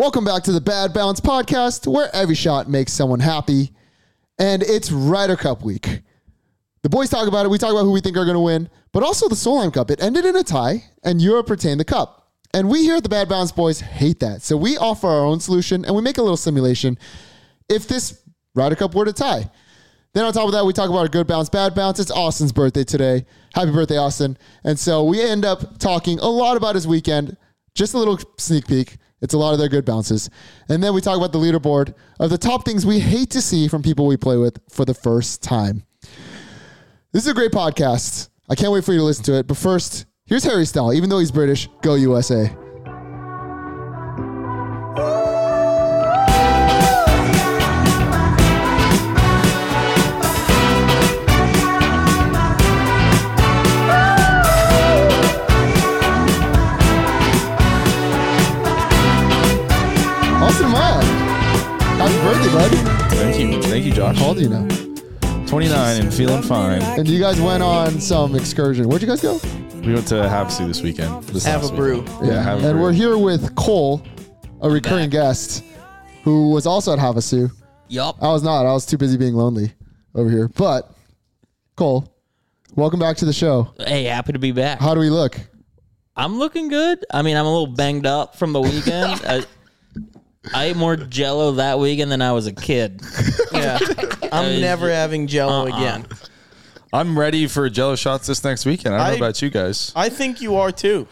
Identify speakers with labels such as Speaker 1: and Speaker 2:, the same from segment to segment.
Speaker 1: Welcome back to the Bad Balance Podcast, where every shot makes someone happy. And it's Ryder Cup week. The boys talk about it. We talk about who we think are going to win, but also the Solheim Cup. It ended in a tie, and Europe retained the cup. And we here at the Bad Balance Boys hate that. So we offer our own solution and we make a little simulation. If this Ryder Cup were to tie, then on top of that, we talk about a good bounce, bad bounce. It's Austin's birthday today. Happy birthday, Austin. And so we end up talking a lot about his weekend. Just a little sneak peek. It's a lot of their good bounces. And then we talk about the leaderboard of the top things we hate to see from people we play with for the first time. This is a great podcast. I can't wait for you to listen to it. But first, here's Harry Styles. Even though he's British, go USA. Austin Amaya. Happy birthday, bud.
Speaker 2: Thank you, thank you, Josh.
Speaker 1: How old are you now?
Speaker 2: 29 and feeling fine.
Speaker 1: And you guys went on some excursion. Where'd you guys go?
Speaker 2: We went to Havasu this weekend. This
Speaker 3: Have
Speaker 2: last
Speaker 3: a brew.
Speaker 2: weekend. Yeah, have a
Speaker 1: and
Speaker 2: brew.
Speaker 1: we're here with Cole, a recurring
Speaker 3: back.
Speaker 1: guest, who was also at Havasu.
Speaker 3: Yup.
Speaker 1: I was not. I was too busy being lonely over here. But Cole, welcome back to the show.
Speaker 3: Hey, happy to be back.
Speaker 1: How do we look?
Speaker 3: I'm looking good. I mean, I'm a little banged up from the weekend. I, I ate more Jello that weekend than I was a kid.
Speaker 4: Yeah. I'm never having jello
Speaker 3: Uh-uh.
Speaker 4: again.
Speaker 2: I'm ready for Jello shots this next weekend. I don't
Speaker 4: I-
Speaker 2: know about you guys.
Speaker 4: I think you are too.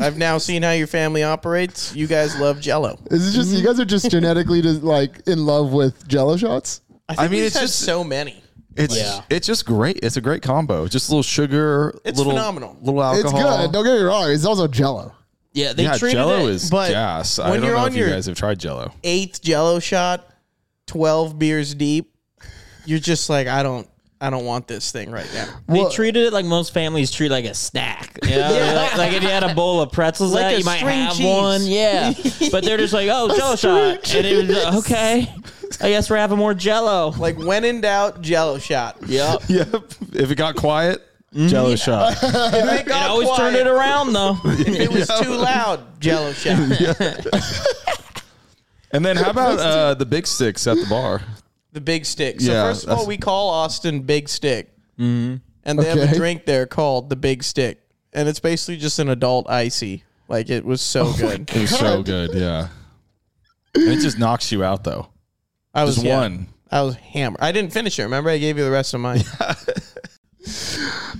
Speaker 4: I've now seen how your family operates. You guys love jello.
Speaker 1: Is it just you guys are just genetically just like in love with Jello shots?
Speaker 4: think
Speaker 2: mean,
Speaker 4: we've
Speaker 2: it's
Speaker 4: had
Speaker 2: just-
Speaker 4: so many.
Speaker 2: It's
Speaker 3: Yeah.
Speaker 2: it's just great. It's a great combo. Just a little sugar,
Speaker 4: It's
Speaker 2: little
Speaker 4: phenomenal.
Speaker 2: little
Speaker 1: It's
Speaker 2: alcohol.
Speaker 1: good. Don't get me wrong. It's also Jello.
Speaker 3: Yeah, they
Speaker 2: yeah,
Speaker 3: treated
Speaker 2: Jello
Speaker 3: it-
Speaker 2: is
Speaker 4: but
Speaker 2: gas. I
Speaker 4: when
Speaker 2: don't
Speaker 4: you're
Speaker 2: know
Speaker 4: on
Speaker 2: if
Speaker 4: your-
Speaker 2: you guys have tried Jello.
Speaker 4: Eighth jello shot, 12 beers deep. You're just like, I don't I don't want this thing right now.
Speaker 3: They
Speaker 1: Well-
Speaker 3: treated it like most families treat like a snack. You know? like, like if you had a bowl of pretzels,
Speaker 4: Like
Speaker 3: out,
Speaker 4: a
Speaker 3: you might
Speaker 4: string
Speaker 3: have
Speaker 4: cheese.
Speaker 3: one. Yeah, but they're just like, oh, Jello shot, and it was uh, okay. I guess we're having more Jello.
Speaker 4: Like when in doubt, jello shot.
Speaker 3: Yep.
Speaker 2: Yep. If it got quiet,
Speaker 4: Mm-hmm.
Speaker 2: Jello shot.
Speaker 4: If
Speaker 3: It always turned it around though.
Speaker 4: If it was too loud, jello shot.
Speaker 2: And then how about uh, the big sticks at the bar?
Speaker 4: The big stick. So
Speaker 2: Yeah,
Speaker 4: first of
Speaker 2: that's-
Speaker 4: all, we call Austin Big Stick. Mm-hmm. And they have
Speaker 1: Okay.
Speaker 4: a drink there called the Big Stick. And it's basically just an adult icy. Like it was so good.
Speaker 2: It was so good. Yeah. And it just knocks you out though.
Speaker 4: I was
Speaker 2: Just
Speaker 4: yeah,
Speaker 2: one.
Speaker 4: I was hammered. I didn't finish it. Remember, I gave you the rest of mine.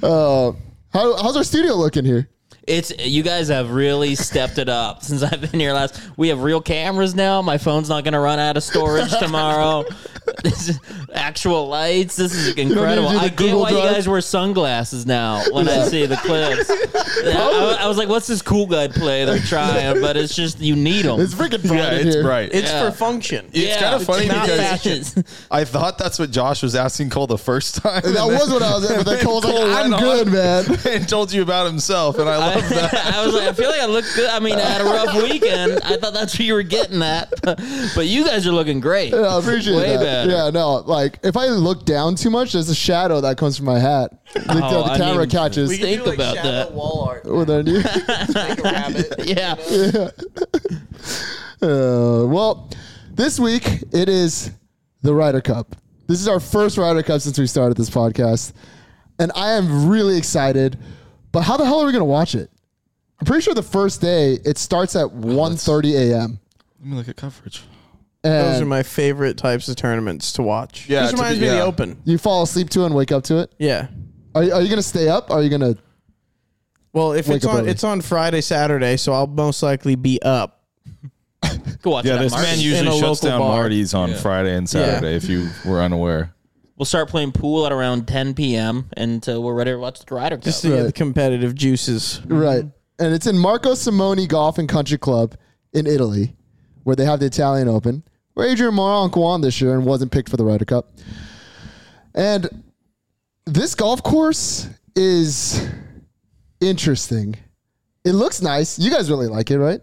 Speaker 1: Uh, how, how's our studio looking here?
Speaker 3: It's you guys have really stepped it up since I've been here last. We have real cameras now. My phone's not going to run out of storage tomorrow. This is- Actual lights. This is incredible.
Speaker 1: need to do the
Speaker 3: I get
Speaker 1: Google
Speaker 3: why you
Speaker 1: Drive.
Speaker 3: guys wear sunglasses now when I see the clips. I, I was like, "What's this cool guy play they're trying?" But it's just you need them.
Speaker 1: It's freaking bright
Speaker 2: Yeah,
Speaker 1: in
Speaker 2: it's
Speaker 1: here.
Speaker 2: bright.
Speaker 4: It's
Speaker 3: Yeah.
Speaker 4: for function.
Speaker 2: it's kinda funny
Speaker 3: not
Speaker 2: because-
Speaker 3: fashion.
Speaker 2: I thought that's what Josh was asking Cole the first time.
Speaker 1: That was what I was at, but then Cole's like,
Speaker 2: Cole
Speaker 1: I'm
Speaker 2: went on
Speaker 1: good, man.
Speaker 2: and told you about himself, and I
Speaker 3: I,
Speaker 2: love that.
Speaker 3: I was like, I feel like I look good. I mean, I had a rough weekend. I thought that's what you were getting at, but, you guys are looking great.
Speaker 1: Yeah, I appreciate
Speaker 3: Way
Speaker 1: that.
Speaker 3: better.
Speaker 1: Yeah, no, like if I look down too much, there's a shadow that comes from my hat. The, the
Speaker 3: Oh, I
Speaker 1: camera
Speaker 3: mean,
Speaker 1: catches
Speaker 3: we- think about
Speaker 4: shadow
Speaker 3: that.
Speaker 4: wall art.
Speaker 1: with our new.
Speaker 4: Make a rabbit.
Speaker 3: Yeah.
Speaker 1: Uh, well, this week it is the Ryder Cup. This is our first Ryder Cup since we started this podcast, and I am really excited. But how the hell are we going to watch it? I'm pretty sure the first day it starts
Speaker 3: Oh,
Speaker 1: at 1:30 a.m.
Speaker 2: Let me look at coverage.
Speaker 4: Those are
Speaker 1: and
Speaker 4: my favorite types of tournaments to watch.
Speaker 2: Yeah,
Speaker 4: this
Speaker 2: to
Speaker 4: reminds
Speaker 2: be-
Speaker 4: me of
Speaker 2: yeah.
Speaker 4: the Open.
Speaker 1: you fall asleep to it and wake up to it.
Speaker 4: Yeah.
Speaker 1: Are, you- are you going to stay up? Are you going to?
Speaker 4: Well, if
Speaker 1: Wake
Speaker 4: it's
Speaker 1: up
Speaker 4: on,
Speaker 1: early.
Speaker 4: it's on Friday, Saturday, so I'll most likely be up.
Speaker 3: Go watch
Speaker 2: Yeah,
Speaker 3: that,
Speaker 2: this
Speaker 3: Mark.
Speaker 2: man
Speaker 4: In a
Speaker 2: usually shuts
Speaker 4: local
Speaker 2: down
Speaker 4: bar.
Speaker 2: Marty's on Friday and Saturday. If you were unaware,
Speaker 3: We'll start playing pool at around 10 p.m. until we're ready to watch the Ryder Cup.
Speaker 4: Just to get the
Speaker 1: Right.
Speaker 4: competitive juices.
Speaker 1: Right. And it's in Marco Simoni Golf and Country Club in Italy, where they have the Italian Open, where Adrian Moronk won this year and wasn't picked for the Ryder Cup. And this golf course is interesting. It looks nice. You guys really like it, right?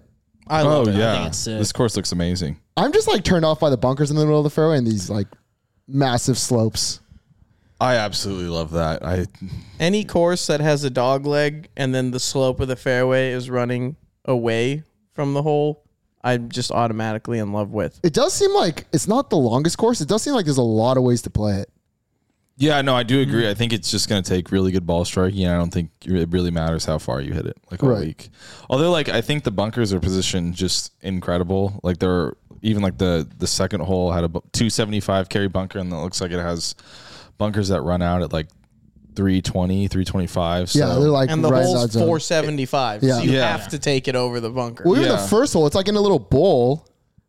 Speaker 4: I
Speaker 2: oh
Speaker 4: love it.
Speaker 2: yeah,
Speaker 3: think it's sick.
Speaker 2: this course looks amazing.
Speaker 1: I'm just like turned off by the bunkers in the middle of the fairway and these like massive slopes.
Speaker 2: I absolutely love that. I
Speaker 4: Any course that has a dog leg and then the slope of the fairway is running away from the hole, I'm just automatically in love with.
Speaker 1: It does seem like it's not the longest course. It does seem like there's a lot of ways to play it.
Speaker 2: Yeah, no, I do agree. I think it's just going to take really good ball striking. and I don't think it really matters how far you hit it, like all
Speaker 1: Right.
Speaker 2: week. Although, like I think the bunkers are positioned just incredible. Like they're even like the the second hole had a two seventy five carry bunker, and it looks like it has bunkers that run out at like 320, 325. So
Speaker 1: Yeah, they're like
Speaker 4: And the
Speaker 1: right
Speaker 4: hole's
Speaker 1: outside zone.
Speaker 4: 475,
Speaker 1: Yeah.
Speaker 4: so you
Speaker 2: Yeah.
Speaker 4: have to take it over the bunker.
Speaker 1: Well, even the
Speaker 2: Yeah.
Speaker 1: first hole, it's like in a little bowl,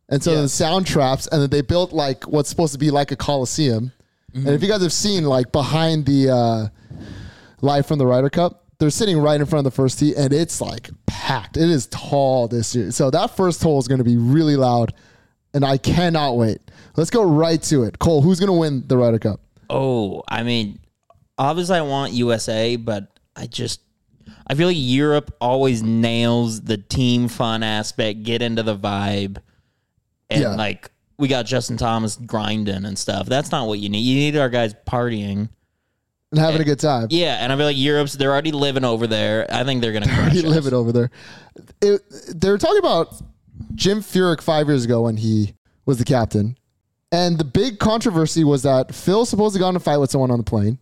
Speaker 1: and so
Speaker 4: Yeah.
Speaker 1: the sound traps, and then they built like what's supposed to be like a coliseum. And if you guys have seen like behind the uh, live from the Ryder Cup, they're sitting right in front of the first tee, and it's like packed. It is tall this year, so that first hole is going to be really loud, and I cannot wait. Let's go right to it, Cole. Who's going to win the Ryder Cup?
Speaker 3: Oh, I mean, obviously I want USA, but I just I feel like Europe always nails the team fun aspect, get into the vibe, and
Speaker 1: Yeah.
Speaker 3: like we got Justin Thomas grinding and stuff. That's not what you need. You need our guys partying.
Speaker 1: And having a good time.
Speaker 3: Yeah, and I feel like Europe's they're already living over there. I think they're gonna crush
Speaker 1: He
Speaker 3: us.
Speaker 1: live it over there. It, they were talking about Jim Furyk five years ago when he was the captain, and the big controversy was that Phil supposedly got in a fight with someone on the plane,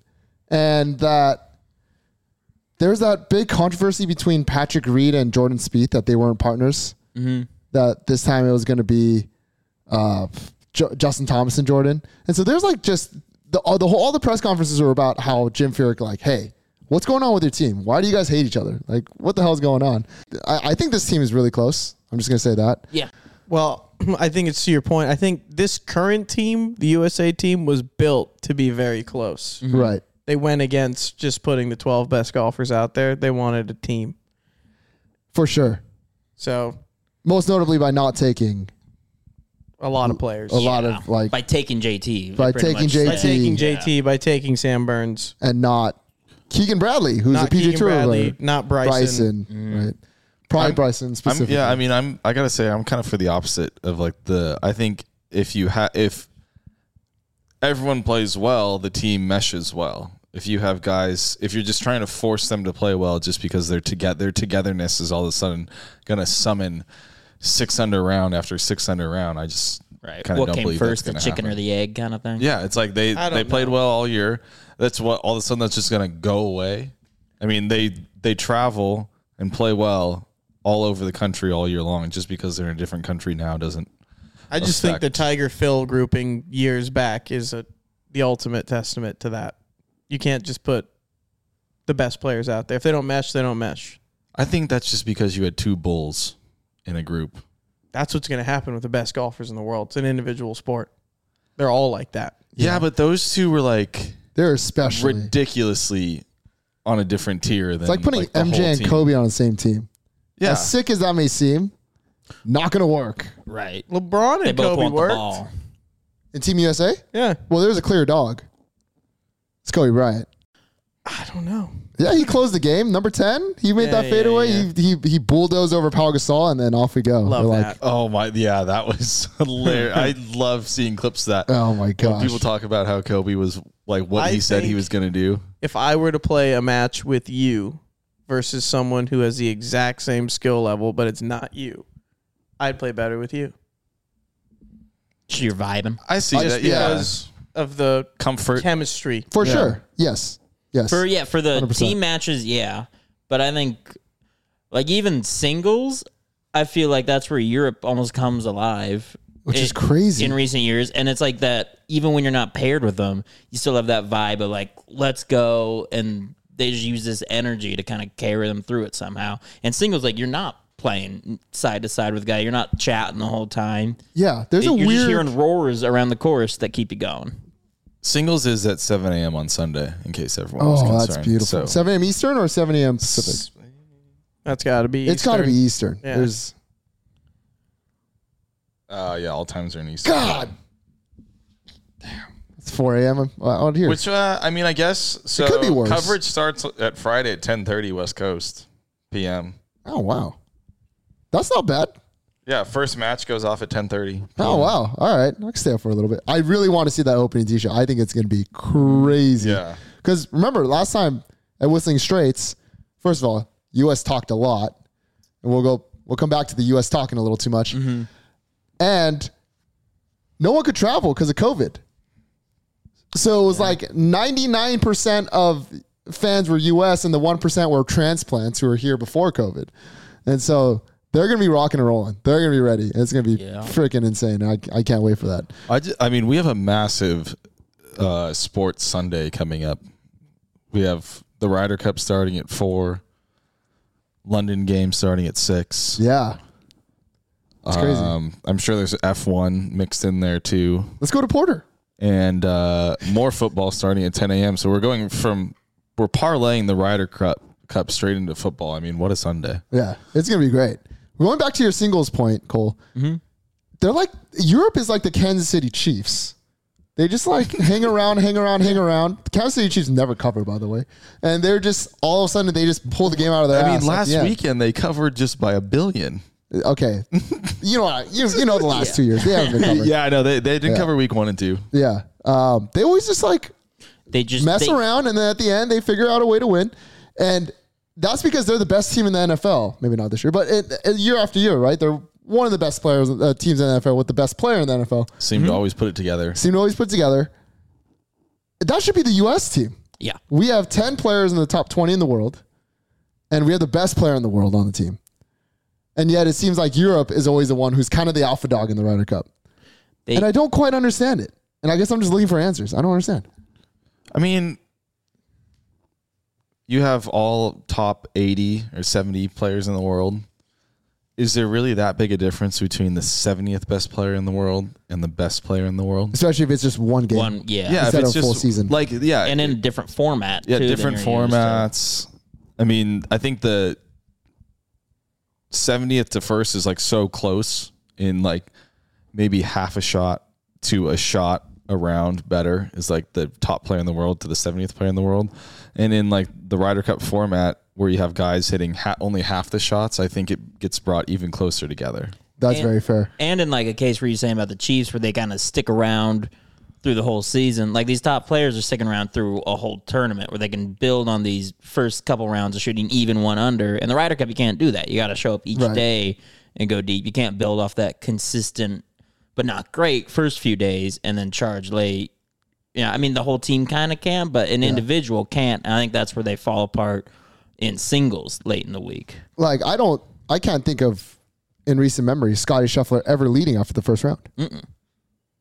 Speaker 1: and that there's that big controversy between Patrick Reed and Jordan Spieth that they weren't partners. That this time it was going to be uh, J- Justin Thomas and Jordan, and so there's like just the all the whole all the press conferences were about how Jim Furyk like, hey, what's going on with your team? Why do you guys hate each other? Like, what the hell's going on? I, I think this team is really close. I'm just gonna say that.
Speaker 3: Yeah.
Speaker 4: Well, I think it's to your point. I think this current team, the USA team, was built to be very close.
Speaker 1: Right.
Speaker 4: They went against just putting the 12 best golfers out there. They wanted a team.
Speaker 1: For sure.
Speaker 4: So,
Speaker 1: Most notably by not taking
Speaker 4: a lot of players.
Speaker 1: Mm, a lot of like
Speaker 3: by taking JT.
Speaker 1: By
Speaker 3: pretty
Speaker 1: taking
Speaker 3: much
Speaker 1: JT.
Speaker 4: By
Speaker 3: said-
Speaker 4: taking JT, by taking Sam Burns,
Speaker 1: and not Keegan Bradley, who's
Speaker 4: not
Speaker 1: a PG
Speaker 4: Keegan
Speaker 1: Tour
Speaker 4: Bradley,
Speaker 1: winner.
Speaker 4: not Bryson.
Speaker 1: Bryson, Mm. right? Probably
Speaker 2: I'm-
Speaker 1: Bryson
Speaker 2: I'm,
Speaker 1: specifically.
Speaker 2: yeah, I mean, I'm. I gotta say, I'm kind of for the opposite of like the. I think if you have if everyone plays well, the team meshes well. If you have guys, if you're just trying to force them to play well, just because they're together, their togetherness is all of a sudden gonna summon six under round after six under round. I just
Speaker 3: Right.
Speaker 2: kinda
Speaker 3: What
Speaker 2: don't
Speaker 3: came
Speaker 2: believe that's
Speaker 3: first, the
Speaker 2: gonna
Speaker 3: chicken
Speaker 2: happen.
Speaker 3: or the egg kind of thing?
Speaker 2: Yeah, it's like they
Speaker 4: I don't
Speaker 2: they played
Speaker 4: know.
Speaker 2: well all year. That's what all of a sudden that's just gonna go away. I mean they they travel and play well all over the country all year long. Just because they're in a different country now doesn't.
Speaker 4: I just think the
Speaker 2: Effect.
Speaker 4: Tiger Phil grouping years back is a, the ultimate testament to that. You can't just put the best players out there. If they don't mesh, they don't mesh.
Speaker 2: I think that's just because you had two bulls in a group.
Speaker 4: That's what's going to happen with the best golfers in the world. It's an individual sport. They're all like that.
Speaker 2: Yeah, but those two were like
Speaker 1: They're especially
Speaker 2: ridiculously on a different tier than
Speaker 1: it's like putting
Speaker 2: the
Speaker 1: MJ
Speaker 2: whole
Speaker 1: and
Speaker 2: team.
Speaker 1: Kobe on the same team.
Speaker 2: Yeah,
Speaker 1: As sick as that may seem, not gonna work.
Speaker 3: Right.
Speaker 4: LeBron and
Speaker 3: They both
Speaker 4: Kobe
Speaker 3: want
Speaker 4: worked.
Speaker 3: the ball.
Speaker 1: In Team USA?
Speaker 4: Yeah.
Speaker 1: Well, there's a clear dog. It's Kobe Bryant.
Speaker 4: I don't know.
Speaker 1: Yeah, he closed the game. Number ten, he made
Speaker 4: Yeah,
Speaker 1: that
Speaker 4: yeah,
Speaker 1: fadeaway.
Speaker 4: yeah.
Speaker 1: He, he he bulldozed over Paul Gasol, and then off we go.
Speaker 4: Love
Speaker 1: We're
Speaker 4: that.
Speaker 2: Oh my, yeah, that was hilarious. I love seeing clips of that.
Speaker 1: Oh my
Speaker 2: When
Speaker 1: gosh!
Speaker 2: People talk about how Kobe was like what
Speaker 4: I
Speaker 2: he said he
Speaker 4: think-
Speaker 2: was going to do.
Speaker 4: If I were to play a match with you versus someone who has the exact same skill level, but it's not you, I'd play better with you
Speaker 3: You're vibing.
Speaker 2: I see
Speaker 1: Just
Speaker 2: that. Yeah,
Speaker 4: because of the
Speaker 2: comfort.
Speaker 4: chemistry.
Speaker 1: For
Speaker 2: Yeah.
Speaker 1: sure. Yes. Yes.
Speaker 3: For yeah, for the
Speaker 1: 100%.
Speaker 3: team matches, yeah. But I think like even singles, I feel like that's where Europe almost comes alive.
Speaker 1: Which is
Speaker 3: in-
Speaker 1: crazy.
Speaker 3: in recent years. And it's like that even when you're not paired with them, you still have that vibe of like, let's go and they just use this energy to kind of carry them through it somehow. And singles, like you're not playing side to side with a guy. You're not chatting the whole time.
Speaker 1: yeah. There's a
Speaker 3: You're just
Speaker 1: weird.
Speaker 3: hearing roars around the chorus that keep you going.
Speaker 2: Singles is at 7 a.m. on Sunday, in case everyone was
Speaker 1: oh,
Speaker 2: concerned.
Speaker 1: that's beautiful.
Speaker 2: So,
Speaker 1: 7 a.m. Eastern or 7 a.m. Pacific?
Speaker 4: That's got to be.
Speaker 1: It's got to
Speaker 4: Eastern.
Speaker 1: be Eastern.
Speaker 4: Yeah.
Speaker 1: There's
Speaker 2: uh, yeah, all times are in Eastern.
Speaker 1: God. Damn. It's 4 a.m. out here.
Speaker 2: Which, uh, I mean, I guess so.
Speaker 1: could be worse.
Speaker 2: Coverage starts at Friday at 10:30 West Coast p.m.
Speaker 1: oh wow. That's not bad.
Speaker 2: Yeah, first match goes off at 10:30.
Speaker 1: Oh wow. All right. I can stay up for a little bit. I really want to see that opening t-shirt. I think it's going to be crazy.
Speaker 2: Yeah.
Speaker 1: Because remember last time at Whistling Straits, first of all, U.S. talked a lot, and we'll go We'll come back to the U.S. talking a little too much. And no one could travel because of COVID. So it was like 99% of fans were U.S. and the 1% were transplants who were here before COVID. And so they're going to be rocking and rolling. They're going to be ready. It's going to be
Speaker 3: Yeah.
Speaker 1: freaking insane. I, I can't wait for that.
Speaker 2: I, ju- I mean, we have a massive uh, sports Sunday coming up. We have the Ryder Cup starting at four, London game starting at six.
Speaker 1: Yeah. It's crazy.
Speaker 2: Um, I'm sure there's F1 mixed in there too,
Speaker 1: Let's go to Porter.
Speaker 2: and uh, more football starting at 10 a.m. So we're going from we're parlaying the Ryder Cup Cup straight into football. I mean, what a Sunday!
Speaker 1: Yeah, it's gonna be great. Going back to your singles point, Cole.
Speaker 2: Mm-hmm.
Speaker 1: They're like Europe is like the Kansas City Chiefs. They just like hang around, hang around, hang around. The Kansas City Chiefs never cover, by the way, and they're just all of a sudden they just pull the game out of their.
Speaker 2: I mean,
Speaker 1: ass at
Speaker 2: last
Speaker 1: the end.
Speaker 2: weekend they covered just by a billion.
Speaker 1: Okay, you know, what? you, you know the last two years they haven't been covered. yeah,
Speaker 2: Yeah, I know they they didn't
Speaker 1: Yeah.
Speaker 2: cover week one and two.
Speaker 1: Um, they always just like
Speaker 3: They just
Speaker 1: mess
Speaker 3: they-
Speaker 1: around, and then at the end they figure out a way to win, and that's because they're the best team in the NFL. Maybe not this year, but it, it- year after year, right? They're one of the best players uh, teams in the NFL with the best player in the NFL.
Speaker 2: Seemed to always put it together.
Speaker 1: Seem to always put together. That should be the U.S. team.
Speaker 3: Yeah,
Speaker 1: We have ten players in the top twenty in the world, and we have the best player in the world on the team. And yet, it seems like Europe is always the one who's kind of the alpha dog in the Ryder Cup.
Speaker 3: They-
Speaker 1: and I don't quite understand it. And I guess I'm just looking for answers. I don't understand.
Speaker 2: I mean, you have all top 80 or 70 players in the world. Is there really that big a difference between the 70th best player in the world and the best player in the world?
Speaker 1: especially if it's just one game.
Speaker 3: one. Yeah,
Speaker 2: Yeah, if
Speaker 1: Instead
Speaker 2: it's
Speaker 1: of
Speaker 2: just
Speaker 1: full season.
Speaker 2: like yeah,
Speaker 3: and in a different format.
Speaker 2: yeah,
Speaker 3: too, than
Speaker 2: different
Speaker 3: you're used to.
Speaker 2: formats. I mean, I think the 70th to first is like so close in like maybe half a shot to a shot around better is like the top player in the world to the 70th player in the world. And in like the Ryder Cup format where you have guys hitting ha- only half the shots, I think it gets brought even closer together.
Speaker 1: That's very fair.
Speaker 3: and in like a case where you're saying about the Chiefs, where they kind of stick around through the whole season. Like these top players are sticking around through a whole tournament, where they can build on these first couple rounds of shooting even one under. And the Ryder Cup, you can't do that. You got to show up each
Speaker 1: Right.
Speaker 3: day and go deep. You can't build off that consistent, but not great first few days, and then charge late. Yeah, I mean the whole team kind of can, but an individual can't. I think that's where they fall apart in singles late in the week.
Speaker 1: Like I don't, I can't think of in recent memory Scotty Scheffler ever leading after the first round.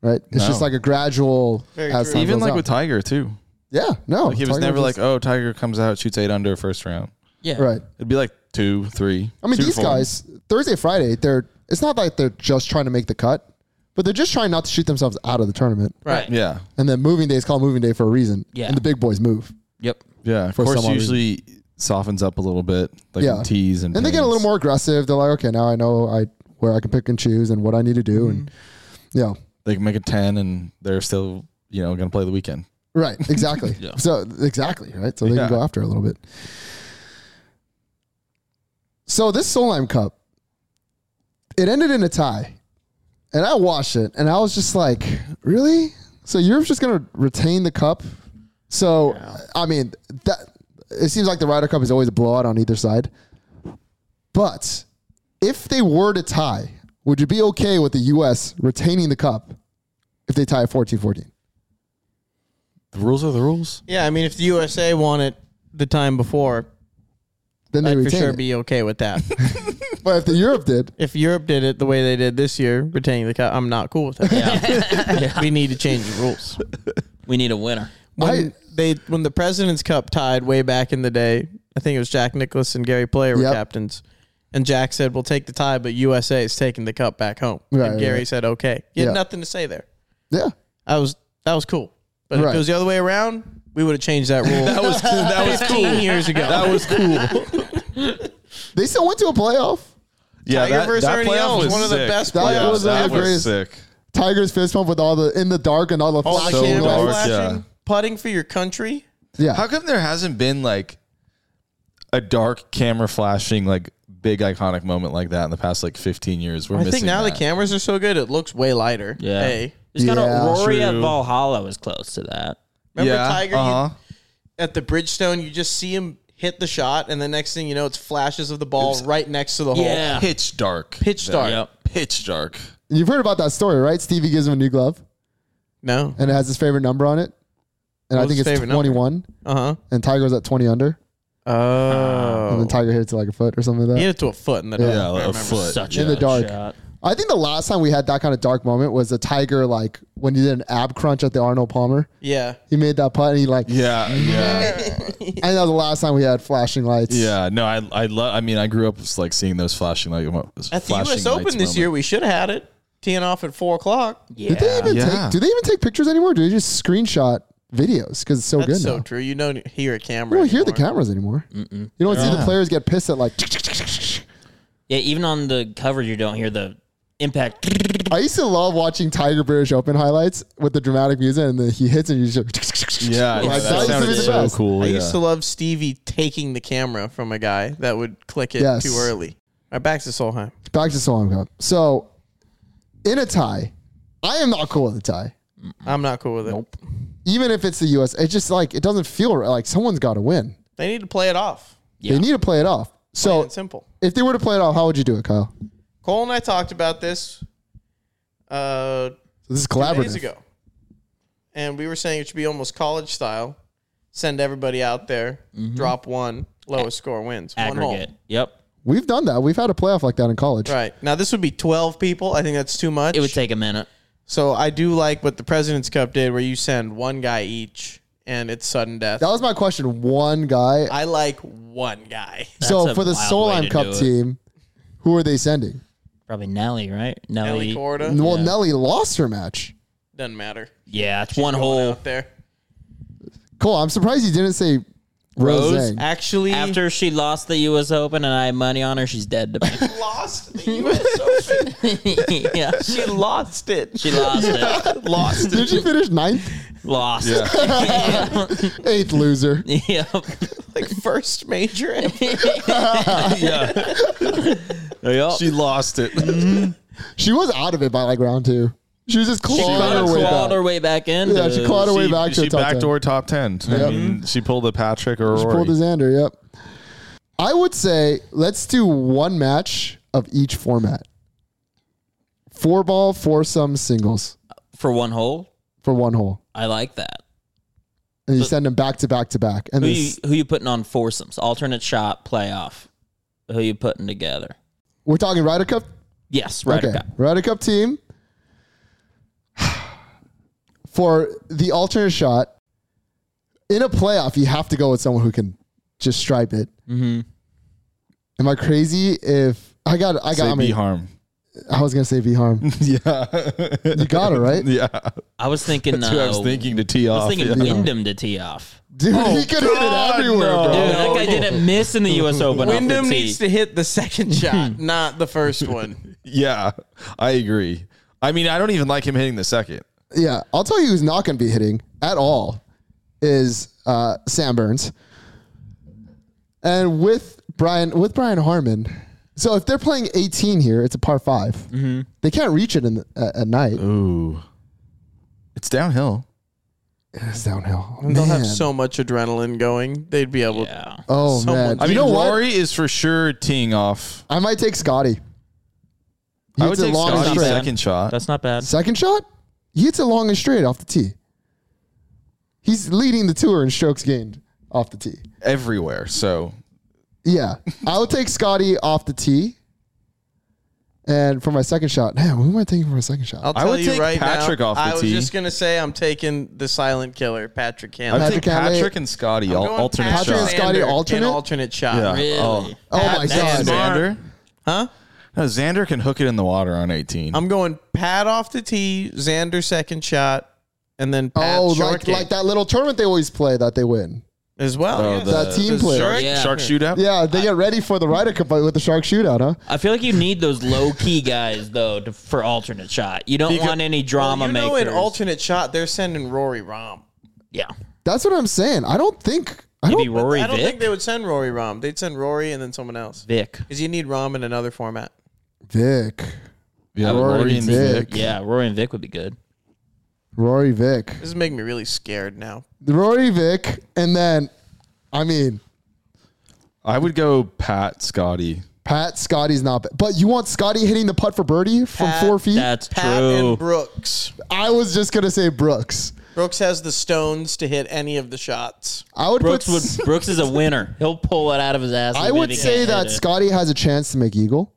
Speaker 1: Right? It's
Speaker 2: No.
Speaker 1: just like a gradual. as time
Speaker 2: Even
Speaker 1: goes
Speaker 2: like
Speaker 1: on.
Speaker 2: with Tiger too.
Speaker 1: yeah, no,
Speaker 2: Like he was
Speaker 1: Tiger
Speaker 2: never
Speaker 1: just-
Speaker 2: like, oh, Tiger comes out, shoots eight under first round.
Speaker 3: Yeah,
Speaker 1: right.
Speaker 2: It'd be like two, three.
Speaker 1: I mean,
Speaker 2: two,
Speaker 1: these
Speaker 2: four.
Speaker 1: guys Thursday, Friday, they're. It's not like they're just trying to make the cut, but they're just trying not to shoot themselves out of the tournament.
Speaker 4: Right.
Speaker 2: Yeah.
Speaker 1: And then moving day is called moving day for a reason.
Speaker 3: Yeah.
Speaker 1: And the big boys move,
Speaker 3: Yep.
Speaker 2: Yeah, of
Speaker 1: for
Speaker 2: course.
Speaker 1: some odd reason.
Speaker 2: Usually softens up a little bit, like
Speaker 1: Yeah.
Speaker 2: in tees and.
Speaker 1: and they get a
Speaker 2: pins.
Speaker 1: little more aggressive. They're like, okay, now I know I where I can pick and choose and what I need to do, and
Speaker 2: Mm-hmm.
Speaker 1: yeah.
Speaker 2: They can make a ten, and they're still you know going to play the weekend.
Speaker 1: Right, exactly.
Speaker 3: Yeah.
Speaker 1: So exactly, right? So they
Speaker 2: Yeah.
Speaker 1: can go after it a little bit. So this Solheim Cup, it ended in a tie. And I watched it and I was just like, really? So Europe's just gonna retain the cup? So I mean that it seems like the Ryder Cup is always a blowout on either side. But if they were to tie, would you be okay with the US retaining the cup if they tie 14-14?
Speaker 2: The rules are the rules.
Speaker 4: Yeah, I mean, if the USA won it the time before,
Speaker 1: Then they
Speaker 4: I'd for
Speaker 1: retain
Speaker 4: sure
Speaker 1: it.
Speaker 4: be okay with that.
Speaker 1: But if the Europe did,
Speaker 4: if Europe did it the way they did this year, retaining the cup, I'm not cool with it. We need to change the rules.
Speaker 3: We need a winner.
Speaker 4: When
Speaker 1: I-
Speaker 4: they when the President's Cup tied way back in the day, I think it was Jack Nicklaus and Gary Player were
Speaker 1: Yep.
Speaker 4: captains. And Jack said, "We'll take the tie, but USA is taking the cup back home."
Speaker 1: Right,
Speaker 4: and Gary
Speaker 1: right.
Speaker 4: said, "Okay." You had
Speaker 1: Yeah.
Speaker 4: nothing to say there.
Speaker 1: yeah,
Speaker 4: I was that was cool. But if
Speaker 1: Right.
Speaker 4: it was the other way around, we would have changed that rule.
Speaker 2: That was that was
Speaker 4: 15 years ago.
Speaker 2: that was cool.
Speaker 1: they still went to a playoff.
Speaker 2: Yeah,
Speaker 4: Tiger
Speaker 2: that,
Speaker 4: versus
Speaker 2: that
Speaker 4: Ernie
Speaker 2: playoff
Speaker 4: Els,
Speaker 2: was
Speaker 4: one of the
Speaker 2: sick.
Speaker 4: best
Speaker 1: That
Speaker 2: yeah,
Speaker 1: was one
Speaker 2: that
Speaker 1: of the
Speaker 2: was
Speaker 1: greatest.
Speaker 2: sick.
Speaker 1: Tiger's fist pump with all the in the dark and all the
Speaker 4: All the
Speaker 1: flashing
Speaker 2: so
Speaker 4: candles
Speaker 1: lights.
Speaker 2: dark,
Speaker 4: flashing,
Speaker 2: yeah.
Speaker 4: putting for your country.
Speaker 1: Yeah,
Speaker 2: How come there hasn't been like a dark camera flashing like big iconic moment like that in the past like 15 years? We're
Speaker 4: I
Speaker 2: missing
Speaker 4: think now
Speaker 2: that.
Speaker 4: the cameras are so good, it looks way lighter.
Speaker 3: Yeah.
Speaker 4: Hey,
Speaker 3: It's kind
Speaker 1: Yeah.
Speaker 3: of Rory at
Speaker 2: True.
Speaker 3: Valhalla was close to that.
Speaker 4: remember
Speaker 2: yeah,
Speaker 4: Tiger? You-
Speaker 2: Uh-huh.
Speaker 4: at the Bridgestone, you just see him hit the shot, and the next thing you know, it's flashes of the ball right next to the hole.
Speaker 3: Yeah.
Speaker 2: Pitch dark.
Speaker 4: Pitch dark.
Speaker 3: Yep.
Speaker 2: Pitch dark.
Speaker 1: You've heard about that story, right? Stevie gives him a new glove,
Speaker 4: No.
Speaker 1: and it has his favorite number on it, and I
Speaker 4: What was
Speaker 1: think
Speaker 4: his
Speaker 1: it's
Speaker 4: favorite number?
Speaker 1: twenty one.
Speaker 4: Uh
Speaker 1: And Tiger's at twenty under,
Speaker 4: huh.
Speaker 1: and
Speaker 4: Oh.
Speaker 1: then Tiger hits it like a foot or something like that.
Speaker 4: He hit it to a foot in the dark.
Speaker 2: Yeah,
Speaker 4: I
Speaker 2: like a
Speaker 4: remember.
Speaker 2: foot.
Speaker 3: Such
Speaker 1: In
Speaker 3: a
Speaker 1: the dark.
Speaker 3: shot.
Speaker 1: I think the last time we had that kind of dark moment was a Tiger like when he did an ab crunch at the Arnold Palmer.
Speaker 4: Yeah.
Speaker 1: He made that putt, and he like,
Speaker 2: Yeah, yeah,
Speaker 1: I think that was the last time we had flashing lights.
Speaker 2: yeah. No, I, I love. I mean, I grew up just, like seeing those flashing light.
Speaker 4: At the U.S. Open this year, we should have had it. Teeing off at four o'clock.
Speaker 3: Yeah.
Speaker 1: Did they even
Speaker 2: Yeah.
Speaker 1: take? Do they even take pictures anymore? Or do they just screenshot videos because it's so
Speaker 4: That's
Speaker 1: good
Speaker 4: so
Speaker 1: now?
Speaker 4: true. You don't hear a camera.
Speaker 1: You don't hear the
Speaker 4: anymore.
Speaker 1: cameras anymore. You don't see the
Speaker 2: Yeah.
Speaker 1: players get pissed at like.
Speaker 3: yeah, even on the cover, you don't hear the impact.
Speaker 1: I used to love watching Tiger British Open highlights with the dramatic music, and then he hits and you just.
Speaker 2: Yeah,
Speaker 1: Like,
Speaker 2: yeah,
Speaker 1: that used
Speaker 2: that
Speaker 1: to be
Speaker 2: sounded
Speaker 1: the
Speaker 2: so
Speaker 1: best.
Speaker 2: cool.
Speaker 4: I
Speaker 2: Oh, yeah.
Speaker 4: used to love Stevie taking the camera from a guy that would click it
Speaker 1: Yes.
Speaker 4: too early. All right, back to Solheim.
Speaker 1: Back to Solheim Cup. So, in a tie, I am not cool with a tie.
Speaker 4: I'm not cool with it. Nope.
Speaker 1: Even if it's the U.S., it's just like it doesn't feel right. Like someone's got to win.
Speaker 4: They need to play it off.
Speaker 1: They
Speaker 3: Yeah.
Speaker 1: need to play it off.
Speaker 4: Plain
Speaker 3: Oh,
Speaker 1: So,
Speaker 4: and simple.
Speaker 1: if they were to play it off, how would you do it, Kyle?
Speaker 4: Cole and I talked about this uh,
Speaker 1: So this is
Speaker 4: days
Speaker 1: collaborative.
Speaker 4: ago, and we were saying it should be almost college style. Send everybody out there, drop one, lowest score wins. One
Speaker 3: Mm-hmm. Aggregate.
Speaker 4: hole.
Speaker 3: Yep.
Speaker 1: We've done that. We've had a playoff like that in college.
Speaker 4: Right now, this would be twelve people. I think that's too much.
Speaker 3: It would take a minute.
Speaker 4: so I do like what the President's Cup did, where you send one guy each, and it's sudden death.
Speaker 1: That was my question. One guy.
Speaker 4: I like one guy.
Speaker 1: so
Speaker 3: That's a
Speaker 1: for the
Speaker 3: wild
Speaker 1: Solheim
Speaker 3: way to do
Speaker 1: Cup
Speaker 3: it.
Speaker 1: team, who are they sending?
Speaker 3: Probably Nelly, right? Nelly.
Speaker 4: Ellie Corda
Speaker 1: Well, Nelly lost her match.
Speaker 4: doesn't matter.
Speaker 3: yeah, it's one
Speaker 4: Going
Speaker 3: hole.
Speaker 4: out there.
Speaker 1: Cool. I'm surprised you didn't say Rose.
Speaker 2: Rose?
Speaker 4: Actually,
Speaker 3: After she lost the U.S. Open, and I had money on her, she's dead to
Speaker 4: lost the U.S. Open.
Speaker 3: me. yeah,
Speaker 4: She lost it.
Speaker 3: she lost it.
Speaker 4: lost
Speaker 1: Did she finish ninth?
Speaker 3: Lost.
Speaker 2: Yeah.
Speaker 1: Eighth loser.
Speaker 3: yep.
Speaker 4: like first major ever.
Speaker 2: yeah.
Speaker 3: Yep.
Speaker 2: She lost it.
Speaker 1: She was out of it by like round two. She was just clawing her way
Speaker 3: clawed
Speaker 1: back.
Speaker 3: her way back in.
Speaker 1: Yeah, she clawed her way
Speaker 2: she,
Speaker 1: back to
Speaker 2: she
Speaker 1: the top ten.
Speaker 2: backdoor top ten. I mean, she pulled a Patrick or
Speaker 1: She
Speaker 2: Rory.
Speaker 1: pulled his Xander. Yep. I would say let's do one match of each format. Four ball, foursome, singles
Speaker 3: for one hole.
Speaker 1: for one hole,
Speaker 3: I like that.
Speaker 1: and you send them back to back to back. And
Speaker 3: Who
Speaker 1: then
Speaker 3: you, who you putting on foursomes? Alternate shot playoff. Who you putting together?
Speaker 1: we're talking Ryder Cup
Speaker 3: Yes, right.
Speaker 1: okay. Ryder Cup team for the alternate shot in a playoff. You have to go with someone who can just stripe it. Mm-hmm. Am I crazy? If I got, I got.
Speaker 2: Say
Speaker 1: I, mean,
Speaker 2: B harm.
Speaker 1: I was gonna say V harm.
Speaker 2: Yeah.
Speaker 1: You got it right,
Speaker 2: yeah.
Speaker 3: I was thinking.
Speaker 2: That's who I
Speaker 3: uh,
Speaker 2: was thinking to tee
Speaker 3: I was
Speaker 2: off.
Speaker 3: thinking
Speaker 2: yeah.
Speaker 3: Wyndham to tee off.
Speaker 1: dude. he could hit it
Speaker 2: God,
Speaker 1: everywhere,
Speaker 2: no.
Speaker 1: bro.
Speaker 3: Dude,
Speaker 4: no.
Speaker 3: that guy didn't miss in the U.S. Open. off the
Speaker 4: Wyndham
Speaker 3: tee.
Speaker 4: needs to hit the second shot, not the first one.
Speaker 2: Yeah, I agree. I mean, I don't even like him hitting the second.
Speaker 1: Yeah, I'll tell you who's not gonna be hitting at all is uh, Sam Burns, and with Brian with Brian Harmon. So if they're playing 18 here, it's a par 5 Mm-hmm. They can't reach it in the, uh, at night.
Speaker 2: Ooh, it's downhill.
Speaker 1: It's downhill.
Speaker 4: And They'll have
Speaker 1: Man.
Speaker 4: so much adrenaline going, they'd be able. to.
Speaker 3: Yeah.
Speaker 1: Oh
Speaker 4: someone-
Speaker 1: man,
Speaker 2: I
Speaker 1: you
Speaker 2: mean,
Speaker 1: know what?
Speaker 2: Rory is for sure teeing off.
Speaker 1: I might take Scotty. He
Speaker 2: I would
Speaker 1: hits it
Speaker 2: take
Speaker 1: long and
Speaker 2: Scotty's
Speaker 1: straight.
Speaker 3: bad.
Speaker 2: second shot.
Speaker 3: That's not bad.
Speaker 1: Second shot, he hits it long and straight off the tee. He's leading the tour in strokes gained off the tee.
Speaker 2: everywhere. So
Speaker 1: Yeah, I would take Scotty off the tee. And for my second shot, damn, who am I taking for my second shot?
Speaker 4: I'll
Speaker 2: I
Speaker 4: tell
Speaker 2: would
Speaker 4: you
Speaker 2: take
Speaker 4: right
Speaker 2: Patrick
Speaker 4: now.
Speaker 2: off the
Speaker 4: I was
Speaker 2: tee.
Speaker 4: just gonna say I'm taking the silent killer, Patrick
Speaker 2: I
Speaker 4: Cantlay.
Speaker 2: would
Speaker 1: Patrick
Speaker 2: take
Speaker 1: Cantlay.
Speaker 2: Patrick and Scotty al-
Speaker 4: Going
Speaker 2: alternate
Speaker 1: Patrick and
Speaker 2: shot.
Speaker 1: Scotty
Speaker 4: Xander in
Speaker 1: alternate?
Speaker 4: alternate shot.
Speaker 2: Yeah.
Speaker 3: Really?
Speaker 2: Oh.
Speaker 1: oh my
Speaker 4: Pat
Speaker 1: god,
Speaker 4: Xander.
Speaker 2: Xander.
Speaker 4: Huh?
Speaker 2: No, Xander can hook it in the water on 18.
Speaker 4: I'm going Pat off the tee, Xander second shot, and then Pat
Speaker 1: Oh,
Speaker 4: short
Speaker 1: like
Speaker 4: game
Speaker 1: like that little tournament they always play that they win.
Speaker 4: as well.
Speaker 2: Oh,
Speaker 4: yes.
Speaker 2: the-
Speaker 1: That team
Speaker 4: The
Speaker 1: play.
Speaker 4: shark-
Speaker 3: Yeah.
Speaker 2: Shark shootout.
Speaker 1: Yeah, they get ready for the Ryder Cup with the shark shootout, huh?
Speaker 3: I feel like you need those low key guys though to, for alternate shot. You don't want any drama
Speaker 4: Well, you know, in
Speaker 3: makers.
Speaker 4: alternate shot, they're sending Rory Rom.
Speaker 3: yeah,
Speaker 1: That's what I'm saying. I don't think I
Speaker 3: maybe
Speaker 1: don't.
Speaker 3: Rory
Speaker 4: I don't think
Speaker 3: Vick.
Speaker 4: they would send Rory Rom. They'd send Rory and then someone else.
Speaker 3: Vick.
Speaker 4: Because you need Rom in another format.
Speaker 1: Vic,
Speaker 2: Yeah,
Speaker 1: Rory
Speaker 2: Rory and
Speaker 1: Vic.
Speaker 2: Vic.
Speaker 3: Yeah, Rory and Vic would be good.
Speaker 1: Rory Vic,
Speaker 4: This is making me really scared now.
Speaker 1: Rory Vic, and then, I mean,
Speaker 2: I would go Pat Scotty.
Speaker 1: Pat Scotty's not bad. But you want Scotty hitting the putt for birdie from
Speaker 4: Pat,
Speaker 1: four feet?
Speaker 3: That's
Speaker 4: Pat
Speaker 3: true.
Speaker 4: and Brooks.
Speaker 1: I was just gonna say Brooks.
Speaker 4: Brooks has the stones to hit any of the shots.
Speaker 1: I would
Speaker 3: Brooks
Speaker 1: put,
Speaker 3: would Brooks is a winner. He'll pull it out of his ass.
Speaker 1: I
Speaker 3: even
Speaker 1: would
Speaker 3: if he
Speaker 1: say
Speaker 3: can't
Speaker 1: that
Speaker 3: hit it.
Speaker 1: Scotty has a chance to make eagle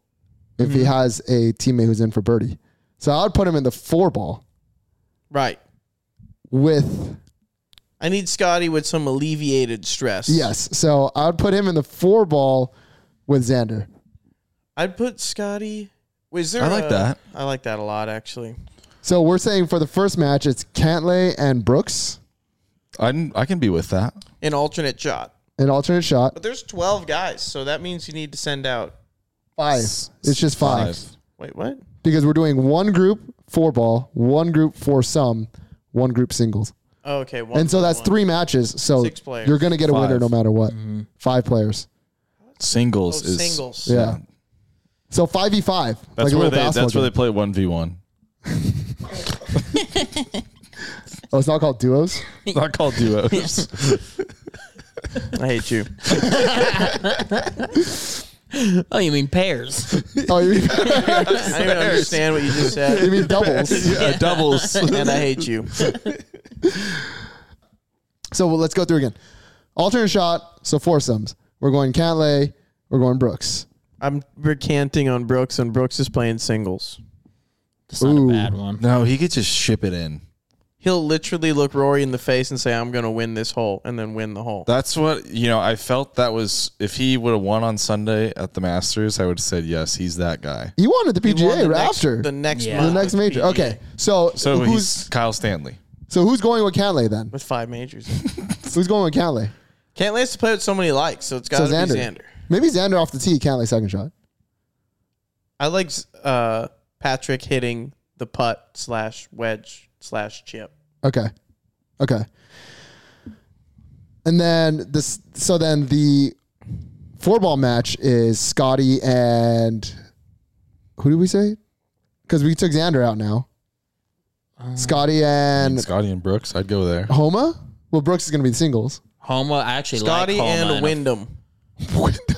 Speaker 1: if he has a teammate who's in for birdie. So I would put him in the four ball
Speaker 4: Right.
Speaker 1: with
Speaker 4: I need Scotty with some alleviated stress.
Speaker 1: yes. So I would put him in the four ball with Xander.
Speaker 4: I'd put Scotty. Was there?
Speaker 2: I like
Speaker 4: a-
Speaker 2: that.
Speaker 4: I like that a lot, actually.
Speaker 1: So we're saying for the first match it's Cantley and Brooks,
Speaker 2: I I can be with that.
Speaker 4: An alternate shot.
Speaker 1: an alternate shot.
Speaker 4: But there's 12 guys, so that means you need to send out.
Speaker 1: Five. It's just five.
Speaker 4: Wait, what?
Speaker 1: Because we're doing one group four ball, one group four sum, one group singles.
Speaker 4: Oh, okay. One
Speaker 1: And so
Speaker 4: for
Speaker 1: that's
Speaker 4: one.
Speaker 1: three matches. So
Speaker 4: Six players.
Speaker 1: you're gonna get a winner
Speaker 2: Five.
Speaker 1: no matter what. Five players.
Speaker 4: Oh,
Speaker 2: Singles is
Speaker 4: singles.
Speaker 1: Yeah. So five v five.
Speaker 2: That's
Speaker 1: like a little
Speaker 2: where they
Speaker 1: basketball
Speaker 2: that's where
Speaker 1: game.
Speaker 2: they play one v one.
Speaker 1: Oh, it's not called duos.
Speaker 2: It's not called duos.
Speaker 4: I hate you.
Speaker 3: Oh, you mean pairs?
Speaker 1: oh, you mean,
Speaker 4: I don't even understand what you just
Speaker 1: you
Speaker 4: said,
Speaker 1: mean doubles?
Speaker 2: yeah, doubles.
Speaker 4: and I hate you.
Speaker 1: So well, let's go through again. Alternate shot. So foursomes. We're going Cantlay. We're going Brooks.
Speaker 4: I'm recanting on Brooks, and Brooks is playing singles.
Speaker 3: That's not
Speaker 1: Ooh.
Speaker 3: a bad one.
Speaker 2: no, he could just ship it in.
Speaker 4: He'll literally look Rory in the face and say, "I'm going to win this hole," and then win the hole.
Speaker 2: That's what you know. I felt that was if he would have won on Sunday at the Masters, I would have said yes. He's that guy.
Speaker 1: He wanted the
Speaker 4: He won
Speaker 1: PGA
Speaker 4: the
Speaker 1: right
Speaker 4: next-
Speaker 1: after
Speaker 4: the next
Speaker 3: Yeah.
Speaker 1: the
Speaker 4: month
Speaker 1: next
Speaker 4: with E.
Speaker 1: major.
Speaker 4: PGA.
Speaker 1: Okay. So,
Speaker 2: So he's
Speaker 1: who's
Speaker 2: Kyle Stanley.
Speaker 1: so who's going with Cantlay then?
Speaker 4: with five majors.
Speaker 1: Who's going with Cantlay?
Speaker 4: Can't last to play with someone he likes, so it's got
Speaker 1: So
Speaker 4: to
Speaker 1: Xander.
Speaker 4: be Xander.
Speaker 1: Maybe Xander off the tee. Cantlay second shot.
Speaker 4: I like uh, Patrick hitting the putt slash wedge slash chip.
Speaker 1: Okay. Okay. And then this so then the four ball match is Scotty and who did we say? Because we took Xander out now. Scotty and
Speaker 2: Scotty and Brooks, I'd go there.
Speaker 1: Homa? Well, Brooks is gonna be the singles.
Speaker 3: Homo, I actually
Speaker 4: Scotty
Speaker 3: like Homa in
Speaker 4: and
Speaker 3: a-
Speaker 4: Wyndham.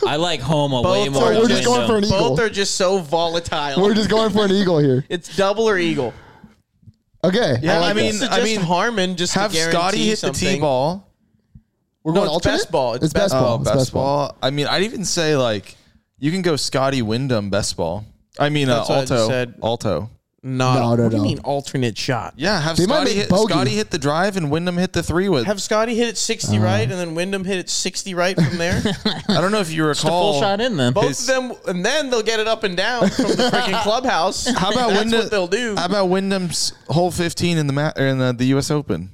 Speaker 3: I like Homo way
Speaker 4: Both
Speaker 3: more.
Speaker 4: are-
Speaker 3: than
Speaker 1: We're just going
Speaker 3: Wyndham.
Speaker 1: for an eagle.
Speaker 4: Both are just so volatile.
Speaker 1: We're just going for an eagle here.
Speaker 4: it's double or eagle.
Speaker 1: Okay.
Speaker 2: Yeah, I,
Speaker 4: I mean,
Speaker 2: mean, I mean,
Speaker 4: Harmon just to
Speaker 2: have
Speaker 4: guarantee
Speaker 2: Scotty hit the
Speaker 4: something.
Speaker 2: tee ball.
Speaker 1: We're
Speaker 4: No,
Speaker 1: going
Speaker 4: it's
Speaker 1: alternate?
Speaker 4: best ball.
Speaker 1: It's, best, ball.
Speaker 2: Oh,
Speaker 1: It's
Speaker 2: best, ball. I mean, I'd even say like you can go Scotty Wyndham best ball. I mean, uh,
Speaker 4: That's what I just
Speaker 2: Alto.
Speaker 4: said.
Speaker 2: Alto.
Speaker 4: Not,
Speaker 1: No, no,
Speaker 4: what
Speaker 1: no.
Speaker 4: do you mean alternate shot?
Speaker 2: Yeah, have
Speaker 1: They might
Speaker 2: Scotty
Speaker 1: make
Speaker 2: hit,
Speaker 1: bogey.
Speaker 2: Scotty hit the drive and Wyndham hit the three with.
Speaker 4: Have Scotty hit it 60
Speaker 2: Uh-huh.
Speaker 4: right, and then Wyndham hit it 60 right from there.
Speaker 2: I don't know if you recall.
Speaker 3: full shot in then.
Speaker 4: Both
Speaker 2: His-
Speaker 4: of them, and then they'll get it up and down from the freaking clubhouse.
Speaker 2: How about
Speaker 4: That's
Speaker 2: Wyndham?
Speaker 4: what they'll do.
Speaker 2: How about Wyndham's hole fifteen in the ma- or in the, the U.S. Open?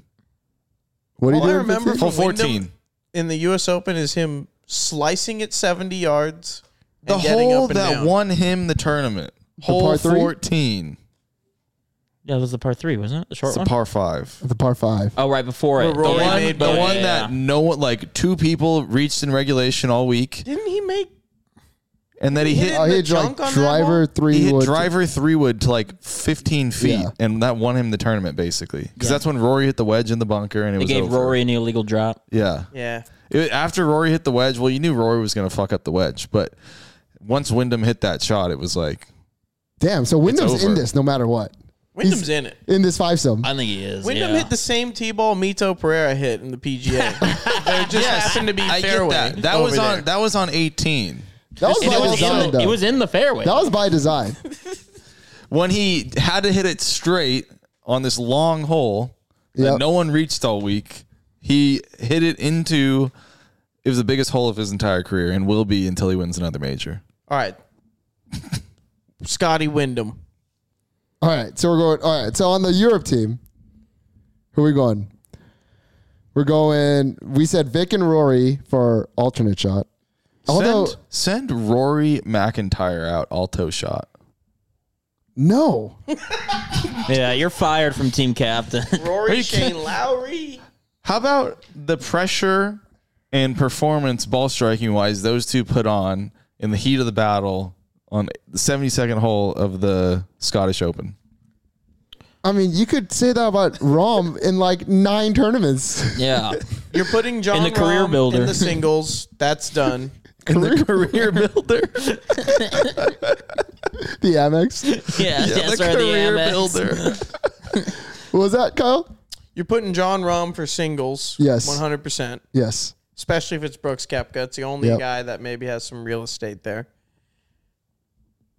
Speaker 1: What do you
Speaker 4: All I
Speaker 1: do?
Speaker 4: remember
Speaker 2: Hole
Speaker 4: from Wyndham-
Speaker 2: fourteen.
Speaker 4: in the U.S. Open is him slicing it 70 yards.
Speaker 2: The
Speaker 4: and getting
Speaker 2: hole
Speaker 4: up and
Speaker 2: that
Speaker 4: down.
Speaker 2: won him the tournament. Hole
Speaker 1: par three?
Speaker 2: fourteen.
Speaker 3: yeah, that was the par three, wasn't it? The short
Speaker 2: It's a
Speaker 3: one.
Speaker 2: par five.
Speaker 1: The par five.
Speaker 3: oh, right before it.
Speaker 4: Where Rory
Speaker 2: The
Speaker 4: They
Speaker 2: one,
Speaker 4: made
Speaker 2: the
Speaker 4: bogey.
Speaker 2: one
Speaker 3: Yeah.
Speaker 2: that no one, like two people reached in regulation all week,
Speaker 4: Didn't he make?
Speaker 2: and that he hit
Speaker 4: hit
Speaker 1: Oh, he had
Speaker 4: the
Speaker 1: like
Speaker 4: junk on that
Speaker 1: driver three
Speaker 2: He hit
Speaker 1: wood.
Speaker 2: driver three wood to like 15 feet,
Speaker 1: Yeah.
Speaker 2: and that won him the tournament basically. Because
Speaker 3: Yeah.
Speaker 2: that's when Rory hit the wedge in the bunker, and it
Speaker 3: They
Speaker 2: was
Speaker 3: gave
Speaker 2: over.
Speaker 3: Rory an illegal drop.
Speaker 2: Yeah,
Speaker 4: Yeah,
Speaker 2: It- after Rory hit the wedge, well, you knew Rory was going to fuck up the wedge, but once Wyndham hit that shot, it was like
Speaker 1: Damn, so Wyndham's in
Speaker 2: over.
Speaker 1: this no matter what.
Speaker 4: Wyndham's
Speaker 1: He's-
Speaker 4: in it.
Speaker 1: In this five sum.
Speaker 3: I think he is.
Speaker 4: Wyndham
Speaker 3: yeah.
Speaker 4: hit the same tee ball Mito Pereira hit in the PGA. there just happened to be
Speaker 2: I get
Speaker 4: fairway.
Speaker 2: that. That
Speaker 4: over
Speaker 2: was on.
Speaker 4: there.
Speaker 2: That was on 18
Speaker 1: That was
Speaker 3: And
Speaker 1: by
Speaker 3: it, was
Speaker 1: design,
Speaker 3: in the,
Speaker 1: though.
Speaker 3: it was in the fairway.
Speaker 1: that was by design.
Speaker 2: when he had to hit it straight on this long hole
Speaker 1: Yep.
Speaker 2: that no one reached all week. He hit it into. It was the biggest hole of his entire career, and will be until he wins another major.
Speaker 4: All right, Scotty Wyndham.
Speaker 1: All right, so we're going. All right, so on the Europe team, who are we going? We're going. We said Vic and Rory for alternate shot. Although
Speaker 2: send, send Rory McIntyre out alto shot.
Speaker 1: no,
Speaker 3: yeah, you're fired from team captain.
Speaker 4: Rory Shane Lowry.
Speaker 2: How about the pressure and performance ball striking wise those two put on in the heat of the battle on the 72nd hole of the Scottish Open?
Speaker 1: I mean you could say that about Rom in like nine tournaments.
Speaker 3: yeah.
Speaker 4: You're putting John
Speaker 3: the career
Speaker 4: Rahm
Speaker 3: builder.
Speaker 4: in the singles. That's done. in the career builder.
Speaker 1: The Amex.
Speaker 3: Yeah,
Speaker 2: Yeah,
Speaker 3: yes,
Speaker 2: the
Speaker 3: or the
Speaker 2: career
Speaker 3: Amex.
Speaker 2: builder.
Speaker 1: What was that, Kyle?
Speaker 4: You're putting John Rom for singles.
Speaker 1: Yes.
Speaker 4: 100%.
Speaker 1: Yes.
Speaker 4: Especially if it's Brooks Koepka. It's the only
Speaker 1: Yep.
Speaker 4: guy that maybe has some real estate there.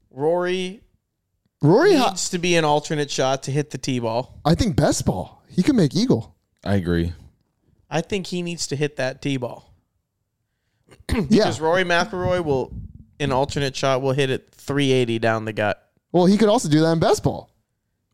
Speaker 4: Rory
Speaker 1: Rory, ha-
Speaker 4: needs to be an alternate shot to hit the tee ball.
Speaker 1: I think best ball. He could make eagle.
Speaker 2: I agree.
Speaker 4: I think he needs to hit that tee ball.
Speaker 1: Yeah.
Speaker 4: Because Rory McIlroy will, an alternate shot, will hit it 380 down the gut.
Speaker 1: Well, he could also do that in best ball.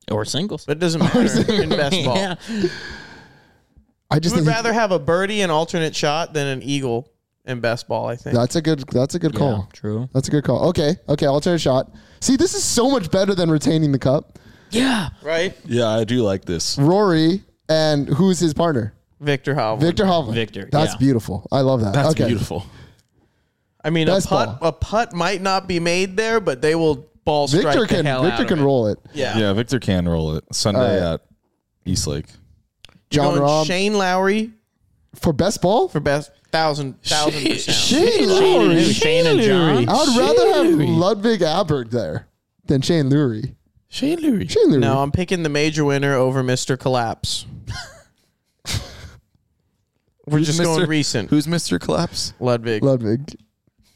Speaker 3: or singles.
Speaker 4: But it doesn't matter in best ball.
Speaker 3: Yeah,
Speaker 1: I just
Speaker 4: You would
Speaker 1: think he-
Speaker 4: rather have a birdie and alternate shot than an eagle in best ball, I think.
Speaker 1: that's a good. That's a good call.
Speaker 3: Yeah, true.
Speaker 1: That's a good call. Okay. Okay. Alternate shot. See, this is so much better than retaining the cup.
Speaker 3: Yeah,
Speaker 4: right?
Speaker 2: Yeah, I do like this.
Speaker 1: Rory and who's his partner?
Speaker 4: Victor Hovland.
Speaker 1: Victor Hovland.
Speaker 3: Victor,
Speaker 1: That's
Speaker 3: yeah.
Speaker 1: beautiful. I love that.
Speaker 2: That's
Speaker 1: okay.
Speaker 2: beautiful.
Speaker 4: I mean, a
Speaker 1: Best
Speaker 4: putt,
Speaker 1: ball.
Speaker 4: a putt might not be made there, but they will ball strike
Speaker 1: Victor
Speaker 4: the
Speaker 1: can
Speaker 4: hell
Speaker 1: Victor
Speaker 4: out
Speaker 1: can
Speaker 4: of it.
Speaker 1: roll it.
Speaker 4: Yeah.
Speaker 2: Yeah, Victor can roll it Sunday
Speaker 1: All right.
Speaker 2: at East Lake.
Speaker 1: John
Speaker 4: Going
Speaker 1: Rahm
Speaker 4: Shane Lowry
Speaker 1: for best ball.
Speaker 4: for best thousand thousand percent.
Speaker 1: Shane Lowry.
Speaker 3: Shane and John.
Speaker 1: I would rather have Ludwig Aberg there than Shane Lurie.
Speaker 2: Shane Louis.
Speaker 1: Shane Lurie.
Speaker 4: No, I'm picking the major winner over Mr. Collapse. We're just going recent.
Speaker 2: Who's Mr. Collapse?
Speaker 4: Ludwig.
Speaker 1: Ludwig.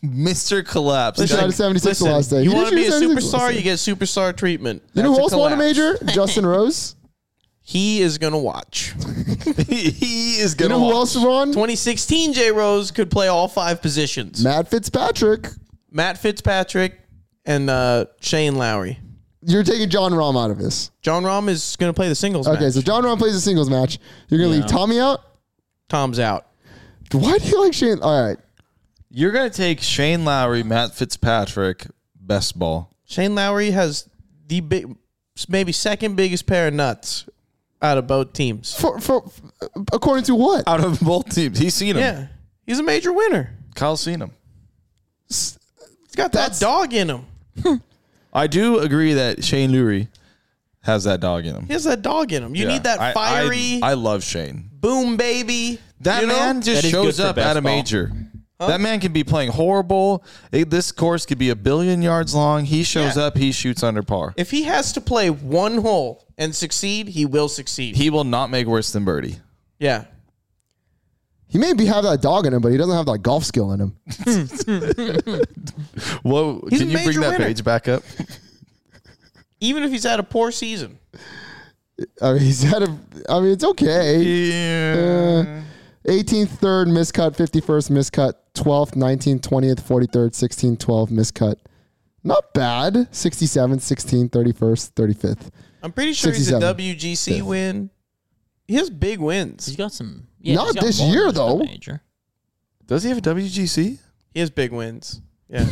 Speaker 2: Mr. Collapse.
Speaker 1: He shot a 76
Speaker 4: Listen,
Speaker 1: last day.
Speaker 4: you
Speaker 1: He
Speaker 4: want to
Speaker 1: did
Speaker 4: be a
Speaker 1: shoot 76 last
Speaker 4: superstar,
Speaker 1: day.
Speaker 4: you get superstar treatment.
Speaker 1: You know
Speaker 4: That's
Speaker 1: who else won a
Speaker 4: collapse.
Speaker 1: major? Justin Rose.
Speaker 4: He is gonna watch.
Speaker 2: he is
Speaker 1: You
Speaker 2: gonna.
Speaker 1: know who else won?
Speaker 4: 2016 J Rose could play all five positions.
Speaker 1: Matt Fitzpatrick.
Speaker 4: Matt Fitzpatrick and uh, Shane Lowry.
Speaker 1: You're taking John Rahm out of this.
Speaker 4: John Rahm is going to play the singles
Speaker 1: Okay,
Speaker 4: match.
Speaker 1: so John Rahm plays a singles match. You're gonna leave Tommy out.
Speaker 4: Tom's out.
Speaker 1: Why do you like Shane? All right,
Speaker 2: You're gonna take Shane Lowry, Matt Fitzpatrick, best ball.
Speaker 4: Shane Lowry has the big, maybe second biggest pair of nuts out of both teams.
Speaker 1: for, for according to what?
Speaker 2: Out of both teams, he's seen him.
Speaker 4: Yeah, he's a major winner.
Speaker 2: Kyle's seen him.
Speaker 4: He's got
Speaker 1: That's-
Speaker 4: that dog in him.
Speaker 2: I do agree that Shane Lowry has that dog in him.
Speaker 4: He has that dog in him. You
Speaker 2: Yeah.
Speaker 4: need that
Speaker 2: I- I-
Speaker 4: fiery
Speaker 2: I, love Shane.
Speaker 4: boom baby.
Speaker 2: That
Speaker 4: you know?
Speaker 2: man just
Speaker 3: That is good
Speaker 2: shows
Speaker 3: for
Speaker 2: up at a
Speaker 3: baseball.
Speaker 2: major. That man can be playing horrible. It- this course could be a billion yards long. He shows
Speaker 4: Yeah.
Speaker 2: up. He shoots under par.
Speaker 4: If he has to play one hole and succeed, he will succeed.
Speaker 2: he will not make worse than birdie.
Speaker 4: yeah.
Speaker 1: He may be have that dog in him, but he doesn't have that golf skill in him.
Speaker 2: Whoa!
Speaker 4: He's
Speaker 2: can
Speaker 4: a
Speaker 2: you bring
Speaker 4: major
Speaker 2: that
Speaker 4: winner.
Speaker 2: page back up?
Speaker 4: Even if he's had a poor season.
Speaker 1: I mean, he's had a. I mean, it's okay.
Speaker 2: Yeah.
Speaker 4: Uh.
Speaker 1: 18th, third miscut, 51st miscut, 12th, 19th, 20th, 43rd, 16th, 12th miscut. Not bad. 67th, 16th, 31st, 35th.
Speaker 4: I'm pretty sure he's a
Speaker 1: 67.
Speaker 4: WGC win. He has big wins.
Speaker 3: he's got some. Yeah,
Speaker 1: Not
Speaker 3: he's got
Speaker 1: this
Speaker 3: more
Speaker 1: year,
Speaker 3: than just a
Speaker 1: though.
Speaker 3: Major.
Speaker 2: Does he have a WGC?
Speaker 4: He has big wins. Yeah.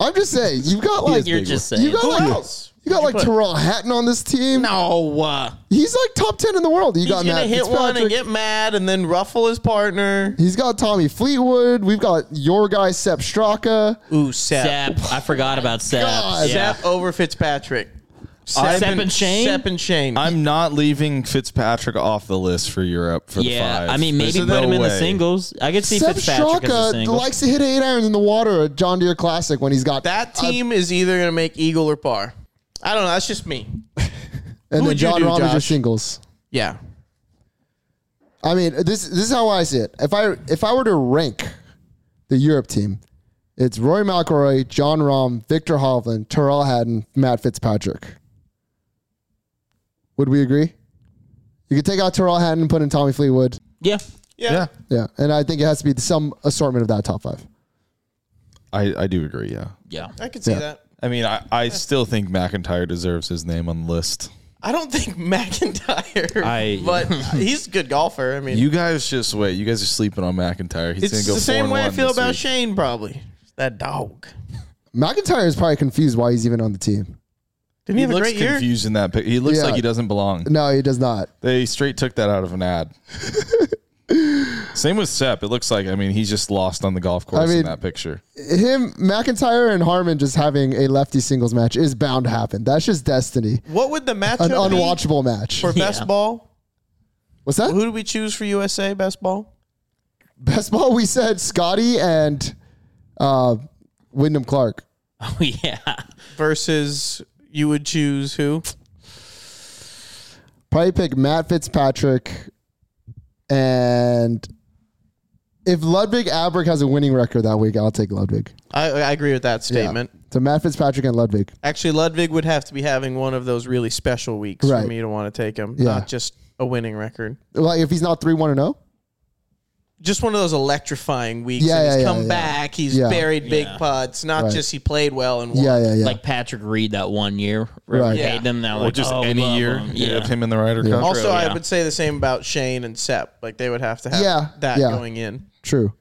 Speaker 1: I'm just saying, you've got like
Speaker 3: You're
Speaker 1: you
Speaker 3: just saying.
Speaker 1: got
Speaker 4: Who
Speaker 1: like
Speaker 4: else?
Speaker 1: you got like Terrell Hatton on this team.
Speaker 4: No. Uh,
Speaker 1: He's like top ten in the world. You
Speaker 4: he's
Speaker 1: got
Speaker 4: gonna
Speaker 1: Matt
Speaker 4: hit one and
Speaker 1: Fitzpatrick.
Speaker 4: get mad, and then ruffle his partner.
Speaker 1: He's got Tommy Fleetwood. We've got your guy Sepp Straka.
Speaker 4: Ooh, Sep. Sep,
Speaker 3: Sep, I forgot about Sep.
Speaker 1: God.
Speaker 3: Yeah.
Speaker 4: over Fitzpatrick.
Speaker 2: I've
Speaker 3: Sep
Speaker 2: been-
Speaker 3: and Shane.
Speaker 4: Sep and Shane.
Speaker 2: I'm not leaving Fitzpatrick off the list for Europe for the
Speaker 3: yeah,
Speaker 2: five.
Speaker 3: I mean maybe
Speaker 2: There's
Speaker 3: put him
Speaker 2: no
Speaker 3: in the
Speaker 2: way.
Speaker 3: singles. I could see
Speaker 1: Sepp
Speaker 3: Fitzpatrick as a
Speaker 1: Straka
Speaker 3: single.
Speaker 1: likes to hit eight irons in the water at John Deere Classic when he's got
Speaker 4: that team is either gonna make eagle or par. I don't know. That's just me.
Speaker 1: and then
Speaker 4: would you
Speaker 1: John
Speaker 4: do,
Speaker 1: Rahm is your
Speaker 4: Josh?
Speaker 1: singles.
Speaker 4: Yeah.
Speaker 1: I mean, this this is how I see it. If I if I were to rank the Europe team, it's Roy McIlroy, John Rahm, Victor Hovland, Terrell Haddon, Matt Fitzpatrick. Would we agree? You could take out Terrell Haddon and put in Tommy Fleetwood.
Speaker 3: yeah,
Speaker 4: Yeah.
Speaker 2: Yeah,
Speaker 1: Yeah, and I think it has to be some assortment of that top five.
Speaker 2: I, I do agree. Yeah,
Speaker 3: yeah.
Speaker 4: I could see
Speaker 1: Yeah.
Speaker 4: that.
Speaker 2: I mean, I, I still think McIntyre deserves his name on the list.
Speaker 4: I don't think McIntyre,
Speaker 3: I-
Speaker 4: but he's a good golfer. I mean,
Speaker 2: You guys just wait. You guys are sleeping on McIntyre. He's
Speaker 4: it's
Speaker 2: gonna go
Speaker 4: the same
Speaker 2: four
Speaker 4: way
Speaker 2: and
Speaker 4: I
Speaker 2: one
Speaker 4: feel
Speaker 2: this
Speaker 4: about
Speaker 2: week.
Speaker 4: Shane, probably. That dog.
Speaker 1: McIntyre is probably confused why he's even on the team.
Speaker 4: Didn't he,
Speaker 2: He
Speaker 4: have a
Speaker 2: looks
Speaker 4: great year?
Speaker 2: confused in that pic. He looks
Speaker 1: Yeah.
Speaker 2: like he doesn't belong.
Speaker 1: No, he does not.
Speaker 2: They straight took that out of an ad. Same with Sep. It looks like I mean he's just lost on the golf course
Speaker 1: mean-
Speaker 2: in that picture.
Speaker 1: Him, McIntyre, and Harmon just having a lefty singles match is bound to happen. That's just destiny.
Speaker 4: What would the matchup
Speaker 1: An
Speaker 4: be
Speaker 1: unwatchable match.
Speaker 4: for best
Speaker 3: Yeah.
Speaker 4: ball?
Speaker 1: What's that?
Speaker 4: Who do we choose for USA best ball?
Speaker 1: Best ball, we said Scotty and Uh, Wyndham Clark.
Speaker 3: Oh yeah,
Speaker 4: Versus you would choose who?
Speaker 1: Probably pick Matt Fitzpatrick. And if Ludwig Aberg has a winning record that week, I'll take Ludwig.
Speaker 4: I, I agree with that statement.
Speaker 1: So Matt Fitzpatrick and Ludwig.
Speaker 4: Actually, Ludwig would have to be having one of those really special weeks
Speaker 1: Right.
Speaker 4: for me to want to take him,
Speaker 1: Yeah.
Speaker 4: not just a winning record.
Speaker 1: Like if he's not three one and oh? zero,
Speaker 4: Just one of those electrifying weeks.
Speaker 1: Yeah,
Speaker 4: and he's
Speaker 1: yeah, yeah,
Speaker 4: come
Speaker 1: yeah.
Speaker 4: back. He's
Speaker 1: Yeah.
Speaker 4: buried big
Speaker 3: Yeah.
Speaker 4: putts. Not
Speaker 1: Right.
Speaker 4: just he played well and won.
Speaker 1: yeah, yeah, yeah.
Speaker 3: like Patrick Reed that one year, where
Speaker 1: Right.
Speaker 3: we
Speaker 4: Yeah.
Speaker 3: paid them now,
Speaker 2: Or
Speaker 3: like
Speaker 2: just
Speaker 3: oh, we
Speaker 2: any
Speaker 3: love
Speaker 2: year
Speaker 3: him.
Speaker 2: of him in the Ryder Cup.
Speaker 4: Also,
Speaker 3: yeah.
Speaker 4: I would say the same about Shane and Sep. Like they would have to have
Speaker 1: Yeah,
Speaker 4: that
Speaker 1: yeah.
Speaker 4: going in.
Speaker 1: True.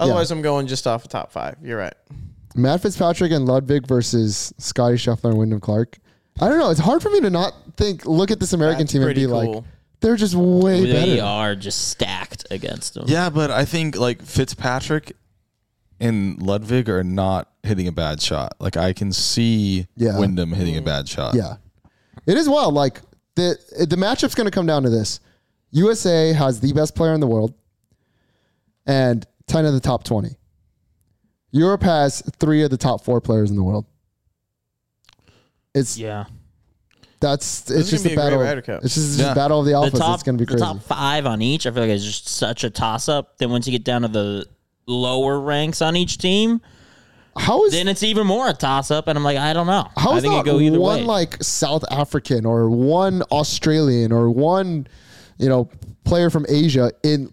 Speaker 4: Otherwise, I'm going just off the top five. You're right.
Speaker 1: Matt Fitzpatrick and Ludwig versus Scotty Scheffler and Wyndham Clark. I don't know. It's hard for me to not think, look at this American
Speaker 4: That's
Speaker 1: team and be
Speaker 4: pretty
Speaker 1: like,
Speaker 4: cool.
Speaker 1: they're just way E
Speaker 3: They
Speaker 1: better.
Speaker 3: are just stacked against them.
Speaker 2: Yeah, but I think like Fitzpatrick and Ludwig are not hitting a bad shot. Like I can see
Speaker 1: Yeah.
Speaker 2: Wyndham hitting a
Speaker 3: Mm.
Speaker 2: bad shot.
Speaker 1: Yeah. It is wild. Like the the matchup's going to come down to this. USA has the best player in the world and 10 of the top 20. Europe has 3 of the top 4 players in the world. It's
Speaker 3: yeah.
Speaker 1: that's
Speaker 4: is
Speaker 1: it's just
Speaker 4: gonna be
Speaker 1: the
Speaker 4: a great
Speaker 1: battle.
Speaker 4: Ryder Cup.
Speaker 1: It's just, it's just
Speaker 2: Yeah.
Speaker 1: battle of the
Speaker 3: the
Speaker 1: alphas.
Speaker 3: top,
Speaker 1: it's going to be
Speaker 3: the
Speaker 1: crazy.
Speaker 3: top five on each. I feel like it's just such a toss up. Then once you get down to the lower ranks on each team,
Speaker 1: How is
Speaker 3: then it's even more a toss up. And I'm like, I don't know.
Speaker 1: How
Speaker 3: I
Speaker 1: is
Speaker 3: think
Speaker 1: not
Speaker 3: it go either
Speaker 1: one
Speaker 3: way.
Speaker 1: like South African or one Australian or one, you know, player from Asia in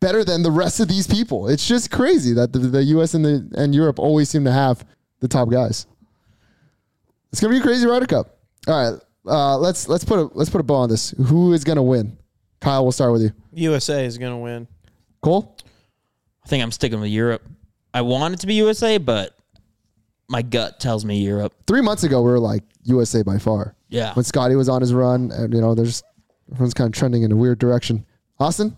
Speaker 1: better than the rest of these people? It's just crazy that the, the U.S. and the and Europe always seem to have the top guys. It's gonna be a crazy Ryder Cup. All right, uh, let's let's put a let's put a bow on this. Who is gonna win? Kyle, we'll start with you.
Speaker 4: USA is going to win.
Speaker 1: Cole,
Speaker 3: I think I'm sticking with Europe. I want it to be USA, but my gut tells me Europe.
Speaker 1: three months ago we were like USA by far.
Speaker 3: Yeah.
Speaker 1: When Scotty was on his run, and you know, there's everyone's kind of trending in a weird direction. Austin,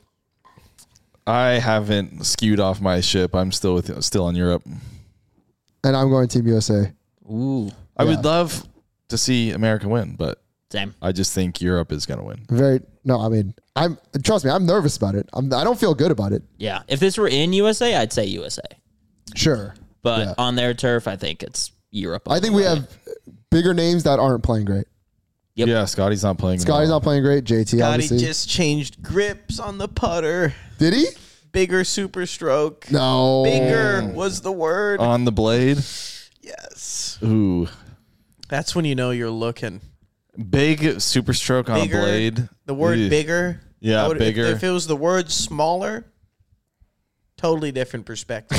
Speaker 2: I haven't skewed off my ship. I'm still with still on Europe.
Speaker 1: and I'm going Team USA.
Speaker 3: Ooh,
Speaker 2: I would love to see America win, but
Speaker 3: damn.
Speaker 2: I just think Europe is going to win.
Speaker 1: Very no, I mean, I'm trust me, I'm nervous about it. I'm, I don't feel good about it.
Speaker 3: Yeah. If this were in USA, I'd say USA.
Speaker 1: Sure,
Speaker 3: But
Speaker 1: Yeah.
Speaker 3: on their turf, I think it's Europe.
Speaker 1: I think we have bigger names that aren't playing great.
Speaker 3: Yep.
Speaker 2: Yeah, Scotty's not playing.
Speaker 1: Scotty's
Speaker 2: well.
Speaker 1: not playing great. JT
Speaker 4: Gotti
Speaker 1: obviously
Speaker 4: just changed grips on the putter.
Speaker 1: did he?
Speaker 4: Bigger super stroke.
Speaker 1: No,
Speaker 2: Oh.
Speaker 4: Bigger was the word.
Speaker 2: on the blade.
Speaker 4: yes.
Speaker 2: Ooh,
Speaker 4: That's when you know you're looking.
Speaker 2: big super stroke on
Speaker 4: Bigger.
Speaker 2: a blade.
Speaker 4: The word
Speaker 2: Ugh.
Speaker 4: bigger.
Speaker 2: Yeah,
Speaker 4: I would- if-
Speaker 2: bigger.
Speaker 4: If, it was the word smaller, totally different perspective,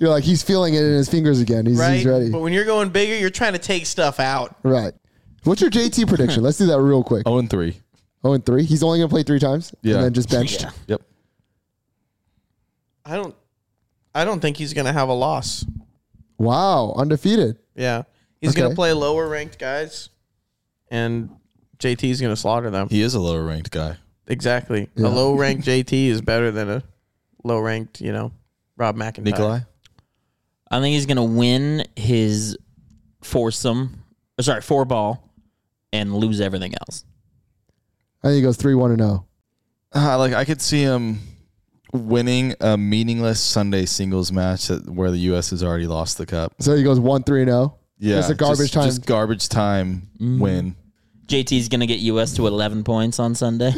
Speaker 1: You're like he's feeling it in his fingers again. He's,
Speaker 4: right?
Speaker 1: he's ready.
Speaker 4: But when you're going bigger, you're trying to take stuff out.
Speaker 1: Right. What's your JT prediction? Let's do that real quick.
Speaker 2: Oh and three.
Speaker 1: Oh, and three. He's only gonna play three times.
Speaker 2: Yeah.
Speaker 1: and then just benched.
Speaker 3: Yeah.
Speaker 2: Yep.
Speaker 4: I don't. I don't think he's gonna have a loss.
Speaker 1: Wow, undefeated.
Speaker 4: Yeah, he's
Speaker 1: Okay.
Speaker 4: gonna play lower ranked guys, and JT's gonna slaughter them.
Speaker 2: He is a lower ranked guy.
Speaker 4: Exactly.
Speaker 1: Yeah.
Speaker 4: A low ranked JT is better than a low ranked, you know, Rob McIntyre.
Speaker 2: Nikolai.
Speaker 3: I think he's gonna win his foursome, or sorry, four ball, and lose everything else.
Speaker 1: I think he goes three one and oh. zero.
Speaker 2: Uh, like I could see him winning a meaningless Sunday singles match that, where the U.S. has already lost the cup.
Speaker 1: So he goes one three and zero.
Speaker 2: Yeah,
Speaker 1: Just a garbage
Speaker 2: just,
Speaker 1: time.
Speaker 2: Just garbage time win.
Speaker 3: JT's gonna get US to 11 points on Sunday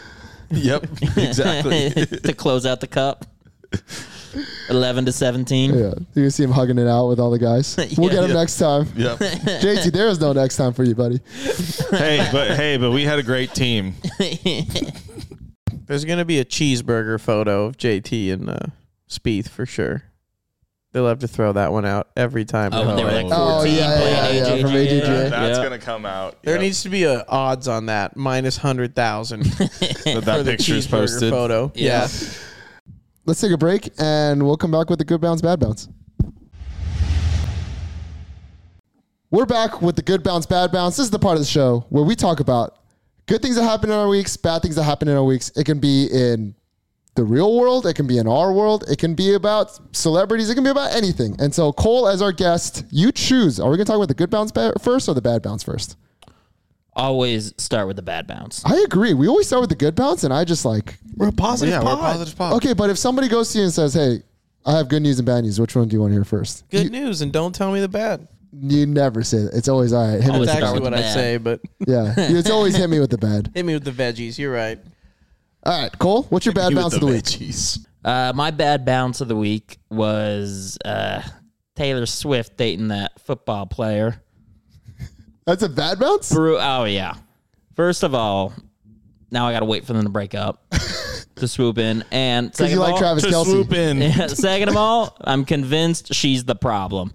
Speaker 2: Yep, exactly.
Speaker 3: to close out the cup. 11 to 17.
Speaker 1: Yeah, you can see him hugging it out with all the guys. We'll get him
Speaker 2: Yeah.
Speaker 1: next time.
Speaker 2: yep.
Speaker 1: JT, there is no next time for you, buddy.
Speaker 2: Hey, but hey, but we had a great team.
Speaker 4: There's gonna be a cheeseburger photo of JT and uh, Spieth for sure. They'll have to throw that one out every time.
Speaker 3: Oh, they were like 14
Speaker 2: Oh,
Speaker 1: yeah,
Speaker 3: playing
Speaker 1: yeah, yeah, from AJGA.
Speaker 2: That's
Speaker 3: Yeah.
Speaker 2: gonna come out.
Speaker 4: there
Speaker 2: Yep.
Speaker 4: needs to be a odds on that minus hundred thousand for
Speaker 2: that, that
Speaker 4: the
Speaker 2: picture is
Speaker 4: cheeseburger
Speaker 2: posted.
Speaker 4: photo.
Speaker 3: Yeah.
Speaker 4: yeah.
Speaker 1: Let's take a break and we'll come back with the good bounce, bad bounce. We're back with the good bounce, bad bounce. This is the part of the show where we talk about good things that happen in our weeks, bad things that happen in our weeks. It can be in the real world, it can be in our world, it can be about celebrities, it can be about anything. And so, Cole, as our guest, you choose. Are we going to talk about the good bounce ba- first or the bad bounce first?
Speaker 3: Always start with the bad bounce.
Speaker 1: I agree. We always start with the good bounce, and I just like
Speaker 4: We're a positive.
Speaker 2: Yeah, we're
Speaker 4: pod.
Speaker 2: positive. Pop.
Speaker 1: Okay, but if somebody goes to you and says, "Hey, I have good news and bad news. Which one do you want to hear first?
Speaker 4: Good
Speaker 1: You,
Speaker 4: news, and don't tell me the bad.
Speaker 1: you never say that. It's always all right. Hit me
Speaker 4: That's
Speaker 1: with the
Speaker 3: start
Speaker 4: actually
Speaker 3: with
Speaker 4: what
Speaker 3: the
Speaker 4: I
Speaker 3: bad.
Speaker 4: say, but
Speaker 1: yeah, it's always hit me with the bad.
Speaker 4: hit me with the veggies. You're right.
Speaker 1: All right, Cole, what's your bad
Speaker 2: You with
Speaker 1: bounce of the week?
Speaker 2: veggies.
Speaker 3: Uh, my bad bounce of the week was uh, Taylor Swift dating that football player.
Speaker 1: That's a bad bounce.
Speaker 3: Bru- oh yeah. First of all, now I got to wait for them to break up to swoop in. And
Speaker 1: Because
Speaker 3: second
Speaker 1: you
Speaker 3: of
Speaker 1: like
Speaker 3: all,
Speaker 1: Travis
Speaker 2: To swoop
Speaker 1: Kelsey.
Speaker 2: in.
Speaker 3: Yeah, second of all, I'm convinced she's the problem.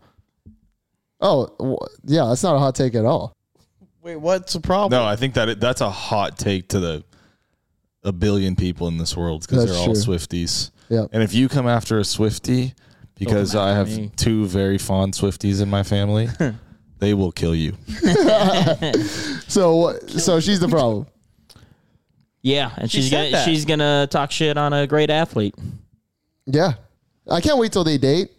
Speaker 1: Oh, w- yeah, that's not a hot take at all.
Speaker 4: Wait, what's the problem?
Speaker 2: No, I think that it, that's a hot take to the a billion people in this world because
Speaker 1: That's
Speaker 2: they're all
Speaker 1: true.
Speaker 2: Swifties.
Speaker 1: Yeah.
Speaker 2: And if you come after a Swifty, because I have
Speaker 3: me.
Speaker 2: two very fond Swifties in my family, they will kill you.
Speaker 1: So, what- so she's the problem.
Speaker 3: Yeah, and she's
Speaker 4: said
Speaker 3: gonna
Speaker 4: that.
Speaker 3: she's gonna talk shit on a great athlete.
Speaker 1: Yeah, I can't wait till they date,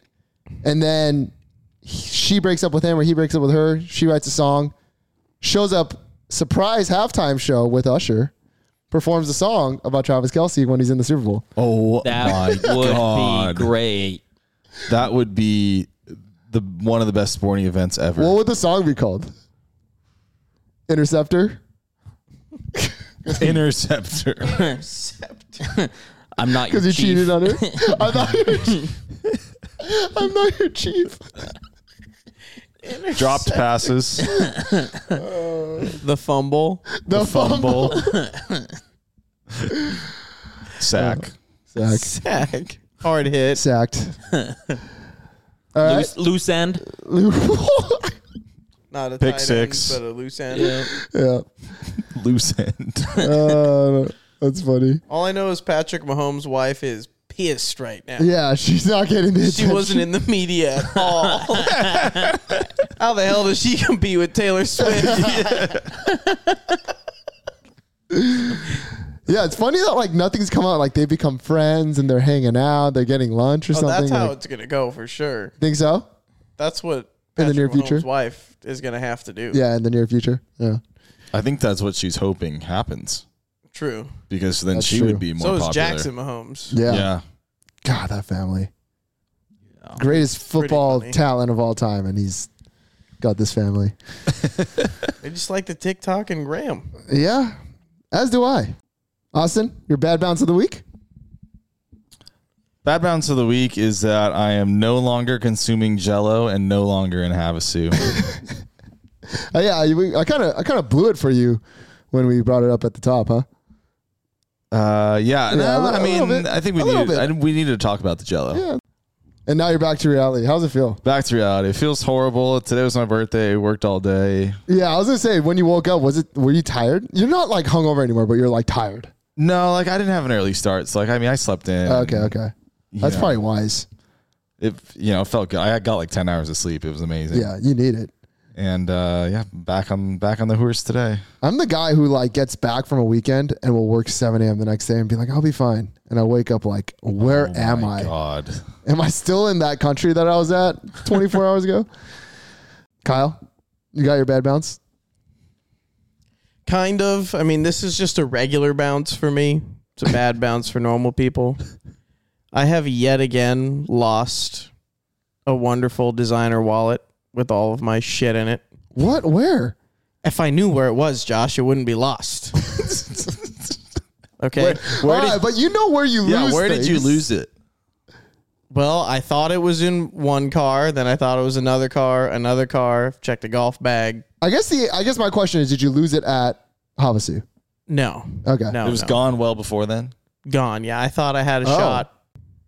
Speaker 1: and then he- she breaks up with him or he breaks up with her. She writes a song, shows up surprise halftime show with Usher, performs a song about Travis Kelsey when he's in the Super Bowl.
Speaker 2: Oh
Speaker 3: That
Speaker 2: my
Speaker 3: would
Speaker 2: god,
Speaker 3: be great.
Speaker 2: that would be the one of the best sporting events ever.
Speaker 1: What would the song be called? Interceptor.
Speaker 2: Interceptor.
Speaker 3: I'm not your
Speaker 1: Because you
Speaker 3: chief.
Speaker 1: cheated on her. I'm not your chief. I'm not your chief.
Speaker 2: Dropped passes.
Speaker 4: The fumble.
Speaker 1: The, fumble.
Speaker 2: fumble. Sack.
Speaker 1: Sack.
Speaker 4: Sack. Hard hit.
Speaker 1: Sacked. All right.
Speaker 3: loose, loose end.
Speaker 4: Not a
Speaker 2: Pick
Speaker 4: tight
Speaker 2: six.
Speaker 4: end, but a loose end.
Speaker 1: yeah.
Speaker 2: Loose end.
Speaker 1: Uh, that's funny.
Speaker 4: All I know is Patrick Mahomes' wife is pissed right now.
Speaker 1: Yeah, she's not getting the
Speaker 4: She
Speaker 1: attention.
Speaker 4: wasn't in the media at all. How the hell does she compete with Taylor Swift?
Speaker 1: Yeah, it's funny that like nothing's come out. Like they become friends and they're hanging out. They're getting lunch or
Speaker 4: Oh,
Speaker 1: something.
Speaker 4: that's how
Speaker 1: like-
Speaker 4: it's gonna go for sure.
Speaker 1: think so?
Speaker 4: That's what
Speaker 1: In the
Speaker 4: Patrick
Speaker 1: near
Speaker 4: Mahomes'
Speaker 1: future?
Speaker 4: wife is gonna have to do.
Speaker 1: Yeah, in the near future. Yeah.
Speaker 2: I think that's what she's hoping happens
Speaker 4: True.
Speaker 2: because then
Speaker 1: That's
Speaker 2: she
Speaker 1: true.
Speaker 2: would be more
Speaker 4: so is
Speaker 2: popular.
Speaker 4: Jackson Mahomes.
Speaker 1: Yeah.
Speaker 2: Yeah.
Speaker 1: God, that family. Greatest
Speaker 4: Pretty
Speaker 1: football
Speaker 4: funny.
Speaker 1: talent of all time, and he's got this family.
Speaker 4: They just like the TikTok and Graham.
Speaker 1: Yeah, as do I. Austin, your bad bounce of the week?
Speaker 2: Bad bounce of the week is that I am no longer consuming Jello and no longer in Havasu.
Speaker 1: Uh, yeah, I- we- I kind of I kind of blew it for you when we brought it up at the top, huh?
Speaker 2: uh, yeah, no,
Speaker 1: a li-
Speaker 2: I
Speaker 1: a little
Speaker 2: mean,
Speaker 1: bit.
Speaker 2: I think we
Speaker 1: A little
Speaker 2: need
Speaker 1: bit.
Speaker 2: I, we need to talk about the Jello.
Speaker 1: Yeah. And now you're back to reality. How's it feel?
Speaker 2: Back to reality. It feels horrible. Today was my birthday. Worked all day.
Speaker 1: Yeah, I was gonna say when you woke up, was it were you tired? You're not like hungover anymore, but you're like tired.
Speaker 2: No, like I didn't have an early start. So like I mean, I slept in.
Speaker 1: Oh,
Speaker 4: Mm-hmm.
Speaker 1: Okay, okay, that's
Speaker 2: Yeah.
Speaker 1: probably wise.
Speaker 2: It you know felt good. I got like ten hours of sleep. It was amazing.
Speaker 1: Yeah, you need it.
Speaker 2: And uh, yeah, back on back on the horse today.
Speaker 1: I'm the guy who like gets back from a weekend and will work 7 a.m. the next day and be like, I'll be fine. And I wake up like, where am
Speaker 2: Oh My
Speaker 1: I?
Speaker 2: God.
Speaker 1: Am I still in that country that I was at 24 hours ago? Kyle, you got your bad bounce?
Speaker 4: Kind of. I mean, this is just a regular bounce for me. It's a bad bounce for normal people. I have yet again lost a wonderful designer wallet with all of my shit in it.
Speaker 1: What? Where?
Speaker 4: If I knew where it was, Josh, it wouldn't be lost. okay.
Speaker 1: All right, but you know where you
Speaker 2: Yeah,
Speaker 1: lose.
Speaker 2: where did you
Speaker 1: things.
Speaker 2: lose it?
Speaker 4: Well, I thought it was in one car, then I thought it was another car, another car, checked a golf bag.
Speaker 1: I guess the. I guess my question is, did you lose it at Havasu?
Speaker 4: No.
Speaker 1: Okay.
Speaker 4: No.
Speaker 2: It was
Speaker 4: no.
Speaker 2: gone well before then.
Speaker 4: Gone. Yeah, I thought I had a
Speaker 1: Oh.
Speaker 4: shot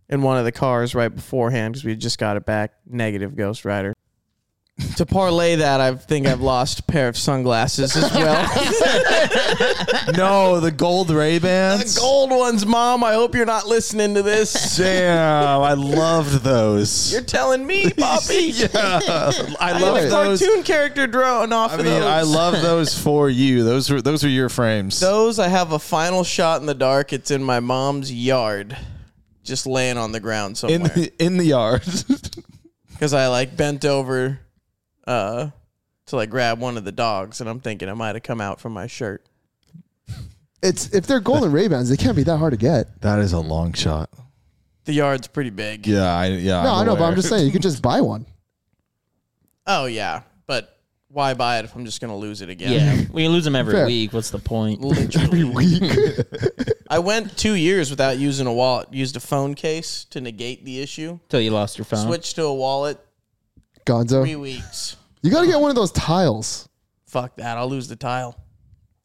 Speaker 4: in one of the cars right beforehand because we just got it back. Negative Ghost Rider. to parlay that, I think I've lost a pair of sunglasses as well.
Speaker 2: no, the gold Ray Bans.
Speaker 4: Gold ones, Mom. I hope you're not listening to this.
Speaker 2: Damn, I loved those.
Speaker 4: You're telling me, Poppy.
Speaker 2: yeah, I
Speaker 4: I
Speaker 2: love
Speaker 4: had a
Speaker 2: those.
Speaker 4: cartoon character drawn off
Speaker 2: I
Speaker 4: of
Speaker 2: mean,
Speaker 4: those.
Speaker 2: I love those for you. Those were those were your frames.
Speaker 4: those I have a final shot in the dark. It's in my mom's yard, just laying on the ground
Speaker 2: in
Speaker 4: somewhere.
Speaker 2: the in the yard.
Speaker 4: Because I like bent over uh, to like grab one of the dogs, and I'm thinking I might have come out from my shirt.
Speaker 1: It's if they're golden Ray Bans, they can't be that hard to get.
Speaker 2: that is a long shot.
Speaker 4: The yard's pretty big.
Speaker 2: Yeah, I, yeah.
Speaker 1: No, I know, but I'm
Speaker 2: aware.
Speaker 1: just saying you could just buy one.
Speaker 4: Oh yeah, but why buy it if I'm just gonna lose it again?
Speaker 3: Yeah, we lose them every
Speaker 1: Fair.
Speaker 3: week. What's the point?
Speaker 1: Every
Speaker 4: Literally.
Speaker 1: week.
Speaker 4: I went two years without using a wallet. Used a phone case to negate the issue.
Speaker 3: Till you lost your
Speaker 2: Uh-huh.
Speaker 3: phone.
Speaker 4: Switched to a wallet. Three
Speaker 1: Gonzo.
Speaker 4: weeks.
Speaker 1: You gotta get one of those tiles.
Speaker 4: Fuck that. I'll lose the tile.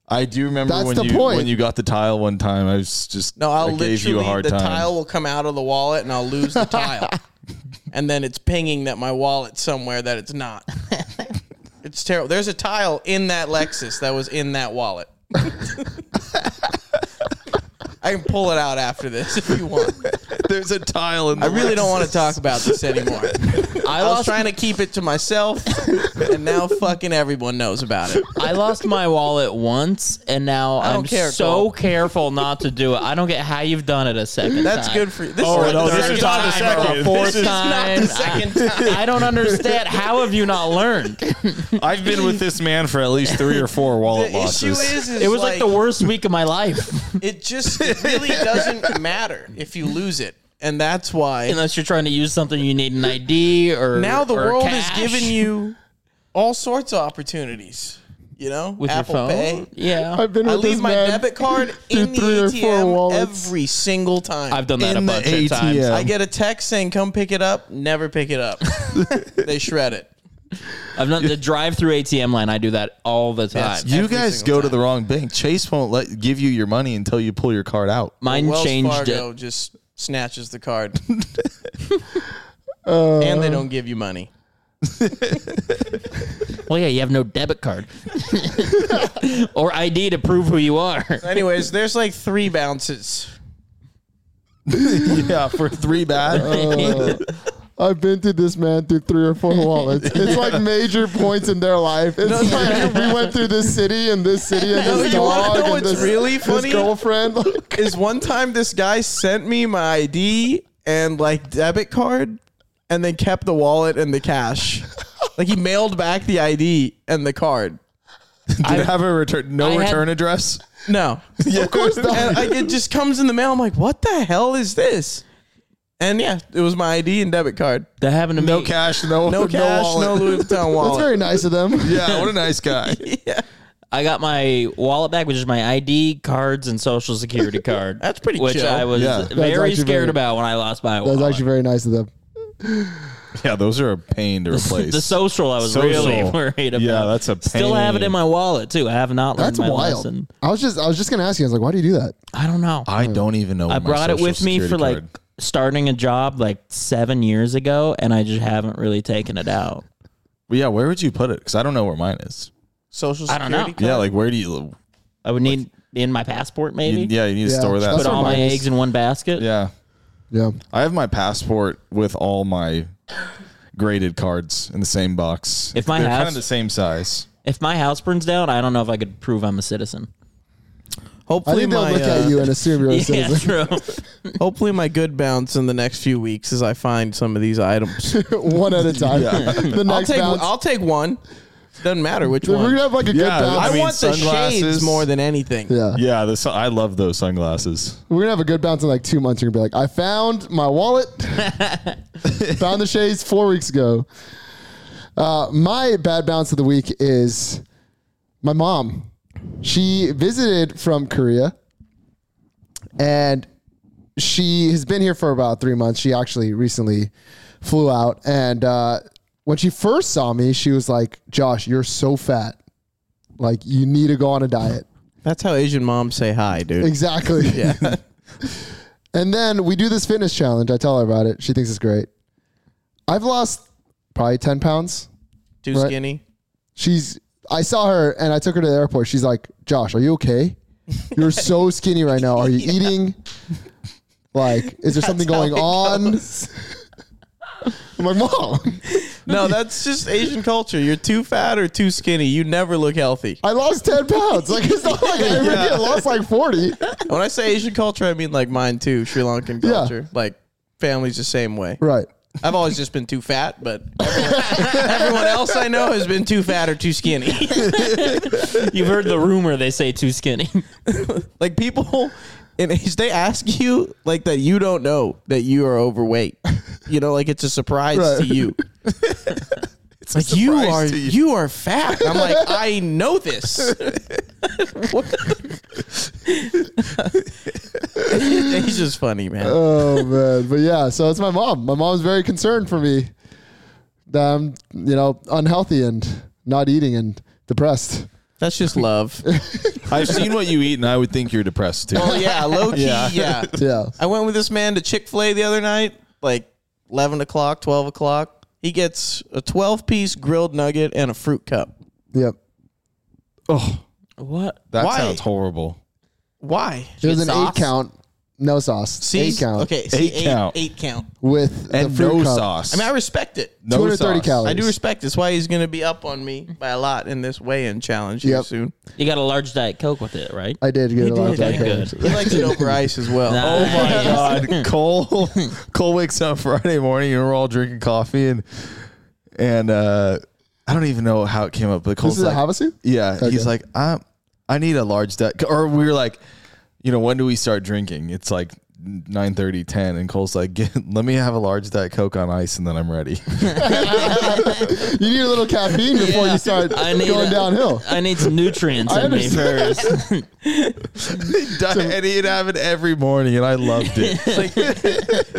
Speaker 2: I do remember
Speaker 1: That's
Speaker 2: when
Speaker 1: the
Speaker 2: you
Speaker 1: point.
Speaker 2: when you got the tile one time. I was just
Speaker 4: No, I'll
Speaker 2: I
Speaker 4: literally
Speaker 2: gave you a hard
Speaker 4: the
Speaker 2: time.
Speaker 4: tile will come out of the wallet and I'll lose the tile. And then it's pinging that my wallet's somewhere that it's not. it's terrible. There's a tile in that Lexus that was in that wallet. I can pull it out after this if you want.
Speaker 2: There's a tile in. The
Speaker 4: I really don't want to talk about this anymore. I was trying to keep it to myself, and now fucking everyone knows about it.
Speaker 3: I lost my wallet once, and now
Speaker 4: don't
Speaker 3: I'm
Speaker 4: care,
Speaker 3: so
Speaker 4: Cole.
Speaker 3: careful not to do it. I don't get how you've done it a second.
Speaker 4: That's
Speaker 3: time.
Speaker 4: good for you. This
Speaker 2: Oh,
Speaker 4: is
Speaker 2: no,
Speaker 4: like the
Speaker 2: this
Speaker 4: second
Speaker 2: is not the
Speaker 4: time.
Speaker 2: second.
Speaker 3: or a fourth
Speaker 2: This is
Speaker 3: time.
Speaker 4: Not the second time.
Speaker 3: I don't understand. How have you not learned?
Speaker 2: I've been with this man for at least three or four wallet
Speaker 4: The issue
Speaker 2: losses.
Speaker 4: is, is
Speaker 3: It was like,
Speaker 4: the
Speaker 3: the worst week of my life.
Speaker 4: It just it really doesn't matter if you lose it, and that's why
Speaker 3: Unless you're trying to use something you need an ID or
Speaker 4: now the
Speaker 3: or
Speaker 4: world
Speaker 3: cash
Speaker 4: is giving you all sorts of opportunities. You know,
Speaker 3: with
Speaker 4: Apple
Speaker 3: your phone.
Speaker 4: Pay.
Speaker 3: Yeah,
Speaker 1: I've been
Speaker 4: I
Speaker 1: with
Speaker 4: leave
Speaker 1: this
Speaker 4: my
Speaker 1: man
Speaker 4: debit card
Speaker 1: through
Speaker 4: in the
Speaker 1: three or four
Speaker 4: ATM
Speaker 1: wallets.
Speaker 4: every single time.
Speaker 3: I've done that a
Speaker 2: In the
Speaker 3: bunch of times.
Speaker 2: ATM.
Speaker 4: I get a text saying, "Come pick it up." Never pick it up. they shred it.
Speaker 3: I've done the drive-through ATM line. I do that all the time.
Speaker 4: That's-
Speaker 2: You
Speaker 4: Every
Speaker 2: guys
Speaker 4: single
Speaker 2: go to the wrong bank. Chase won't let give you your money until you pull your card out.
Speaker 3: Mine
Speaker 4: Wells
Speaker 3: changed
Speaker 4: Fargo
Speaker 3: it.
Speaker 4: just snatches the card,
Speaker 1: Uh,
Speaker 4: and they don't give you money.
Speaker 3: Well, Oh, yeah, you have no debit card or ID to prove who you are.
Speaker 4: Anyways, there's like three bounces.
Speaker 2: yeah, for three bad.
Speaker 3: Uh,
Speaker 1: I've been through this man through three or four wallets. It's like major points in their life. It's like we went through this city and this city and
Speaker 4: No,
Speaker 1: this
Speaker 4: you wanna
Speaker 1: dog
Speaker 4: know
Speaker 1: and
Speaker 4: what's
Speaker 1: this,
Speaker 4: really
Speaker 1: this
Speaker 4: funny?
Speaker 1: girlfriend. Like,
Speaker 4: is one time this guy sent me my ID and like debit card and then kept the wallet and the cash. like he mailed back the ID and the card.
Speaker 2: Did it have a return? No
Speaker 3: I had-
Speaker 2: return address.
Speaker 4: No.
Speaker 2: Yeah, of course
Speaker 4: and like, it just comes in the mail. I'm like, what the hell is this? And yeah, it was my ID and debit card.
Speaker 3: That happened to
Speaker 2: No
Speaker 3: me.
Speaker 2: cash. No.
Speaker 4: No cash,
Speaker 2: wallet.
Speaker 4: no Louis Vuitton
Speaker 1: that's
Speaker 4: wallet.
Speaker 1: very nice of them.
Speaker 2: Yeah, what a nice guy.
Speaker 3: I got my wallet back, which is my ID, cards, and social security card.
Speaker 4: That's pretty
Speaker 3: Which
Speaker 4: chill.
Speaker 3: I was
Speaker 2: Yeah. That's
Speaker 3: very
Speaker 1: actually
Speaker 3: scared
Speaker 1: very-
Speaker 3: about when I lost my
Speaker 1: That's
Speaker 3: wallet.
Speaker 1: actually very nice of them.
Speaker 2: Yeah, those are a pain to replace.
Speaker 3: the social I was
Speaker 2: Social.
Speaker 3: really worried about.
Speaker 2: Yeah, that's a
Speaker 3: Still have it
Speaker 2: pain.
Speaker 3: in my wallet too. I have not learned
Speaker 1: That's
Speaker 3: my
Speaker 1: wild.
Speaker 3: lesson.
Speaker 1: I was just I was just gonna ask you. I was like, why do you do that?
Speaker 3: I don't know.
Speaker 2: I don't even know.
Speaker 3: I brought it with me for like starting a job like seven years ago, and I just haven't really taken it out.
Speaker 2: yeah, where would you put it? Because I don't know where mine is.
Speaker 4: Social
Speaker 3: I
Speaker 4: security
Speaker 3: don't know.
Speaker 4: card.
Speaker 2: Yeah, like where do you?
Speaker 3: I would need in my passport maybe.
Speaker 2: you- yeah, you need to
Speaker 1: Yeah,
Speaker 2: store that.
Speaker 1: that's
Speaker 3: Put all
Speaker 1: what
Speaker 3: my
Speaker 1: mine is.
Speaker 3: eggs in one basket.
Speaker 2: yeah,
Speaker 1: Yeah,
Speaker 2: I have my passport with all my graded cards in the same box.
Speaker 3: If my
Speaker 2: They're kind
Speaker 3: house-
Speaker 2: of the same size.
Speaker 3: If my house burns down, I don't know if I could prove I'm a citizen.
Speaker 1: I
Speaker 4: Hopefully
Speaker 1: think they'll
Speaker 4: my
Speaker 1: look
Speaker 4: uh,
Speaker 1: at you and assume you're a
Speaker 3: Yeah,
Speaker 1: citizen.
Speaker 3: true.
Speaker 4: hopefully my good bounce in the next few weeks is I find some of these items.
Speaker 1: one at a time.
Speaker 2: Yeah.
Speaker 1: The
Speaker 4: I'll
Speaker 1: next
Speaker 4: take
Speaker 1: bounce.
Speaker 4: I'll take one. Doesn't matter which
Speaker 1: Dude, we're
Speaker 4: one.
Speaker 1: gonna have like a good
Speaker 2: Yeah,
Speaker 1: bounce.
Speaker 2: I
Speaker 4: I
Speaker 2: mean,
Speaker 4: want the shades
Speaker 2: sunglasses.
Speaker 4: more than anything.
Speaker 1: yeah.
Speaker 2: Yeah, this I love those sunglasses.
Speaker 1: We're gonna have a good bounce in like two months. You're gonna be like, I found my wallet. found the shades four weeks ago. Uh, my bad bounce of the week is my mom. She visited from Korea, and she has been here for about three months. She actually recently flew out, and uh, when she first saw me, she was like, "Josh, you're so fat. Like you need to go on a diet."
Speaker 4: That's how Asian moms say hi, dude.
Speaker 1: Exactly.
Speaker 4: Yeah.
Speaker 1: And then we do this fitness challenge. I tell her about it. She thinks it's great. I've lost probably 10 pounds.
Speaker 4: Too
Speaker 1: Right.
Speaker 4: skinny.
Speaker 1: She's, I saw her and I took her to the airport. She's like, Josh, are you okay? You're so skinny right now. Are you eating? Like, is there something going on? I'm like, Mom,
Speaker 4: No, that's just Asian culture. You're too fat or too skinny. You never look healthy.
Speaker 1: I lost 10 pounds. Like, it's not like I ever get lost like 40.
Speaker 4: When I say Asian culture, I mean like mine too, Sri Lankan
Speaker 1: Yeah.
Speaker 4: culture. Like family's the same way.
Speaker 1: Right.
Speaker 4: I've always just been too fat, but everyone, everyone else I know has been too fat or too skinny.
Speaker 3: You've heard the rumor they say too skinny.
Speaker 4: Like people in age, they ask you like that you don't know that you are overweight. You know, like it's a surprise to
Speaker 1: Right.
Speaker 4: you.
Speaker 2: It's
Speaker 4: Like you are you. are fat. I'm like, I know this. What? He's just funny, man.
Speaker 1: oh man, but yeah. So it's my mom. My mom's very concerned for me that I'm, you know, unhealthy and not eating and depressed.
Speaker 4: That's just love.
Speaker 2: I've seen what you eat, and I would think you're depressed too.
Speaker 4: oh yeah, low key. Yeah.
Speaker 1: Yeah.
Speaker 4: I went with this man to Chick Fil A the other night, like eleven o'clock, twelve o'clock. He gets a twelve piece grilled nugget and a fruit cup.
Speaker 1: Yep. Oh,
Speaker 3: What?
Speaker 2: That
Speaker 4: Why?
Speaker 2: sounds horrible.
Speaker 4: Why?
Speaker 1: It was an
Speaker 3: sauce?
Speaker 1: eight count, no sauce.
Speaker 4: See,
Speaker 1: eight count
Speaker 4: Okay, see,
Speaker 2: Eight count.
Speaker 4: Eight count.
Speaker 1: with
Speaker 2: And
Speaker 1: the fruit
Speaker 2: no
Speaker 1: cup.
Speaker 2: sauce.
Speaker 4: I mean, I respect it.
Speaker 2: no
Speaker 1: 230
Speaker 2: sauce.
Speaker 1: calories.
Speaker 4: I do respect. it. That's why he's going to be up on me by a lot in this weigh-in challenge here
Speaker 1: Yep.
Speaker 4: soon.
Speaker 3: You got a large diet coke with it, right?
Speaker 1: I did get a lot of that.
Speaker 3: Okay, good.
Speaker 1: calories.
Speaker 4: He likes it over ice as well.
Speaker 2: Oh my
Speaker 3: Nice.
Speaker 2: God, Cole! Cole wakes up Friday morning, and we're all drinking coffee, and and uh, I don't even know how it came up, but Cole's
Speaker 1: This is a
Speaker 2: like,
Speaker 1: Havasu?
Speaker 2: yeah, he's
Speaker 1: Okay.
Speaker 2: like, I I need a large deck, or we were like, you know, when do we start drinking? It's like. 9 10 and cole's like Get, let me have a large diet coke on ice and then i'm ready
Speaker 1: You need a little caffeine before you start
Speaker 3: I need
Speaker 1: going
Speaker 3: a-
Speaker 1: downhill.
Speaker 3: I need some nutrients
Speaker 1: I
Speaker 3: in me
Speaker 1: understand.
Speaker 3: first.
Speaker 2: Di- and he'd have it every morning and i loved it
Speaker 4: It's like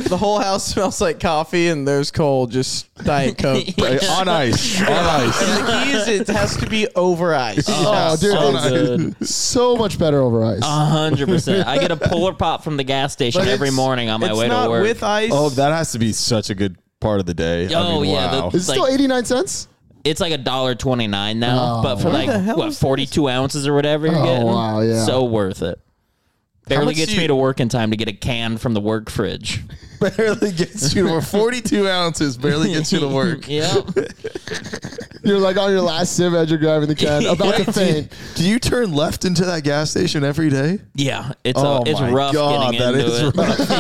Speaker 4: the whole house smells like coffee, and there's Cole just diet coke.
Speaker 2: Like, on ice on ice
Speaker 4: and the key is it has to be over ice.
Speaker 1: Oh, dude,
Speaker 3: so
Speaker 1: it's
Speaker 3: good.
Speaker 1: so much better over ice.
Speaker 3: A hundred percent. I get a polar pop from the gas station
Speaker 2: But
Speaker 3: every
Speaker 2: it's-
Speaker 3: morning on my
Speaker 4: it's
Speaker 3: way
Speaker 4: not
Speaker 3: to work.
Speaker 4: with ice.
Speaker 2: oh that has to be such a good part of the day I
Speaker 3: Oh,
Speaker 2: mean,
Speaker 3: yeah,
Speaker 2: wow.
Speaker 3: the-
Speaker 1: Is it still
Speaker 3: like-
Speaker 1: 89 cents?
Speaker 3: it's like a dollar twenty nine now,
Speaker 1: Oh.
Speaker 3: but
Speaker 4: the
Speaker 3: for like
Speaker 4: hell
Speaker 3: what
Speaker 4: is
Speaker 3: forty two ounces or whatever you're
Speaker 1: Oh,
Speaker 3: getting.
Speaker 1: wow, yeah.
Speaker 3: So worth it. Barely
Speaker 2: much
Speaker 3: gets
Speaker 2: do
Speaker 3: me
Speaker 2: you-
Speaker 3: to work in time to get a can from the work fridge.
Speaker 2: barely gets you to work. 42 ounces barely gets you to work.
Speaker 3: yep.
Speaker 1: You're like on your last sim as you're grabbing the can, about to faint.
Speaker 2: Do you turn left into that gas station every day?
Speaker 3: Yeah, it's
Speaker 2: Oh
Speaker 3: uh, it's
Speaker 2: my
Speaker 3: rough
Speaker 2: God,
Speaker 3: getting
Speaker 2: that
Speaker 3: into
Speaker 2: is
Speaker 3: it.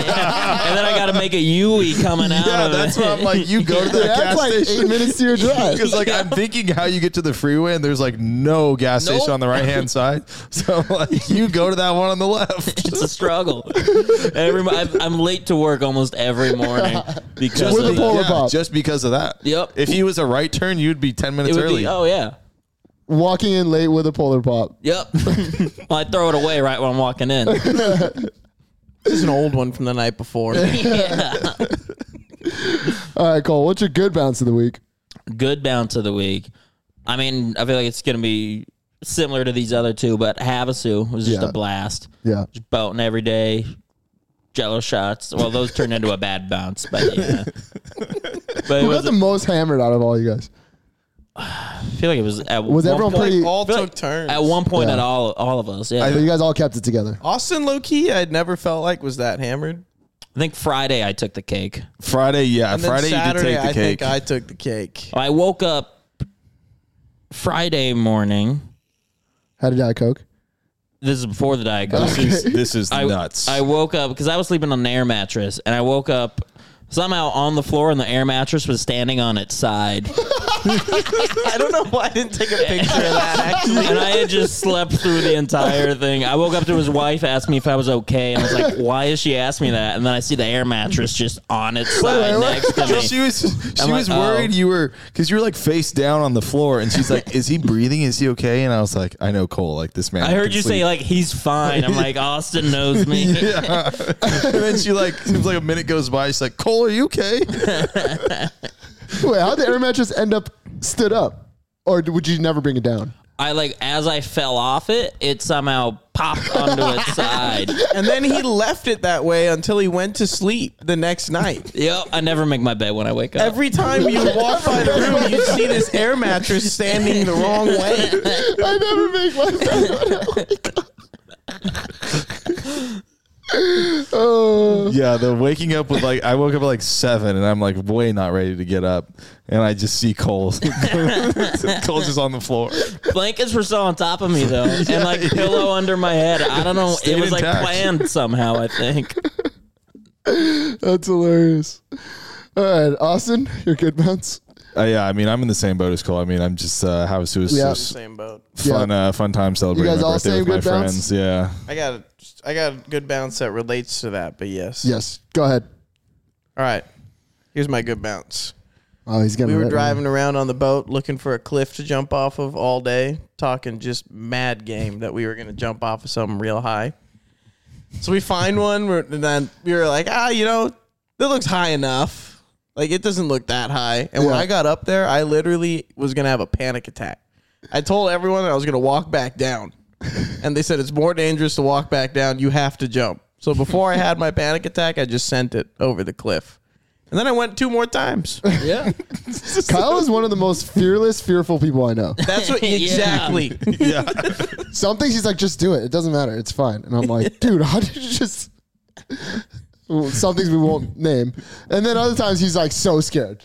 Speaker 3: Yeah. And then I got to make a Yui coming out.
Speaker 2: yeah,
Speaker 3: of
Speaker 2: that's
Speaker 3: it.
Speaker 2: why I'm like, you go to that
Speaker 1: That's
Speaker 2: gas
Speaker 1: like
Speaker 2: station.
Speaker 1: eight minutes to your drive.
Speaker 2: Because like I'm thinking how you get to the freeway and there's like no gas
Speaker 3: Nope.
Speaker 2: station on the right hand side, so I'm like you go to that one on the left.
Speaker 3: It's a struggle. Every mo- I'm, I'm late to work almost every morning because
Speaker 1: With
Speaker 3: of
Speaker 1: a polar
Speaker 2: yeah,
Speaker 1: pop.
Speaker 2: just because of that.
Speaker 3: Yep.
Speaker 2: If he was a right turn, you'd be ten
Speaker 3: it
Speaker 2: minutes
Speaker 3: would
Speaker 2: early.
Speaker 3: be, oh yeah,
Speaker 1: Walking in late with a polar pop.
Speaker 3: yep. well, I throw it away right when I'm walking in.
Speaker 4: This is an old one from the night before.
Speaker 3: Yeah.
Speaker 1: All right, Cole, what's your good bounce of the week?
Speaker 3: Good bounce of the week. I mean, I feel like it's gonna be similar to these other two, but Havasu was just
Speaker 1: Yeah.
Speaker 3: a blast.
Speaker 1: Yeah.
Speaker 3: Just boating every day. Jello shots. Well, those turned into a bad bounce, but yeah. But it
Speaker 1: Who got
Speaker 3: was.
Speaker 1: the most hammered out of all you guys?
Speaker 3: I feel like it was at
Speaker 1: Was
Speaker 3: one
Speaker 1: everyone
Speaker 3: point,
Speaker 1: pretty.
Speaker 4: all
Speaker 3: feel
Speaker 4: took
Speaker 3: like
Speaker 4: turns.
Speaker 3: at one point
Speaker 1: Yeah.
Speaker 3: at all all of us. Yeah,
Speaker 1: But you guys all kept it together.
Speaker 4: Austin low key, I'd never felt like was that hammered.
Speaker 3: I think Friday I took the cake.
Speaker 2: Friday, yeah.
Speaker 4: And then
Speaker 2: Friday
Speaker 4: Saturday,
Speaker 2: you did take the
Speaker 4: I
Speaker 2: cake.
Speaker 4: think I took the cake.
Speaker 3: I woke up Friday morning.
Speaker 1: Had a Diet Coke.
Speaker 3: This is before the Diet Coke.
Speaker 2: this is this is
Speaker 3: I,
Speaker 2: nuts.
Speaker 3: I woke up because I was sleeping on an air mattress, and I woke up somehow on the floor, and the air mattress was standing on its side,
Speaker 4: I don't know why I didn't take a picture of that. Actually,
Speaker 3: and I had just slept through the entire thing. I woke up to his wife asked me if I was okay, and I was like, "Why is she asking me that?" And then I see the air mattress just on its side next to me.
Speaker 2: she was she
Speaker 3: I'm like,
Speaker 2: was worried
Speaker 3: oh.
Speaker 2: you were because you were like face down on the floor, and she's like, "Is he breathing? Is he okay?" And I was like, "I know Cole, like this man."
Speaker 3: I heard
Speaker 2: can
Speaker 3: you say
Speaker 2: sleep."
Speaker 3: like he's fine. I'm like Austin knows me.
Speaker 2: Yeah. and then she like seems like a minute goes by. She's like, "Cole, are you okay?"
Speaker 1: Wait, how'd the air mattress end up stood up? Or would you never bring it down?
Speaker 3: I like as I fell off it, it somehow popped onto its side.
Speaker 4: and then he left it that way until he went to sleep the next night.
Speaker 3: Yep, I never make my bed when I wake up.
Speaker 4: Every time you walk by the room, you see this air mattress standing the wrong way.
Speaker 1: I never make my bed. Oh,
Speaker 2: yeah, the waking up with like I woke up at like seven, and I'm like way not ready to get up, and I just see Cole. Cole's just on the floor.
Speaker 3: Blankets were still on top of me though, and like pillow under my head. I don't know.
Speaker 2: Stayed
Speaker 3: it was like
Speaker 2: intact.
Speaker 3: planned somehow. I think.
Speaker 1: that's hilarious. All right, Austin, your good bounce.
Speaker 2: Uh, yeah, I mean, I'm in the same boat as Cole. I mean, I'm just uh, how it was
Speaker 1: Yeah.
Speaker 2: just
Speaker 4: Same boat.
Speaker 2: fun, uh, fun time celebrating
Speaker 1: guys
Speaker 2: my
Speaker 1: all
Speaker 2: birthday
Speaker 1: saying
Speaker 2: with my
Speaker 1: good bounce?
Speaker 2: friends. Yeah,
Speaker 4: I got a, I got a good bounce that relates to that, but yes.
Speaker 1: Yes, go ahead.
Speaker 4: All right. Here's my good bounce.
Speaker 1: Oh, he's gonna.
Speaker 4: We were
Speaker 1: let me.
Speaker 4: driving around on the boat looking for a cliff to jump off of all day, talking just mad game that we were going to jump off of something real high. So we find one, we're- and then we were like, ah, you know, that looks high enough. Like, it doesn't look that high. And when
Speaker 1: Yeah.
Speaker 4: I got up there, I literally was going to have a panic attack. I told everyone I was going to walk back down. And they said, it's more dangerous to walk back down. You have to jump. So before I had my panic attack, I just sent it over the cliff. And then I went two more times.
Speaker 3: Yeah.
Speaker 1: Kyle is one of the most fearless, fearful people I know.
Speaker 4: That's what
Speaker 3: Yeah.
Speaker 4: exactly.
Speaker 2: yeah.
Speaker 1: Some things he's like, just do it. It doesn't matter. It's fine. And I'm like, dude, how did you just? Well, Some things we won't name, and then other times he's like so scared.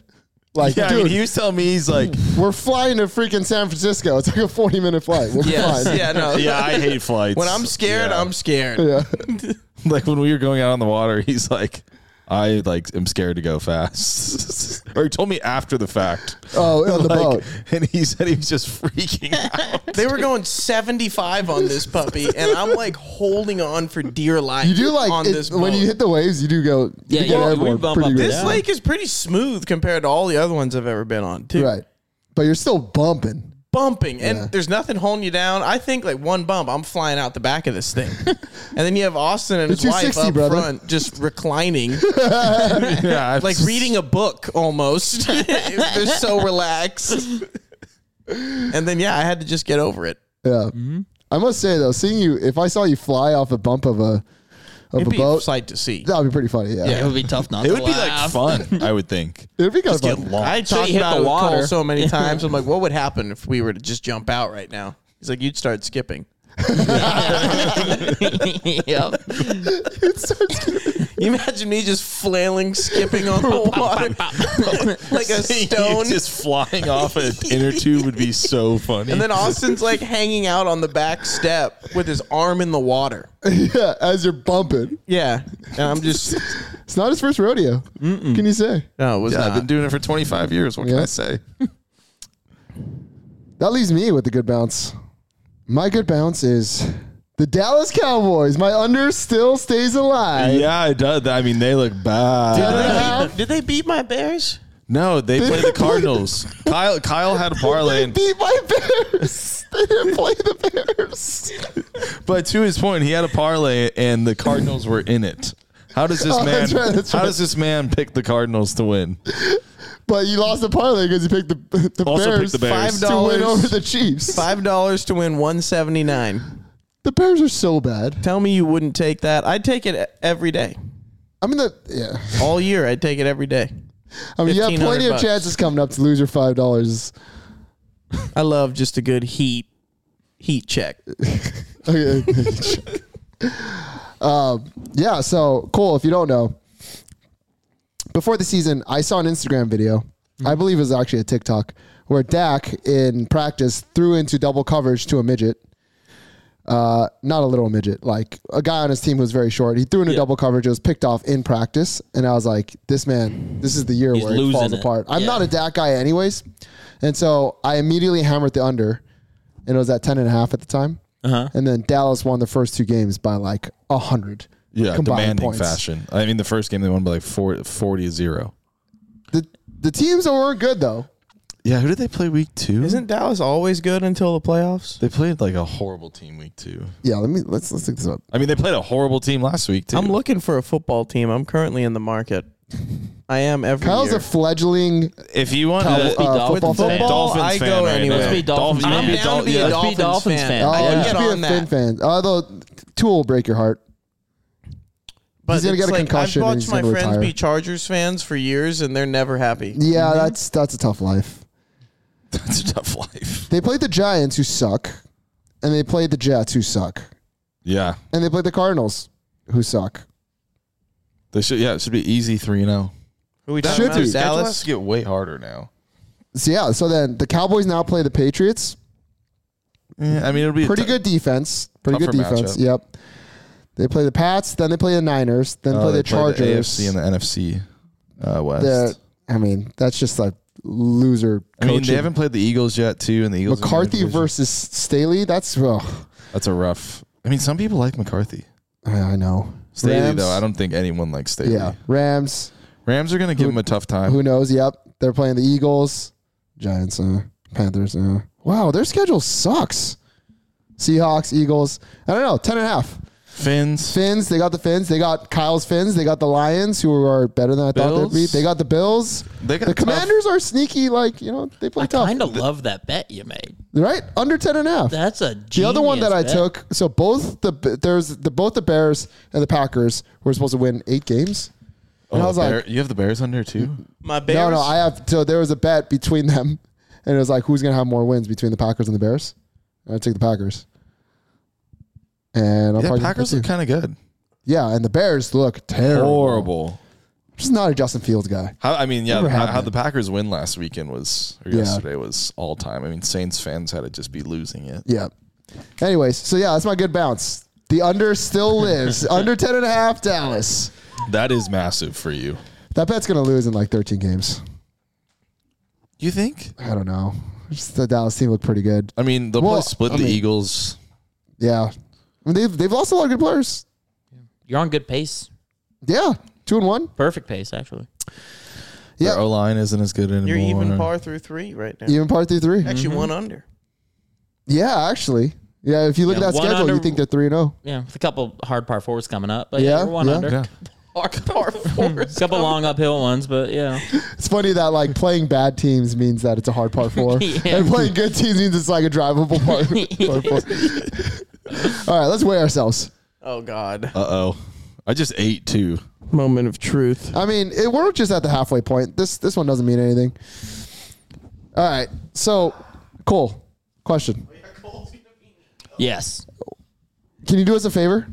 Speaker 1: Like,
Speaker 2: yeah I
Speaker 1: dude,
Speaker 2: mean, he was telling me he's like,
Speaker 1: we're flying to freaking San Francisco. It's like a 40 minute flight. We're
Speaker 4: yes.
Speaker 1: fine.
Speaker 4: Yeah. No.
Speaker 2: yeah, I hate flights.
Speaker 4: When I'm scared,
Speaker 2: Yeah.
Speaker 4: I'm scared.
Speaker 1: Yeah.
Speaker 2: like when we were going out on the water, he's like, I like am scared to go fast. or he told me after the fact.
Speaker 1: Oh, on the
Speaker 2: Like,
Speaker 1: boat.
Speaker 2: And he said he was just freaking out.
Speaker 4: They were going 75 on this puppy, and I'm like holding on for dear life.
Speaker 1: You do like
Speaker 4: on
Speaker 1: it-
Speaker 4: this
Speaker 1: when
Speaker 4: boat.
Speaker 1: you hit the waves, you do go. You
Speaker 3: Yeah,
Speaker 1: do
Speaker 3: you-
Speaker 1: get
Speaker 3: we
Speaker 1: airborne
Speaker 3: bump
Speaker 1: pretty
Speaker 3: up
Speaker 1: good.
Speaker 4: this
Speaker 3: Yeah.
Speaker 4: lake is pretty smooth compared to all the other ones I've ever been on. Too
Speaker 1: right? But you're still bumping.
Speaker 4: bumping, and
Speaker 1: Yeah.
Speaker 4: there's nothing holding you down. I think like one bump, I'm flying out the back of this thing, and then you have Austin and
Speaker 1: The
Speaker 4: his wife
Speaker 1: 260,
Speaker 4: up
Speaker 1: brother.
Speaker 4: front, just reclining,
Speaker 2: yeah. I've
Speaker 4: like
Speaker 2: just-
Speaker 4: reading a book almost. They're so relaxed. And then yeah, I had to just get over it.
Speaker 1: Yeah. I must say though, seeing you, if I saw you fly off a bump of a of
Speaker 4: It'd
Speaker 1: a
Speaker 4: be a
Speaker 1: boat,
Speaker 4: sight to see.
Speaker 1: that would be pretty funny. Yeah,
Speaker 3: It would be tough not
Speaker 2: It
Speaker 3: to
Speaker 2: would be like
Speaker 3: laugh.
Speaker 2: fun, I would think.
Speaker 1: it'd be kind of
Speaker 2: Get
Speaker 1: fun.
Speaker 2: launched.
Speaker 4: I
Speaker 3: Should've
Speaker 4: talked
Speaker 3: hit
Speaker 4: about
Speaker 3: the
Speaker 4: it with Cole
Speaker 3: water.
Speaker 4: so many times. I'm like, what would happen if we were to just jump out right now? He's like, you'd start skipping.
Speaker 3: yep.
Speaker 4: You imagine me just flailing, skipping on the water like a
Speaker 2: Seeing you
Speaker 4: stone.
Speaker 2: just flying off an inner tube would be so funny.
Speaker 4: And then Austin's like hanging out on the back step with his arm in the water.
Speaker 1: yeah, as you're bumping,
Speaker 4: Yeah, and I'm just
Speaker 1: it's not his first rodeo. Can you say
Speaker 4: no, it was
Speaker 2: yeah, I've
Speaker 4: not.
Speaker 2: been doing it for 25 years. What can
Speaker 1: Yeah.
Speaker 2: I say?
Speaker 1: that leaves me with the good bounce? My good bounce is the Dallas Cowboys. My under still stays alive.
Speaker 2: yeah, I does. I mean, they look
Speaker 1: Did
Speaker 2: bad.
Speaker 1: they have-
Speaker 4: Did they beat my Bears?
Speaker 2: No, they play the Cardinals. Kyle Kyle had a parlay,
Speaker 1: They
Speaker 2: and,
Speaker 1: beat my Bears. they didn't play the Bears.
Speaker 2: but to his point, he had a parlay, and the Cardinals were in it. How does this
Speaker 1: Oh,
Speaker 2: man?
Speaker 1: that's right, that's
Speaker 2: how
Speaker 1: right.
Speaker 2: does this man pick the Cardinals to win?
Speaker 1: But you lost the parlay because you picked the, the,
Speaker 2: Also
Speaker 1: Bears
Speaker 2: picked the Bears.
Speaker 1: to win
Speaker 4: $5.
Speaker 1: over the Chiefs.
Speaker 4: Five dollars to win one seventy nine.
Speaker 1: The Bears are so bad.
Speaker 4: Tell me you wouldn't take that. I'd take it e-, every day,
Speaker 1: I mean, the yeah.
Speaker 4: all year. I'd take it every day.
Speaker 1: I mean, you have
Speaker 4: 1500
Speaker 1: plenty of
Speaker 4: bucks.
Speaker 1: chances coming up to lose your five dollars.
Speaker 4: I love just a good heat heat check.
Speaker 1: Okay. um, yeah. So, Cole, if you don't know, before the season, I saw an Instagram video. I
Speaker 3: Mm-hmm.
Speaker 1: believe it was actually a TikTok where Dak in practice threw into double coverage to a midget. Uh, not a little midget, like a guy on his team who was very short. He threw into double coverage. It was picked off in practice, and I was like, "This man, this is the year
Speaker 3: He's
Speaker 1: where it falls
Speaker 3: losing it.
Speaker 1: apart." I'm
Speaker 3: Yeah.
Speaker 1: not a Dak guy, anyways, and so I immediately hammered the under, and it was at ten and a half at the time.
Speaker 3: Uh-huh.
Speaker 1: And then Dallas won the first two games by like a hundred.
Speaker 2: Yeah,
Speaker 1: combined
Speaker 2: demanding
Speaker 1: points.
Speaker 2: fashion. I mean, the first game they won by like 40, 40 to zero.
Speaker 1: The the teams that weren't good though.
Speaker 2: Yeah, who did they play week two?
Speaker 4: Isn't Dallas always good until the playoffs?
Speaker 2: they played like a horrible team week two?
Speaker 1: Yeah, let me let's let's look this up.
Speaker 2: I mean, they played a horrible team last week too.
Speaker 4: I'm looking for a football team. I'm currently in the market. I am every
Speaker 1: Kyle's
Speaker 4: year.
Speaker 1: a fledgling
Speaker 2: if you want,
Speaker 1: Cow-
Speaker 2: to
Speaker 3: be
Speaker 1: uh,
Speaker 3: Dolphins
Speaker 1: football
Speaker 3: fan.
Speaker 1: fan.
Speaker 4: Dolphins
Speaker 2: Dolphins
Speaker 4: I
Speaker 2: fan
Speaker 4: go
Speaker 2: right
Speaker 4: anywhere.
Speaker 2: now.
Speaker 3: Let's be Dolphins.
Speaker 2: Dolphins-
Speaker 3: I'm
Speaker 2: maybe
Speaker 4: down to be a
Speaker 2: Dol- yeah.
Speaker 3: Let's be Dolphins fan.
Speaker 1: Oh,
Speaker 4: I
Speaker 1: you
Speaker 4: can
Speaker 1: should
Speaker 4: get
Speaker 1: be a
Speaker 4: on
Speaker 1: Finn fan.
Speaker 4: that.
Speaker 1: Although Tool will break your heart.
Speaker 4: But
Speaker 1: He's gonna
Speaker 4: it's
Speaker 1: get a
Speaker 4: like,
Speaker 1: concussion and
Speaker 4: I've watched
Speaker 1: he's
Speaker 4: my
Speaker 1: gonna
Speaker 4: friends
Speaker 1: retire.
Speaker 4: be Chargers fans for years, and they're never happy.
Speaker 1: Yeah, that's that's a tough life.
Speaker 2: That's a tough life.
Speaker 1: They played the Giants who suck, and they played the Jets who suck,
Speaker 2: Yeah,
Speaker 1: and they played the Cardinals who suck.
Speaker 2: they should. Yeah, it should be easy three and oh. zero.
Speaker 4: Who we
Speaker 1: Should
Speaker 4: talking
Speaker 1: be.
Speaker 4: about? Dallas.
Speaker 2: get way harder now.
Speaker 1: So yeah, so then the Cowboys now play the Patriots.
Speaker 2: I mean, it'll be a
Speaker 1: Pretty
Speaker 2: tou-
Speaker 1: good defense. Pretty good
Speaker 2: Tougher
Speaker 1: defense.
Speaker 2: matchup.
Speaker 1: Yep. They play the Pats, then they play the Niners, then
Speaker 2: Oh,
Speaker 1: play
Speaker 2: they
Speaker 1: the
Speaker 2: play
Speaker 1: Chargers.
Speaker 2: AFC and the NFC uh, West.
Speaker 1: the I mean, that's just like loser.
Speaker 2: I mean,
Speaker 1: coaching.
Speaker 2: they haven't played the Eagles yet, too, and the Eagles. are in the
Speaker 1: McCarthy
Speaker 2: division.
Speaker 1: versus Staley. That's oh,
Speaker 2: That's a rough. I mean, some people like McCarthy.
Speaker 1: I I know.
Speaker 2: Staley,
Speaker 1: Rams,
Speaker 2: though, I don't think anyone likes Staley.
Speaker 1: Yeah, Rams.
Speaker 2: Rams are going to give him a tough time.
Speaker 1: Who knows? Yep, they're playing the Eagles, Giants, uh, Panthers. Uh. Wow, their schedule sucks. Seahawks, Eagles. I don't know. Ten and a half.
Speaker 2: Finns.
Speaker 1: Fins. They got the Fins. They got Kyle's Fins. They got the Lions, who are better than I thought they'd be.
Speaker 2: Bills.
Speaker 1: They got the Bills.
Speaker 2: They got
Speaker 1: the
Speaker 2: tough-
Speaker 1: Commanders are sneaky. Like you know, they play
Speaker 3: I
Speaker 1: tough.
Speaker 3: kind of love that bet you made.
Speaker 1: Right under ten and a half.
Speaker 3: That's a
Speaker 1: The other one that I
Speaker 3: genius bet.
Speaker 1: took, so both the there's the both the Bears and the Packers were supposed to win eight games.
Speaker 2: Oh,
Speaker 1: I was
Speaker 2: the Bear-
Speaker 1: like-
Speaker 2: you have the Bears under too.
Speaker 4: My Bears.
Speaker 1: No, no, I have. So there was a bet between them, and it was like who's gonna have more wins between the Packers and the Bears. And I took the Packers, and I'm
Speaker 2: Yeah,
Speaker 1: probably gonna
Speaker 2: Packers
Speaker 1: pick
Speaker 2: look
Speaker 1: you.
Speaker 2: kind of good.
Speaker 1: yeah, and the Bears look terrible.
Speaker 2: Horrible.
Speaker 1: Just not a Justin Fields guy.
Speaker 2: How, I mean, yeah,
Speaker 1: Never
Speaker 2: how,
Speaker 1: happened.
Speaker 2: how the Packers win last weekend was or
Speaker 1: Yeah.
Speaker 2: yesterday was all time. I mean, Saints fans had to just be losing it.
Speaker 1: Yeah. Anyways, so yeah, that's my good bounce. The under still lives. under ten and a half, Dallas.
Speaker 2: That is massive for you.
Speaker 1: That bet's gonna lose in like 13 games.
Speaker 2: You think?
Speaker 1: I don't know. Just the Dallas team looked pretty good.
Speaker 2: I mean, they'll
Speaker 1: Well,
Speaker 2: probably split
Speaker 1: I
Speaker 2: the
Speaker 1: mean-
Speaker 2: Eagles.
Speaker 1: Yeah. I mean, they've, they've lost a lot of good players.
Speaker 3: You're on good pace.
Speaker 1: Yeah. Two and one.
Speaker 3: Perfect pace, actually.
Speaker 1: Yeah.
Speaker 2: Their O line isn't as good anymore.
Speaker 4: You're even par through three right now.
Speaker 1: Even par three three.
Speaker 4: Actually, one under.
Speaker 1: Yeah, actually. Yeah, if you look at
Speaker 3: Yeah,
Speaker 1: that
Speaker 3: one
Speaker 1: schedule,
Speaker 3: under-
Speaker 1: you think they're three and oh.
Speaker 3: Yeah, with a couple hard par fours coming up, but
Speaker 1: Yeah,
Speaker 3: yeah, we're one
Speaker 1: yeah.
Speaker 3: under.
Speaker 2: Yeah.
Speaker 4: Par, par four.
Speaker 3: A couple long uphill ones, but yeah.
Speaker 1: It's funny that like playing bad teams means that it's a hard par four.
Speaker 3: Yeah.
Speaker 1: And playing good teams means it's like a drivable par, par four. All right, let's weigh ourselves.
Speaker 4: Oh God.
Speaker 2: Uh oh. I just ate two.
Speaker 4: Moment of truth.
Speaker 1: I mean, it, we're just at the halfway point. This this one doesn't mean anything. All right. So, Cole, question.
Speaker 3: yes.
Speaker 1: Can you do us a favor?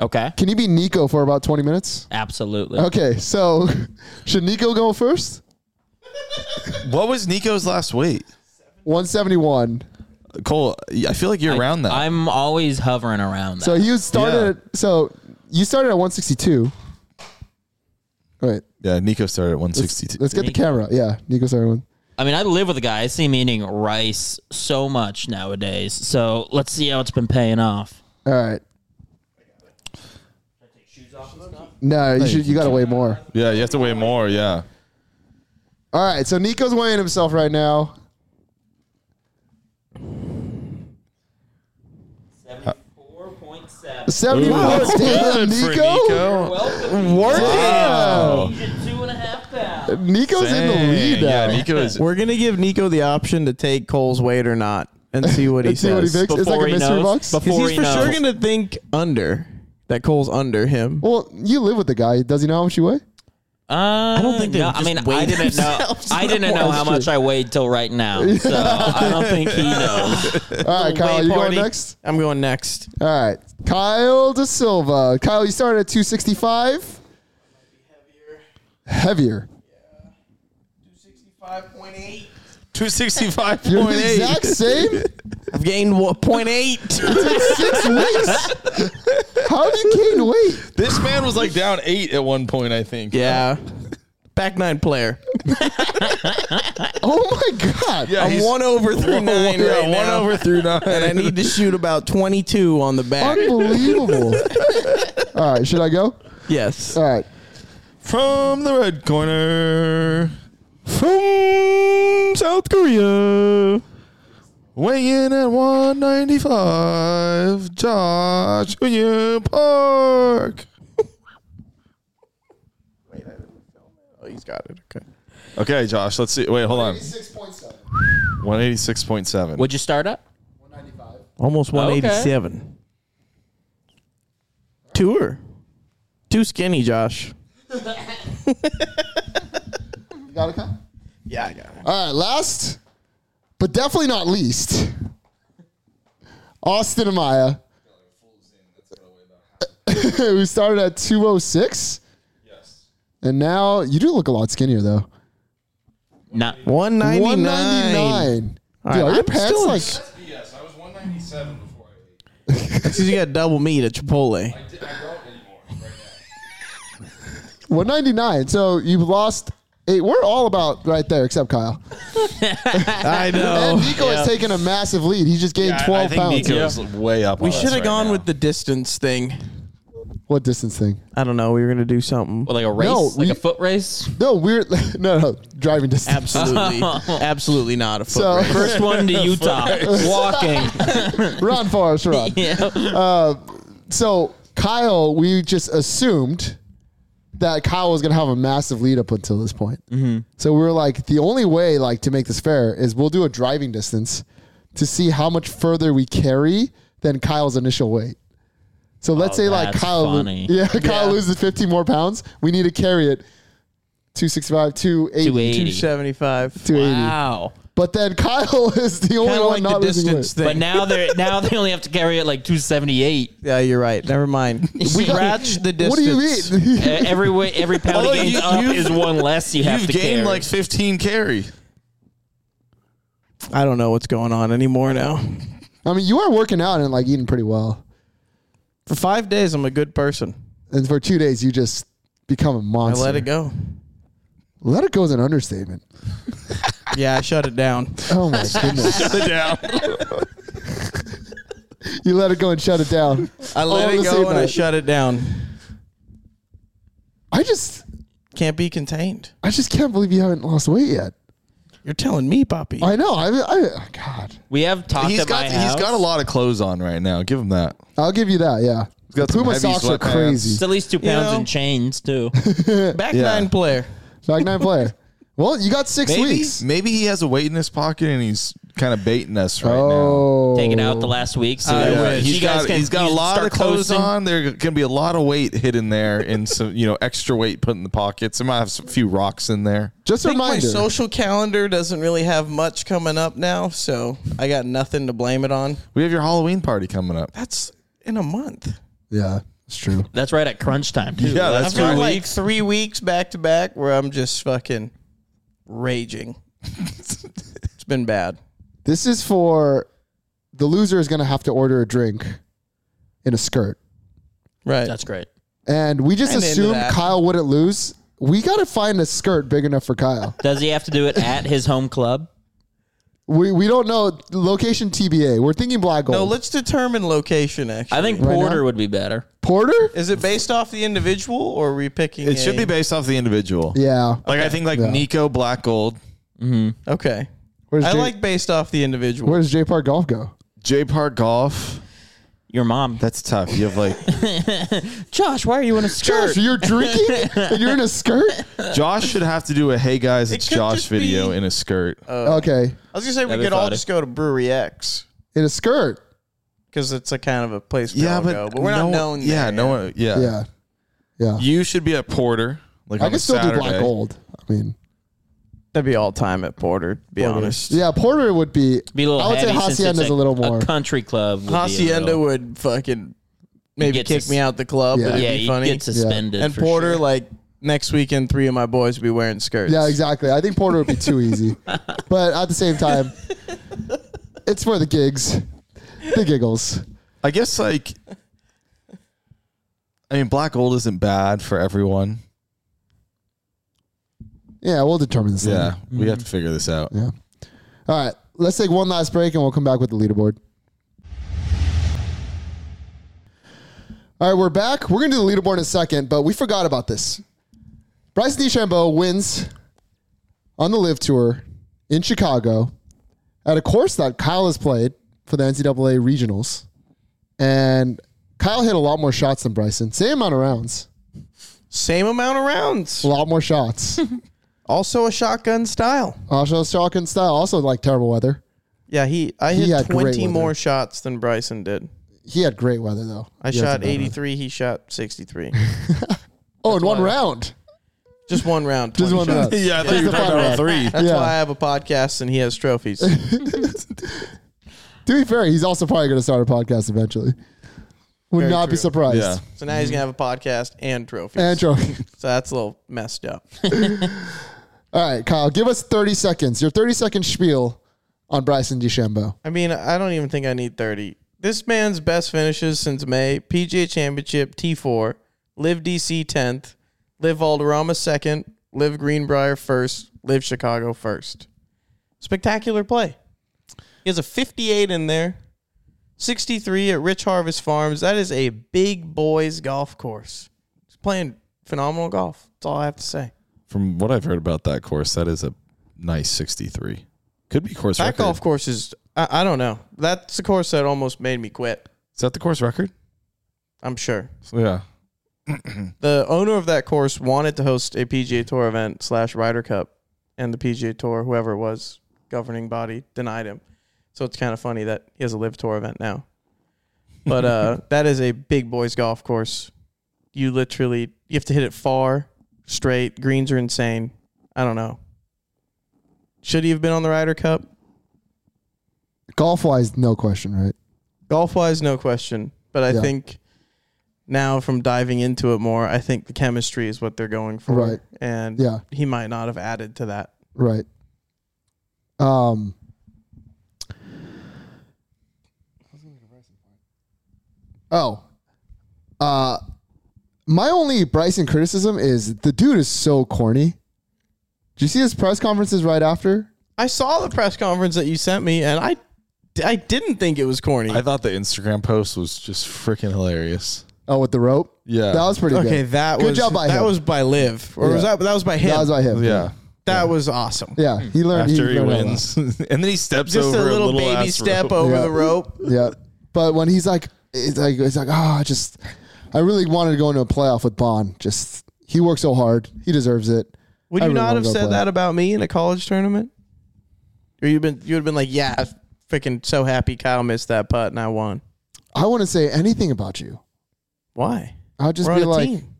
Speaker 3: Okay.
Speaker 1: Can you be Nico for about 20 minutes?
Speaker 3: Absolutely.
Speaker 1: Okay, so should Nico go first?
Speaker 2: What was Nico's last weight?
Speaker 1: 171.
Speaker 2: Cole, I feel like you're around that.
Speaker 3: I'm always hovering around that.
Speaker 1: So he was started. So you started at 162. All right,
Speaker 2: yeah, Nico started at
Speaker 1: let's,
Speaker 2: 162.
Speaker 1: let's get the camera. Yeah, Nico started one.
Speaker 3: I mean, I live with a guy. I see him eating rice so much nowadays. So let's see how it's been paying off.
Speaker 1: All right. No, you should. You gotta weigh more.
Speaker 2: Yeah, you have to weigh more. Yeah.
Speaker 1: All right, so Nico's weighing himself right now. Uh,
Speaker 3: 74.7.
Speaker 1: 74. Damn,
Speaker 2: Good for
Speaker 1: Nico.
Speaker 3: Welcome.
Speaker 1: Wow.
Speaker 3: Two and a half pounds.
Speaker 1: Nico's in the lead
Speaker 2: Dang,
Speaker 1: now.
Speaker 2: Yeah, Nico is.
Speaker 4: We're gonna give Nico the option to take Cole's weight or not, and see what he
Speaker 1: Let's see what he
Speaker 4: says.
Speaker 1: picks. It's like a
Speaker 3: Before he
Speaker 1: mystery
Speaker 3: knows.
Speaker 1: box.
Speaker 3: Before-
Speaker 4: Because he's
Speaker 3: he
Speaker 4: for sure
Speaker 3: knows.
Speaker 4: gonna think under that Cole's under him.
Speaker 1: well, you live with the guy. Does he know how much you weigh?
Speaker 3: Uh, I
Speaker 4: don't think they
Speaker 3: no,
Speaker 4: just
Speaker 3: I mean, I
Speaker 4: weigh
Speaker 3: didn't know.
Speaker 4: themselves
Speaker 3: I didn't know how much I weighed till right now, so I don't think he knows.
Speaker 1: All right, Kyle,
Speaker 4: Weigh
Speaker 1: you going
Speaker 4: party.
Speaker 1: next?
Speaker 4: I'm going next.
Speaker 1: All right, Kyle Da Silva. Kyle, you started at 265. Heavier. You're the
Speaker 2: 265.8.
Speaker 1: exact same.
Speaker 4: I've gained what point eight.
Speaker 1: Six weeks. How have you gained weight?
Speaker 2: This man was like down eight at one point, I think.
Speaker 4: yeah. Back nine player.
Speaker 1: Oh my god.
Speaker 2: Yeah,
Speaker 4: I'm
Speaker 2: he's-
Speaker 4: one over through nine
Speaker 2: Yeah,
Speaker 4: right
Speaker 2: one
Speaker 4: now,
Speaker 2: over through nine.
Speaker 4: and I need to shoot about 22 on the back.
Speaker 1: Unbelievable. All right, should I go?
Speaker 4: Yes.
Speaker 1: All right.
Speaker 2: From the red corner, from South Korea, weighing in at 195, Josh Junior Park.
Speaker 4: Oh, he's got it. Okay.
Speaker 2: Okay, Josh, let's see. Wait, hold on.
Speaker 1: 6.7.
Speaker 2: 186.7.
Speaker 3: Would you start up?
Speaker 1: 195.
Speaker 4: Almost 187. Tour. Too skinny, Josh.
Speaker 1: You got it, Kyle?
Speaker 4: Yeah, I got it.
Speaker 1: All right, last, but definitely not least, Austin Amaya. we started at 206,
Speaker 2: yes.
Speaker 1: and now you do look a lot skinnier, though.
Speaker 3: Not.
Speaker 4: 199.
Speaker 1: 199.
Speaker 4: All
Speaker 1: Dude,
Speaker 4: right,
Speaker 1: are your
Speaker 4: I'm still-
Speaker 1: pants like.
Speaker 2: Yes, I was 197 before I
Speaker 4: Because you got double meat at Chipotle.
Speaker 2: ate. I, did, I don't anymore right now.
Speaker 1: 199. So you've lost Hey, we're all about right there, except Kyle.
Speaker 4: I
Speaker 1: and
Speaker 4: know.
Speaker 1: Nico has taken a massive lead. He just gained
Speaker 2: Oh, Yeah, I-
Speaker 1: 12
Speaker 2: I think
Speaker 1: pounds.
Speaker 2: Nico is way up.
Speaker 4: We should have gone with the distance thing.
Speaker 1: What distance thing?
Speaker 4: I don't know. We were gonna do something.
Speaker 3: Well, like a race,
Speaker 1: No,
Speaker 3: like
Speaker 1: we-
Speaker 3: a foot race.
Speaker 1: No, we're no, no, driving distance.
Speaker 4: Absolutely, absolutely not a foot
Speaker 1: So-
Speaker 4: race.
Speaker 3: First one to Utah, walking.
Speaker 1: Ron Forrest, Ron.
Speaker 3: yeah.
Speaker 1: So Kyle, we just assumed that Kyle was going to have a massive lead up until this point.
Speaker 4: Mm-hmm.
Speaker 1: So we were like, the only way, like, to make this fair is we'll do a driving distance to see how much further we carry than Kyle's initial weight. So let's
Speaker 3: Oh,
Speaker 1: say like
Speaker 3: that's
Speaker 1: Kyle, lo-
Speaker 3: funny.
Speaker 1: yeah, Kyle
Speaker 4: Yeah.
Speaker 1: loses 15 more pounds. We need to carry it 265, 280, 280.
Speaker 3: 280.
Speaker 4: seventy-five.
Speaker 3: Wow.
Speaker 1: But then Kyle is the only
Speaker 4: Kind of
Speaker 1: one
Speaker 4: like the
Speaker 1: not losing weight.
Speaker 4: distance
Speaker 3: But
Speaker 4: thing.
Speaker 3: now they're now they only have to carry it like 278.
Speaker 4: yeah, you're right. Never mind.
Speaker 3: We got-
Speaker 4: scratched the distance.
Speaker 1: What do you mean?
Speaker 3: E- Every way, every pound
Speaker 2: Although
Speaker 3: that gains
Speaker 2: you-
Speaker 3: up
Speaker 2: you-
Speaker 3: is one less you have
Speaker 2: You've
Speaker 3: to
Speaker 2: gained
Speaker 3: carry.
Speaker 2: like 15 carry.
Speaker 4: I don't know what's going on anymore now.
Speaker 1: I mean, you are working out and like eating pretty well.
Speaker 4: For five days, I'm a good person.
Speaker 1: And for two days, you just become a
Speaker 4: I
Speaker 1: monster.
Speaker 4: let it go.
Speaker 1: Let it go is an understatement.
Speaker 4: Yeah, I shut it down.
Speaker 1: Oh my goodness.
Speaker 2: Shut it down.
Speaker 1: you let it go and shut it down.
Speaker 4: I let
Speaker 1: All the
Speaker 4: it
Speaker 1: same
Speaker 4: go and I
Speaker 1: night.
Speaker 4: shut it down.
Speaker 1: I just,
Speaker 4: Can't be contained.
Speaker 1: I just can't believe you haven't lost weight yet.
Speaker 4: You're telling me, Poppy.
Speaker 1: I know. I, I God,
Speaker 3: we have talked
Speaker 2: He's
Speaker 3: at
Speaker 2: got
Speaker 3: my
Speaker 2: he's
Speaker 3: house.
Speaker 2: got a lot of clothes on right now. Give him that.
Speaker 1: I'll give you that. Yeah.
Speaker 2: got some
Speaker 1: Puma
Speaker 2: heavy
Speaker 1: socks are
Speaker 2: sweatpants.
Speaker 3: It's
Speaker 1: crazy.
Speaker 3: at least two
Speaker 4: You
Speaker 3: pounds
Speaker 4: know?
Speaker 3: in chains too.
Speaker 4: Back
Speaker 2: Yeah.
Speaker 4: nine player.
Speaker 1: Back nine player. Well, you got six
Speaker 2: Maybe,
Speaker 1: weeks.
Speaker 2: maybe he has a weight in his pocket and he's kind of baiting us right now.
Speaker 1: Oh,
Speaker 3: Take it out the last week. So
Speaker 4: I
Speaker 3: that
Speaker 4: wish.
Speaker 3: you
Speaker 2: He's
Speaker 3: guys
Speaker 2: got,
Speaker 3: can-
Speaker 2: he's got
Speaker 3: you
Speaker 2: a
Speaker 3: can
Speaker 2: lot of
Speaker 3: start
Speaker 2: clothes
Speaker 3: coasting.
Speaker 2: on. There can be a lot of weight hidden there and some, you know, extra weight put in the pockets. There might have some- a few rocks in there.
Speaker 1: Just a
Speaker 4: I think my
Speaker 1: reminder.
Speaker 4: social calendar doesn't really have much coming up now, so I got nothing to blame it on.
Speaker 2: We have your Halloween party coming up.
Speaker 4: That's in a month.
Speaker 1: yeah, it's true.
Speaker 3: That's right at crunch time too.
Speaker 2: Yeah,
Speaker 3: Last
Speaker 2: that's
Speaker 4: I've got
Speaker 2: right.
Speaker 3: week.
Speaker 4: like three weeks back to back where I'm just fucking raging. it's been bad.
Speaker 1: This is for the loser is going to have to order a drink in a skirt.
Speaker 4: Right.
Speaker 3: That's great.
Speaker 1: And we just
Speaker 4: I'm into
Speaker 1: assumed
Speaker 4: that.
Speaker 1: Kyle wouldn't lose. We got to find a skirt big enough for Kyle.
Speaker 3: Does he have to do it at his home club?
Speaker 1: We we don't know location TBA. We're thinking black gold.
Speaker 4: no, let's determine location actually.
Speaker 3: I think
Speaker 1: Right now?
Speaker 3: Porter would be better.
Speaker 1: Porter?
Speaker 4: Is it based off the individual or are we picking
Speaker 2: It should
Speaker 4: a-
Speaker 2: be based off the individual.
Speaker 1: Yeah.
Speaker 2: Like I think like Nico Black Gold,
Speaker 4: Okay.
Speaker 1: Where's
Speaker 4: I
Speaker 1: J-
Speaker 4: like based off the individual.
Speaker 1: Where does J Park Golf go?
Speaker 2: J Park Golf.
Speaker 3: Your mom,
Speaker 2: That's tough. You have like
Speaker 3: Josh. Why are you in a skirt?
Speaker 1: Josh, you're drinking and you're in a skirt.
Speaker 2: Josh should have to do a hey guys it's
Speaker 4: could
Speaker 2: Josh
Speaker 4: just be- Oh,
Speaker 2: video in a skirt.
Speaker 1: Okay,
Speaker 4: I was gonna say we
Speaker 3: That'd be
Speaker 4: could all
Speaker 3: funny.
Speaker 4: just go to Brewery X
Speaker 1: in a skirt.
Speaker 4: because it's a kind of a place. We all go, but we're
Speaker 2: no-
Speaker 4: not known.
Speaker 2: Yeah,
Speaker 4: there.
Speaker 2: no one. Yeah.
Speaker 1: Yeah, yeah.
Speaker 2: you should be at Porter. Like
Speaker 1: I
Speaker 2: Uh, on
Speaker 1: can
Speaker 2: a
Speaker 1: still
Speaker 2: Saturday.
Speaker 1: do black gold. I mean,
Speaker 4: That'd be all time at Porter. To be honest,
Speaker 1: yeah, Porter would be.
Speaker 3: be a little
Speaker 1: I would say
Speaker 3: heavy since it's
Speaker 1: Hacienda's
Speaker 3: like
Speaker 1: a little more.
Speaker 3: A country club. Would Be a
Speaker 4: Hacienda
Speaker 3: little,
Speaker 4: would fucking maybe
Speaker 3: gets
Speaker 4: kick
Speaker 3: us-
Speaker 4: me out the club.
Speaker 1: Yeah.
Speaker 4: But it'd
Speaker 3: yeah,
Speaker 4: be
Speaker 3: you
Speaker 4: funny.
Speaker 3: get suspended.
Speaker 4: and
Speaker 3: for
Speaker 4: Porter,
Speaker 3: sure.
Speaker 4: like next weekend, three of my boys would be wearing skirts.
Speaker 1: Yeah, exactly. I think Porter would be too easy, but at the same time, it's for the gigs, the giggles.
Speaker 2: I guess like. I mean, black gold isn't bad for everyone.
Speaker 1: Yeah, we'll determine this.
Speaker 2: Yeah,
Speaker 1: Later.
Speaker 2: we have to figure this out.
Speaker 1: Yeah. All right, let's take one last break and we'll come back with the leaderboard. All right, we're back. We're going to do the leaderboard in a second, but we forgot about this. Bryce DeChambeau wins on the live tour in Chicago at a course that Kyle has played for the NCAA regionals. And Kyle hit a lot more shots than Bryson. Same amount of rounds,
Speaker 4: Same amount of rounds.
Speaker 1: a lot more shots.
Speaker 4: Also a shotgun style.
Speaker 1: also, shocking style. Also, like terrible weather.
Speaker 4: Yeah, he. I
Speaker 1: He had
Speaker 4: hit
Speaker 1: great
Speaker 4: twenty
Speaker 1: weather.
Speaker 4: more shots than Bryson did.
Speaker 1: He had great weather, though.
Speaker 4: I
Speaker 1: He had some bad
Speaker 4: shot
Speaker 1: weather.
Speaker 4: eighty three. He shot sixty three.
Speaker 1: Oh, in one
Speaker 4: why.
Speaker 1: round.
Speaker 4: Just one round.
Speaker 1: Just
Speaker 4: 20
Speaker 1: one
Speaker 4: shots.
Speaker 1: round.
Speaker 2: Yeah, I thought
Speaker 1: you were talking about
Speaker 2: three.
Speaker 4: That's
Speaker 1: Yeah.
Speaker 4: why I have a podcast and he has trophies.
Speaker 1: To be fair, he's also probably going to start a podcast eventually. Would
Speaker 4: Very
Speaker 1: not be
Speaker 4: true.
Speaker 1: surprised.
Speaker 2: Yeah.
Speaker 4: so now he's gonna have a podcast and trophies.
Speaker 1: And Joe-
Speaker 4: so that's a little messed up.
Speaker 1: All right, Kyle, give us 30 seconds. Your 30 second spiel on Bryson DeChambeau.
Speaker 4: I mean, I don't even think I need 30. This man's best finishes since May PGA Championship T4, Live DC 10th, Live Valderrama 2nd, Live Greenbrier first, live Chicago first. Spectacular play. He has a 58 in there, 63 at Rich Harvest Farms. That is a big boys golf course. He's playing phenomenal golf. That's all I have to say.
Speaker 2: From what I've heard about that course, that is a nice 63. Could be course
Speaker 4: That
Speaker 2: record.
Speaker 4: golf course is, I, I don't know. That's the course that almost made me quit,
Speaker 2: Is that the course record?
Speaker 4: I'm sure.
Speaker 2: Yeah.
Speaker 4: The owner of that course wanted to host a PGA Tour event slash Ryder Cup, and the PGA Tour, whoever it was governing body, denied him. So it's kind of funny that he has a Live Tour event now. But uh, that is a big boys golf course. You literally you have to hit it far, straight. Greens are insane. I don't know. Should he have been on the Ryder Cup?
Speaker 1: Golf wise, no question, right?
Speaker 4: Golf wise, no question. But I
Speaker 1: Yeah.
Speaker 4: think now from diving into it more, I think the chemistry is what they're going for.
Speaker 1: Right.
Speaker 4: And
Speaker 1: Yeah.
Speaker 4: he might not have added to that.
Speaker 1: Right. Um. Oh. Uh, my only Bryson criticism is the dude is so corny. Do you see his press conferences right after?
Speaker 4: I saw the press conference that you sent me and I I didn't think it was corny.
Speaker 2: I thought the Instagram post was just freaking hilarious.
Speaker 1: Oh, with the rope.
Speaker 2: Yeah.
Speaker 1: that was pretty
Speaker 4: okay,
Speaker 1: good.
Speaker 4: that
Speaker 1: Good
Speaker 4: was
Speaker 1: job by
Speaker 4: that
Speaker 1: him.
Speaker 4: was by Liv. Or was
Speaker 1: Yeah.
Speaker 4: that that was by him.
Speaker 1: that was by him.
Speaker 2: yeah.
Speaker 4: That was awesome.
Speaker 1: yeah. He learned.
Speaker 2: After
Speaker 1: learned
Speaker 2: he
Speaker 1: a lot.
Speaker 2: wins. and then he steps
Speaker 4: Just
Speaker 2: over
Speaker 4: a little, baby
Speaker 2: ass
Speaker 4: step
Speaker 2: rope.
Speaker 4: over
Speaker 1: Yeah.
Speaker 4: the rope.
Speaker 1: yeah. But when he's like, it's like, it's like, ah, I just, I really wanted to go into a playoff with Bond. Just he worked so hard, he deserves it.
Speaker 4: Would
Speaker 1: I
Speaker 4: you
Speaker 1: really
Speaker 4: not
Speaker 1: wanna
Speaker 4: have
Speaker 1: go
Speaker 4: said
Speaker 1: play.
Speaker 4: that about me in a college tournament? Or you've been you would have been like, Yeah, I'm freaking so happy Kyle missed that putt and I won.
Speaker 1: I wouldn't say anything about you.
Speaker 4: Why?
Speaker 1: I'd just
Speaker 4: We're on
Speaker 1: be
Speaker 4: a
Speaker 1: like,
Speaker 4: team.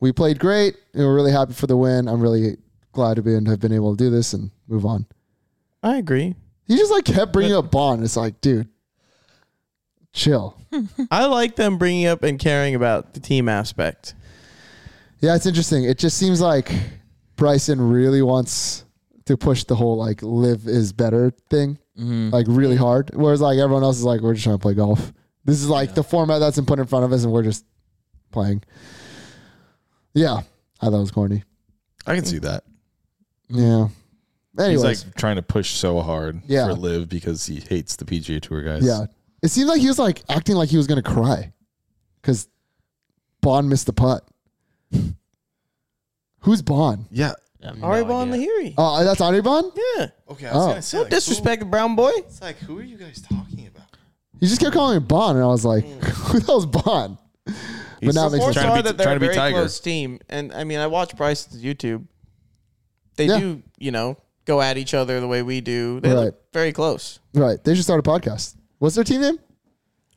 Speaker 1: we played great, and we're really happy for the win. I'm really glad to be and have been able to do this and move on.
Speaker 4: I agree.
Speaker 1: He just like kept bringing up Bond. It's like, dude, chill.
Speaker 4: I like them bringing up and caring about the team aspect.
Speaker 1: Yeah, it's interesting. It just seems like Bryson really wants to push the whole like live is better thing, like really hard. Whereas like everyone else is like, we're just trying to play golf. This is like the format that's been put in front of us, and we're just playing. Yeah, I thought it was corny.
Speaker 2: I can see that.
Speaker 1: Yeah. Anyways,
Speaker 2: He's like trying to push so hard
Speaker 1: Yeah.
Speaker 2: for Liv because he hates the PGA Tour guys.
Speaker 1: yeah, it seemed like he was like acting like he was gonna cry because Bond missed the putt. Who's Bond?
Speaker 2: Yeah.
Speaker 3: I have no
Speaker 4: Ari
Speaker 3: idea.
Speaker 4: Bon Lahiri.
Speaker 1: Oh, that's Andre Bond.
Speaker 4: yeah.
Speaker 2: Okay.
Speaker 1: was Oh. gonna
Speaker 2: say,
Speaker 4: Don't disrespect the brown boy.
Speaker 2: it's like, who are you guys talking about?
Speaker 1: He just kept calling me Bond, and I was like, "Who the hell's Bond?" But now it makes
Speaker 4: Reports
Speaker 1: sense.
Speaker 2: trying to
Speaker 4: are
Speaker 2: be-
Speaker 4: that they're
Speaker 2: trying
Speaker 4: a
Speaker 2: to be
Speaker 4: very
Speaker 2: Tiger.
Speaker 4: close team, and I mean, I watch Bryce's YouTube. They
Speaker 1: Yeah.
Speaker 4: do, you know, go at each other the way we do. They
Speaker 1: Right.
Speaker 4: look very close.
Speaker 1: Right. They should start a podcast. What's their team name?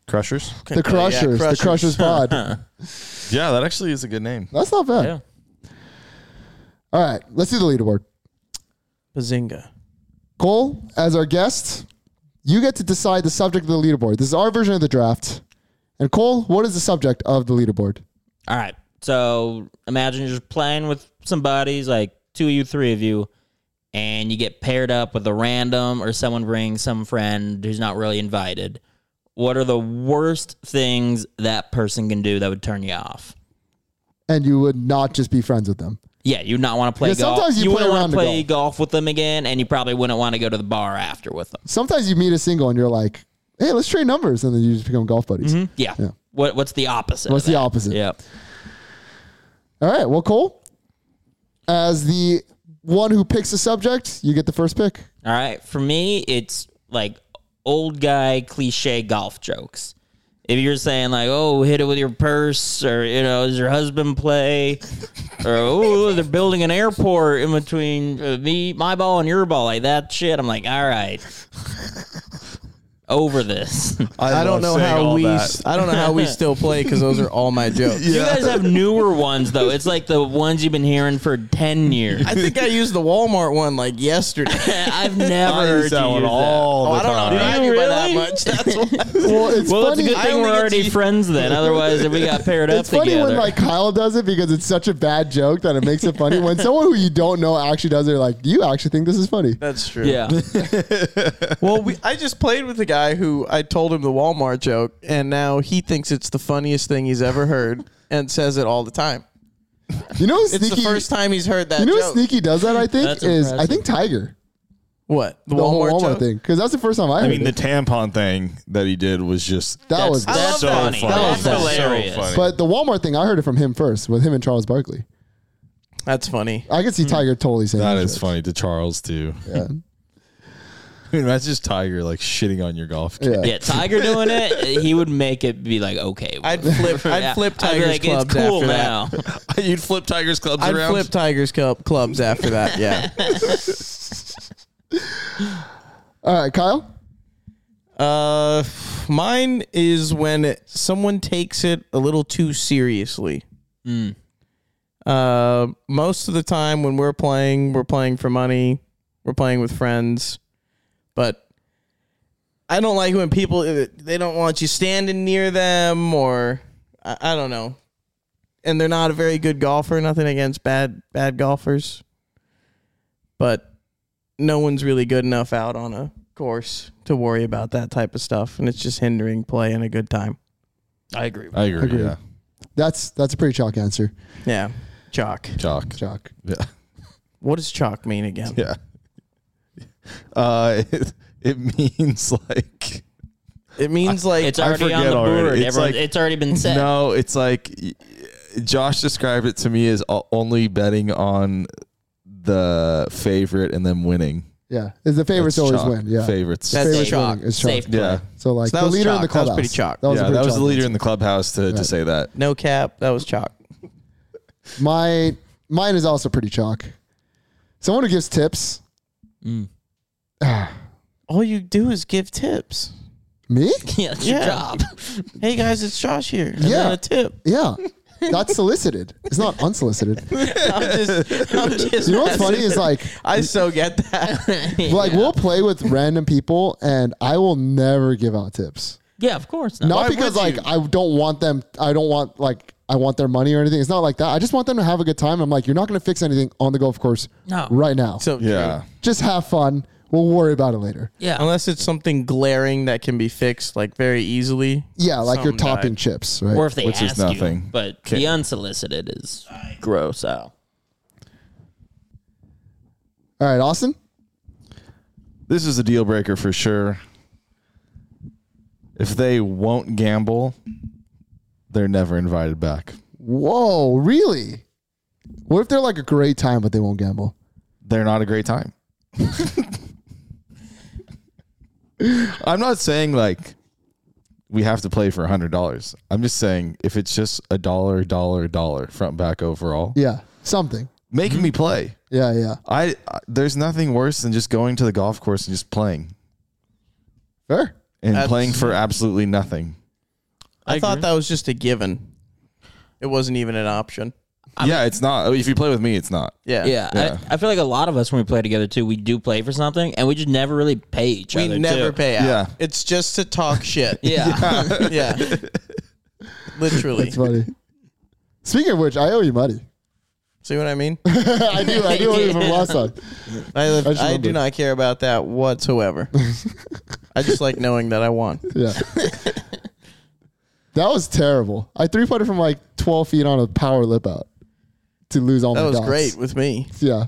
Speaker 2: Crushers?
Speaker 1: The Crushers. The Crushers Pod.
Speaker 2: Yeah, that actually is a good name.
Speaker 1: That's not bad.
Speaker 3: Yeah.
Speaker 1: All right. Let's do the leaderboard.
Speaker 4: Bazinga.
Speaker 1: Cole, as our guest, you get to decide the subject of the leaderboard. This is our version of the draft. And Cole, what is the subject of the leaderboard?
Speaker 3: All right. So imagine you're just playing with some buddies, like two of you, three of you, and you get paired up with a random or someone brings some friend who's not really invited. What are the worst things that person can do that would turn you off?
Speaker 1: And you would not just be friends with them.
Speaker 3: Yeah, you'd not want to play
Speaker 1: Yeah,
Speaker 3: golf.
Speaker 1: sometimes you play
Speaker 3: wouldn't
Speaker 1: around
Speaker 3: want
Speaker 1: to
Speaker 3: to play golf. with them again, and you probably wouldn't want to go to the bar after with them.
Speaker 1: Sometimes you meet a single and you're like, hey, let's trade numbers. And then you just become golf buddies.
Speaker 3: Yeah. What What's the opposite?
Speaker 1: What's
Speaker 3: of
Speaker 1: the
Speaker 3: that?
Speaker 1: opposite?
Speaker 3: Yeah.
Speaker 1: All right. Well, Cole, as the one who picks the subject, you get the first pick.
Speaker 3: All right. For me, it's like old guy cliche golf jokes. If you're saying like, "Oh, hit it with your purse," or you know, "Does your husband play?" or "Oh, they're building an airport in between uh, me, my ball, and your ball," like that shit. I'm like, all right, over this.
Speaker 4: I,
Speaker 2: love
Speaker 4: don't know
Speaker 2: saying
Speaker 4: how
Speaker 2: all
Speaker 4: we.
Speaker 2: that.
Speaker 4: s- I don't know how we still play because those are all my jokes.
Speaker 3: You guys have newer ones though. It's like the ones you've been hearing for ten years.
Speaker 4: I think I used the Walmart one like yesterday.
Speaker 3: I've never
Speaker 2: I
Speaker 3: heard
Speaker 2: use that
Speaker 3: you
Speaker 2: one
Speaker 3: use
Speaker 2: all
Speaker 4: Oh, I
Speaker 2: the
Speaker 4: don't
Speaker 2: time.
Speaker 4: outdo you by that much. That's why.
Speaker 1: Well, it's
Speaker 3: Well, it's
Speaker 1: funny.
Speaker 3: a good
Speaker 4: I
Speaker 3: thing
Speaker 4: only
Speaker 3: we're
Speaker 4: get to
Speaker 3: already
Speaker 4: use-
Speaker 3: friends then. Otherwise, if we got paired up
Speaker 1: It's funny
Speaker 3: together,
Speaker 1: when like Kyle does it because it's such a bad joke that it makes it funny. when someone who you don't know actually does it, you're like, do you actually think this is funny?
Speaker 4: That's true.
Speaker 3: yeah.
Speaker 4: Well, we, I just played with a guy who I told him the Walmart joke, and now he thinks it's the funniest thing he's ever heard and says it all the time.
Speaker 1: You know, who
Speaker 4: It's
Speaker 1: sneaky.
Speaker 4: the first time he's heard that
Speaker 1: you know, who
Speaker 4: joke.
Speaker 1: sneaky does that. I think
Speaker 3: That's
Speaker 1: is I
Speaker 3: impressive.
Speaker 1: think Tiger
Speaker 4: what the,
Speaker 1: the
Speaker 4: Walmart,
Speaker 1: whole Walmart
Speaker 4: joke?
Speaker 1: thing because that's the first time I heard
Speaker 2: I mean,
Speaker 1: it.
Speaker 2: the tampon thing that he did was just
Speaker 1: that was
Speaker 4: I love
Speaker 3: That's
Speaker 2: so
Speaker 4: that.
Speaker 2: funny.
Speaker 4: That was
Speaker 3: That's
Speaker 4: so
Speaker 3: hilarious.
Speaker 2: funny.
Speaker 1: but the Walmart thing I heard it from him first with him and Charles Barkley.
Speaker 4: That's funny.
Speaker 1: I could see Tiger totally saying
Speaker 2: that
Speaker 1: those
Speaker 2: is
Speaker 1: jokes.
Speaker 2: funny to Charles too.
Speaker 1: Yeah.
Speaker 2: I mean, that's just Tiger like shitting on your golf. game.
Speaker 1: Yeah.
Speaker 3: Yeah, Tiger doing it, he would make it be like okay.
Speaker 4: I'd flip. I'd
Speaker 3: Yeah,
Speaker 4: flip
Speaker 3: I'd be
Speaker 4: Tigers
Speaker 3: like,
Speaker 4: clubs
Speaker 3: it's cool
Speaker 4: after
Speaker 3: now.
Speaker 4: that.
Speaker 2: You'd flip Tiger's clubs
Speaker 4: I'd
Speaker 2: around.
Speaker 4: flip Tigers club, clubs after that. Yeah.
Speaker 1: All right, Kyle.
Speaker 4: Uh, mine is when someone takes it a little too seriously. Uh, most of the time when we're playing, we're playing for money. We're playing with friends, but I don't like when people uh, they don't want you standing near them or I, I don't know. And they're not a very good golfer. Nothing against bad bad golfers, but no one's really good enough out on a course to worry about that type of stuff, and it's just hindering play and a good time.
Speaker 3: I agree.
Speaker 2: I agree.
Speaker 1: Agreed.
Speaker 2: Yeah,
Speaker 1: That's that's a pretty chalk answer.
Speaker 4: Yeah, chalk.
Speaker 2: chalk.
Speaker 1: Chalk.
Speaker 2: Yeah,
Speaker 4: What does chalk mean again?
Speaker 2: yeah. Uh, it, it means like
Speaker 4: It means like
Speaker 3: It's
Speaker 2: I
Speaker 3: already on
Speaker 2: forget
Speaker 3: the
Speaker 2: already.
Speaker 3: board.
Speaker 2: It's
Speaker 3: It's,
Speaker 2: like-
Speaker 3: it's already been said.
Speaker 2: no. It's like y- Josh described it to me as o- only betting on the favorite and then winning.
Speaker 1: Yeah, is the favorites
Speaker 2: That's
Speaker 1: always
Speaker 2: chalk.
Speaker 1: win. Yeah,
Speaker 2: favorites.
Speaker 3: That's
Speaker 1: Favorite
Speaker 3: safe.
Speaker 4: chalk.
Speaker 1: winning is chalk.
Speaker 3: Safe. play.
Speaker 2: yeah,
Speaker 1: So like
Speaker 4: So that
Speaker 1: the
Speaker 4: was
Speaker 1: leader in the
Speaker 4: chalk. That
Speaker 1: clubhouse.
Speaker 4: was pretty chalk.
Speaker 1: That was a
Speaker 2: yeah.
Speaker 1: pretty
Speaker 2: That was
Speaker 1: chalk
Speaker 2: the leader
Speaker 1: answer.
Speaker 2: in the clubhouse to, to
Speaker 1: Right.
Speaker 2: say that.
Speaker 4: no cap. That was chalk.
Speaker 1: My mine is also pretty chalk. Someone who gives tips.
Speaker 4: All you do is give tips.
Speaker 1: Me?
Speaker 3: Yeah, it's
Speaker 4: Yeah.
Speaker 3: your job.
Speaker 4: Hey guys, it's Josh here. And
Speaker 1: Yeah.
Speaker 4: then a tip.
Speaker 1: Yeah. That's solicited. It's not unsolicited. You
Speaker 4: I'm just, I'm just
Speaker 1: know what's funny is like
Speaker 4: I so get that.
Speaker 1: like we'll play with random people and I will never give out tips.
Speaker 3: Yeah, of course not.
Speaker 1: Not
Speaker 4: Why
Speaker 1: because
Speaker 4: would
Speaker 1: like
Speaker 4: you?
Speaker 1: I don't want them I don't want like I want their money or anything. It's not like that. I just want them to have a good time. I'm like, you're not gonna fix anything on the golf course
Speaker 3: No.
Speaker 1: right now.
Speaker 4: so true.
Speaker 2: Yeah,
Speaker 1: just have fun. We'll worry about it later.
Speaker 3: Yeah.
Speaker 4: Unless it's something glaring that can be fixed like very easily.
Speaker 1: Yeah, like you're
Speaker 4: Something
Speaker 1: topping
Speaker 4: died.
Speaker 1: chips, right?
Speaker 3: or if they
Speaker 2: Which is
Speaker 3: ask
Speaker 2: nothing.
Speaker 3: you. But
Speaker 2: Okay.
Speaker 3: the unsolicited is
Speaker 2: Oh,
Speaker 3: gross out.
Speaker 1: All right, Austin.
Speaker 2: this is a deal breaker for sure. If they won't gamble, they're never invited back.
Speaker 1: Whoa, really? What if they're like a great time but they won't gamble?
Speaker 2: They're not a great time. I'm not saying like we have to play for hundred dollars. I'm just saying if it's just a dollar, dollar, dollar front back overall,
Speaker 1: Yeah, something.
Speaker 2: making me play.
Speaker 1: Yeah, yeah.
Speaker 2: I, I there's nothing worse than just going to the golf course and just playing
Speaker 1: Fair.
Speaker 2: and
Speaker 4: That's-
Speaker 2: playing for absolutely nothing.
Speaker 4: I, thought that was just a given. It wasn't even an option.
Speaker 2: yeah, it's not. If you play with me, it's not.
Speaker 4: Yeah.
Speaker 3: Yeah,
Speaker 2: Yeah.
Speaker 3: I, I feel like a lot of us when we play together too, we do play for something, and we just never really pay each
Speaker 4: We
Speaker 3: other.
Speaker 4: never
Speaker 3: too.
Speaker 4: pay out.
Speaker 2: Yeah.
Speaker 4: It's just to talk shit.
Speaker 3: yeah.
Speaker 4: yeah. Literally.
Speaker 1: It's funny. Speaking of which, I owe you money.
Speaker 4: See what I mean?
Speaker 1: I do. I do owe you from last time.
Speaker 4: I, live,
Speaker 1: just
Speaker 4: I
Speaker 1: love
Speaker 4: do
Speaker 1: it.
Speaker 4: not care about that whatsoever. I just like knowing that I won.
Speaker 2: Oh
Speaker 1: Yeah. That was terrible. I three putted from like 12 feet on a power lip out to lose all
Speaker 4: That
Speaker 1: my
Speaker 4: was
Speaker 1: dots.
Speaker 4: great with me.
Speaker 1: Yeah.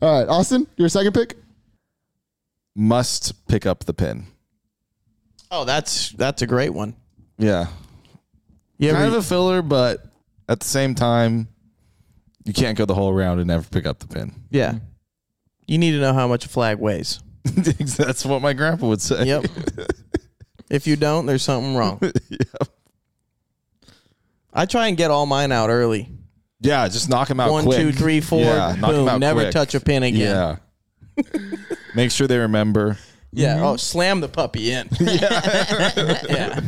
Speaker 1: All right, Austin, your second pick.
Speaker 2: Must pick up the pin.
Speaker 4: Oh, that's that's a great one.
Speaker 2: Yeah.
Speaker 4: You
Speaker 2: kind
Speaker 4: ever,
Speaker 2: of a filler, but at the same time, you can't go the whole round and never pick up the pin.
Speaker 4: yeah. You need to know how much a flag weighs.
Speaker 2: That's what my grandpa would say.
Speaker 4: Yep. if you don't, there's something wrong.
Speaker 2: Yep.
Speaker 4: I try and get all mine out early.
Speaker 2: Yeah, just knock him out
Speaker 4: One,
Speaker 2: quick.
Speaker 4: two, three, four.
Speaker 2: Yeah, knock 'em
Speaker 4: boom.
Speaker 2: out
Speaker 4: Never
Speaker 2: quick.
Speaker 4: touch a pin again.
Speaker 2: Yeah. Make sure they remember.
Speaker 4: Yeah.
Speaker 2: Mm-hmm.
Speaker 4: Oh, slam the puppy in. yeah.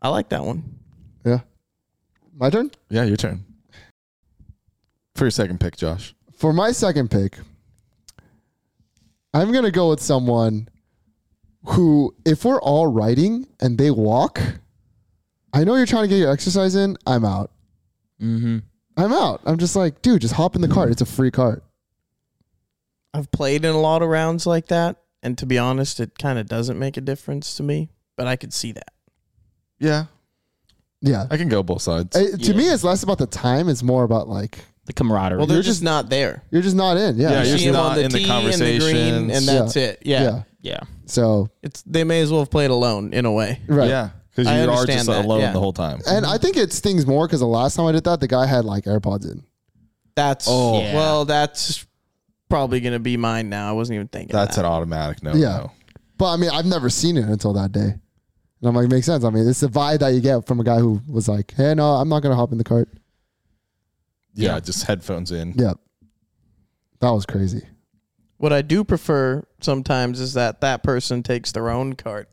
Speaker 4: I like that one.
Speaker 1: Yeah. My turn?
Speaker 2: Yeah, your turn. For your second pick, Josh.
Speaker 1: For my second pick, I'm going to go with someone who, if we're all riding and they walk, I know you're trying to get your exercise in. I'm out. Mm-hmm. I'm out. I'm just like, dude, just hop in the cart. It's a free cart.
Speaker 4: I've played in a lot of rounds like that, and to be honest, it kind of doesn't make a difference to me. But I could see that.
Speaker 2: Yeah.
Speaker 1: Yeah.
Speaker 2: I can go both sides.
Speaker 1: Uh, to
Speaker 3: Yeah.
Speaker 1: me, it's less about the time. It's more about like
Speaker 3: The camaraderie.
Speaker 4: Well, they're
Speaker 1: You're
Speaker 4: just,
Speaker 1: just-
Speaker 4: not there.
Speaker 1: you're just not in. Yeah.
Speaker 2: Yeah,
Speaker 4: You
Speaker 2: you're
Speaker 4: see 'em
Speaker 2: just
Speaker 4: on
Speaker 2: not
Speaker 4: the
Speaker 2: in the
Speaker 4: tee and the green,
Speaker 2: conversations.
Speaker 4: and that's
Speaker 1: Yeah.
Speaker 4: it. Yeah.
Speaker 1: Yeah.
Speaker 3: yeah.
Speaker 1: So
Speaker 4: it's they may as well have played alone in a way.
Speaker 1: right.
Speaker 2: Yeah, because
Speaker 4: I
Speaker 2: you are
Speaker 4: understand
Speaker 2: just
Speaker 4: that,
Speaker 2: alone
Speaker 4: yeah.
Speaker 2: the whole time.
Speaker 1: And I think it stings more because the last time I did that, the guy had like AirPods in.
Speaker 4: That's
Speaker 2: Oh.
Speaker 3: Yeah.
Speaker 4: well, that's probably gonna be mine now. I wasn't even thinking.
Speaker 2: That's
Speaker 4: that.
Speaker 2: an automatic no.
Speaker 1: Yeah.
Speaker 2: no.
Speaker 1: But I mean, I've never seen it until that day. And I'm like, makes sense. I mean, it's the vibe that you get from a guy who was like, hey, no, I'm not going to hop in the cart.
Speaker 2: Yeah, just headphones in.
Speaker 1: Yep. That was crazy.
Speaker 4: What I do prefer sometimes is that that person takes their own cart.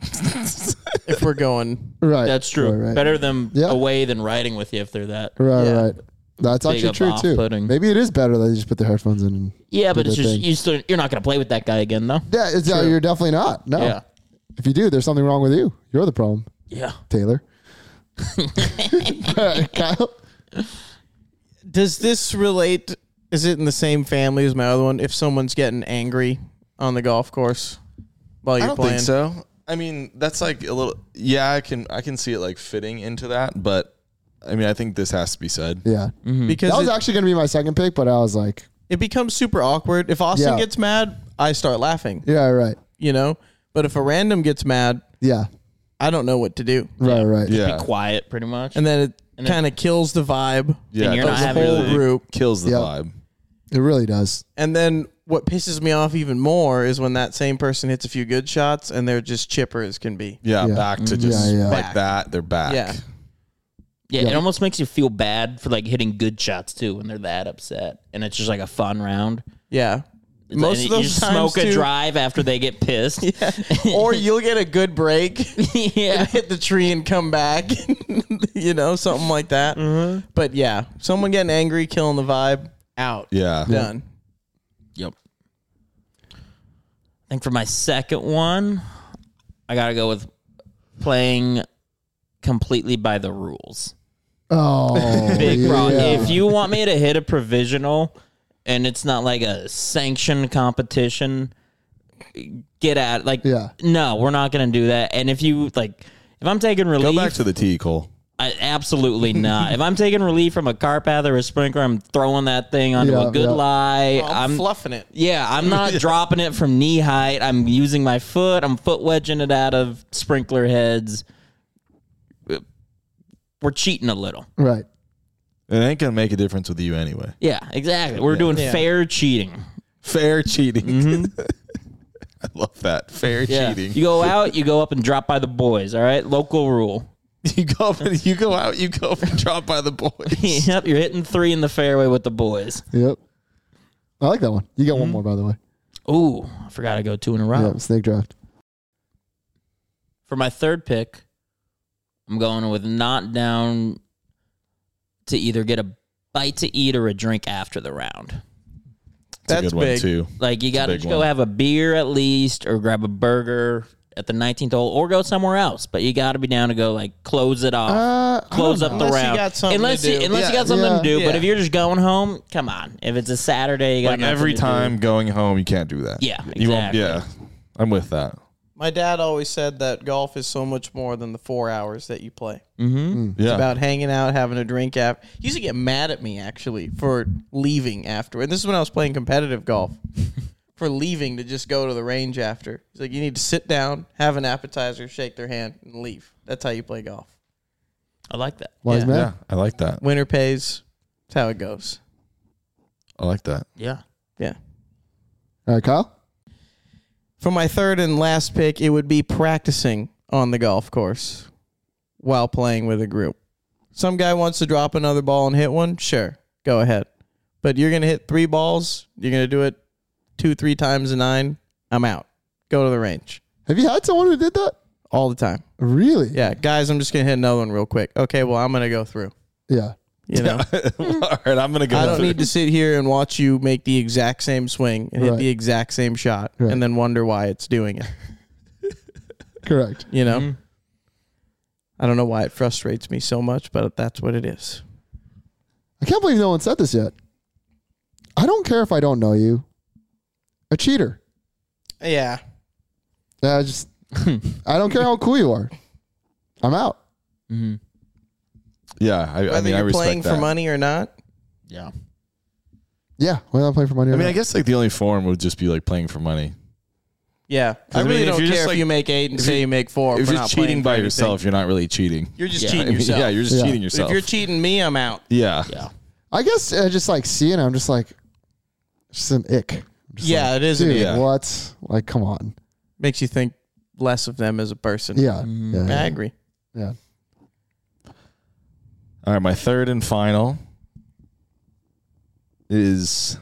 Speaker 4: if we're going,
Speaker 1: Right.
Speaker 3: That's true.
Speaker 1: Right, right.
Speaker 3: Better them
Speaker 1: Yeah.
Speaker 3: away than riding with you if they're that.
Speaker 1: Right,
Speaker 4: Yeah.
Speaker 1: right. That's
Speaker 3: Big
Speaker 1: actually
Speaker 3: up
Speaker 1: true too.
Speaker 3: off-putting.
Speaker 1: Maybe it is better that you just put the headphones in. And
Speaker 3: Yeah, but
Speaker 1: Do
Speaker 3: it's
Speaker 1: their
Speaker 3: just
Speaker 1: thing.
Speaker 3: you still you're not gonna play with that guy again though.
Speaker 1: yeah, it's, yeah, you're definitely not. No.
Speaker 4: Oh.
Speaker 3: Yeah.
Speaker 1: If you do, there's something wrong with you. You're the problem,
Speaker 3: Yeah.
Speaker 1: Taylor. Kyle?
Speaker 4: does this relate? Is it in the same family as my other one? If someone's getting angry on the golf course while
Speaker 2: I
Speaker 4: you're
Speaker 2: don't
Speaker 4: playing,
Speaker 2: think so. I mean, that's like a little. Yeah, I can I can see it like fitting into that, but I mean, I think this has to be said.
Speaker 1: Yeah.
Speaker 3: Mm-hmm.
Speaker 4: because
Speaker 1: That was
Speaker 4: it,
Speaker 1: actually going to be my second pick, but I was like,
Speaker 4: it becomes super awkward. If Austin
Speaker 1: Yeah.
Speaker 4: gets mad, I start laughing.
Speaker 1: yeah, right.
Speaker 4: You know, but if a random gets mad,
Speaker 1: Yeah.
Speaker 4: I don't know what to do,
Speaker 1: Right, right.
Speaker 2: Yeah,
Speaker 3: Be quiet pretty much.
Speaker 4: and then it
Speaker 3: then-
Speaker 4: kind of kills the vibe.
Speaker 2: yeah.
Speaker 3: And you're
Speaker 2: it
Speaker 3: not
Speaker 2: does the
Speaker 3: having
Speaker 2: whole
Speaker 4: the-
Speaker 2: group kills the
Speaker 1: Yeah.
Speaker 2: vibe.
Speaker 1: It really does.
Speaker 4: And then what pisses me off even more is when that same person hits a few good shots and they're just chipper as can be.
Speaker 2: Yeah,
Speaker 1: Yeah.
Speaker 2: back to just
Speaker 1: Mm, yeah.
Speaker 2: like
Speaker 4: Back.
Speaker 2: that. They're back.
Speaker 4: Yeah.
Speaker 3: yeah,
Speaker 1: yeah.
Speaker 3: it almost makes you feel bad for like hitting good shots too when they're that upset. And it's just like a fun round.
Speaker 4: Yeah.
Speaker 3: It's
Speaker 4: Most
Speaker 3: like,
Speaker 4: of those
Speaker 3: you just
Speaker 4: times
Speaker 3: smoke a
Speaker 4: too-
Speaker 3: drive after they get pissed. yeah.
Speaker 4: or you'll get a good break,
Speaker 3: yeah.
Speaker 4: hit the tree and come back, you know, something like that. But yeah, someone getting angry, killing the vibe, out,
Speaker 2: yeah.
Speaker 4: done.
Speaker 3: Yep. I think for my second one, I gotta go with playing completely by the rules.
Speaker 1: Oh,
Speaker 3: Big
Speaker 1: yeah.
Speaker 3: Ron, if you want me to hit a provisional and it's not like a sanctioned competition, get at it. like
Speaker 1: Yeah.
Speaker 3: no, we're not gonna do that. And if you like if I'm taking relief,
Speaker 2: Go back to the T, Cole.
Speaker 3: I, absolutely not. if I'm taking relief from a car path or a sprinkler, I'm throwing that thing onto
Speaker 1: Yeah,
Speaker 3: a good
Speaker 1: yeah.
Speaker 3: lie.
Speaker 4: Oh, I'm,
Speaker 3: I'm
Speaker 4: fluffing it.
Speaker 3: yeah, I'm not dropping it from knee height. I'm using my foot. I'm foot wedging it out of sprinkler heads. We're cheating a little.
Speaker 1: Right.
Speaker 2: It ain't gonna make a difference with you anyway.
Speaker 3: Yeah, exactly. We're doing
Speaker 4: Yeah.
Speaker 3: fair cheating.
Speaker 2: Fair cheating.
Speaker 4: Mm-hmm.
Speaker 2: I love that. Fair
Speaker 3: Yeah.
Speaker 2: cheating.
Speaker 3: You go out, you go up and drop by the boys, all right? Local rule.
Speaker 2: You go up and you go out. You go up and drop by the boys.
Speaker 3: yep, you're hitting three in the fairway with the boys.
Speaker 1: Yep. I like that one. You got one more, by the way.
Speaker 3: Ooh, I forgot I go two in a row.
Speaker 1: Yeah, snake draft.
Speaker 3: For my third pick, I'm going with not down to either get a bite to eat or a drink after the round.
Speaker 2: That's a
Speaker 4: That's
Speaker 2: good one
Speaker 4: big.
Speaker 2: too.
Speaker 3: Like you got to
Speaker 2: big
Speaker 3: go
Speaker 2: one.
Speaker 3: have a beer at least, or grab a burger at the 19th hole, or go somewhere else. But you got to be down to go like close it off,
Speaker 1: Uh, I
Speaker 3: close
Speaker 1: don't know.
Speaker 3: up the
Speaker 4: Unless you
Speaker 3: round.
Speaker 4: got something
Speaker 3: unless
Speaker 4: to
Speaker 3: you
Speaker 4: do.
Speaker 3: unless you
Speaker 2: Yeah.
Speaker 3: got something to do. But
Speaker 4: Yeah.
Speaker 3: if you're just going home, come on. If it's a Saturday, you got
Speaker 2: Like
Speaker 3: nothing
Speaker 2: every
Speaker 3: to do.
Speaker 2: time going home, you can't do that.
Speaker 3: Yeah,
Speaker 2: You won't.
Speaker 3: exactly.
Speaker 2: Yeah. I'm with that.
Speaker 4: My dad always said that golf is so much more than the four hours that you play.
Speaker 2: Yeah.
Speaker 4: about hanging out, having a drink after. He used to get mad at me actually for leaving after. And this is when I was playing competitive golf. for leaving to just go to the range after. He's like, you need to sit down, have an appetizer, shake their hand, and leave. That's how you play golf.
Speaker 3: I like that.
Speaker 1: Wise
Speaker 4: Yeah.
Speaker 1: man.
Speaker 2: yeah. I like that.
Speaker 4: Winner pays. That's how it goes.
Speaker 2: I like that.
Speaker 3: Yeah.
Speaker 4: Yeah.
Speaker 1: All right, Kyle.
Speaker 4: For my third and last pick, it would be practicing on the golf course while playing with a group. Some guy wants to drop another ball and hit one, sure, go ahead. But you're going to hit three balls, you're going to do it two, three times a nine, I'm out. Go to the range
Speaker 1: Have you had someone who did that?
Speaker 4: all the time.
Speaker 1: Really?
Speaker 4: Yeah, guys, I'm just going to hit another one real quick. Okay, well, I'm going to go through.
Speaker 1: Yeah.
Speaker 4: You know,
Speaker 2: All right. I'm gonna go.
Speaker 4: I don't
Speaker 2: through.
Speaker 4: need to sit here and watch you make the exact same swing and
Speaker 1: Right.
Speaker 4: hit the exact same shot
Speaker 1: Right.
Speaker 4: and then wonder why it's doing it.
Speaker 1: Correct.
Speaker 4: You know,
Speaker 2: Mm-hmm.
Speaker 4: I don't know why it frustrates me so much, but that's what it is.
Speaker 1: I can't believe no one said this yet. I don't care if I don't know you. A cheater.
Speaker 4: Yeah,
Speaker 1: Yeah, I just I don't care how cool you are. I'm out.
Speaker 2: Yeah, I, I
Speaker 4: Whether
Speaker 2: mean, I
Speaker 4: you're
Speaker 2: respect
Speaker 4: playing
Speaker 2: that.
Speaker 4: for money or not,
Speaker 3: Yeah.
Speaker 1: Yeah, we're not playing for money.
Speaker 2: I mean, I guess like the only form would just be like playing for money.
Speaker 4: yeah, I
Speaker 2: I mean,
Speaker 4: really
Speaker 2: if
Speaker 4: don't
Speaker 2: you're
Speaker 4: care
Speaker 2: just,
Speaker 4: if
Speaker 2: like-
Speaker 4: you make eight and
Speaker 2: if
Speaker 4: say
Speaker 2: you-
Speaker 4: you make four.
Speaker 2: if
Speaker 4: Oh, for
Speaker 2: you're
Speaker 4: not
Speaker 2: just
Speaker 4: playing
Speaker 2: cheating
Speaker 4: for
Speaker 2: by
Speaker 4: anything.
Speaker 2: yourself, you're not really cheating.
Speaker 4: you're just
Speaker 3: Yeah.
Speaker 4: cheating yourself.
Speaker 2: Yeah, you're just
Speaker 1: Yeah.
Speaker 2: cheating
Speaker 4: But
Speaker 2: yourself.
Speaker 4: if you're cheating me, I'm out.
Speaker 2: yeah.
Speaker 3: Yeah.
Speaker 1: I guess uh, just like seeing it, I'm just like, just an ick. Just
Speaker 4: yeah,
Speaker 1: like,
Speaker 4: it is.
Speaker 1: Dude,
Speaker 4: Dude,
Speaker 2: Yeah.
Speaker 1: what? Like, come on.
Speaker 4: Makes you think less of them as a person.
Speaker 1: Yeah. yeah,
Speaker 4: I
Speaker 1: yeah.
Speaker 4: agree.
Speaker 1: yeah.
Speaker 2: All right, my third and final is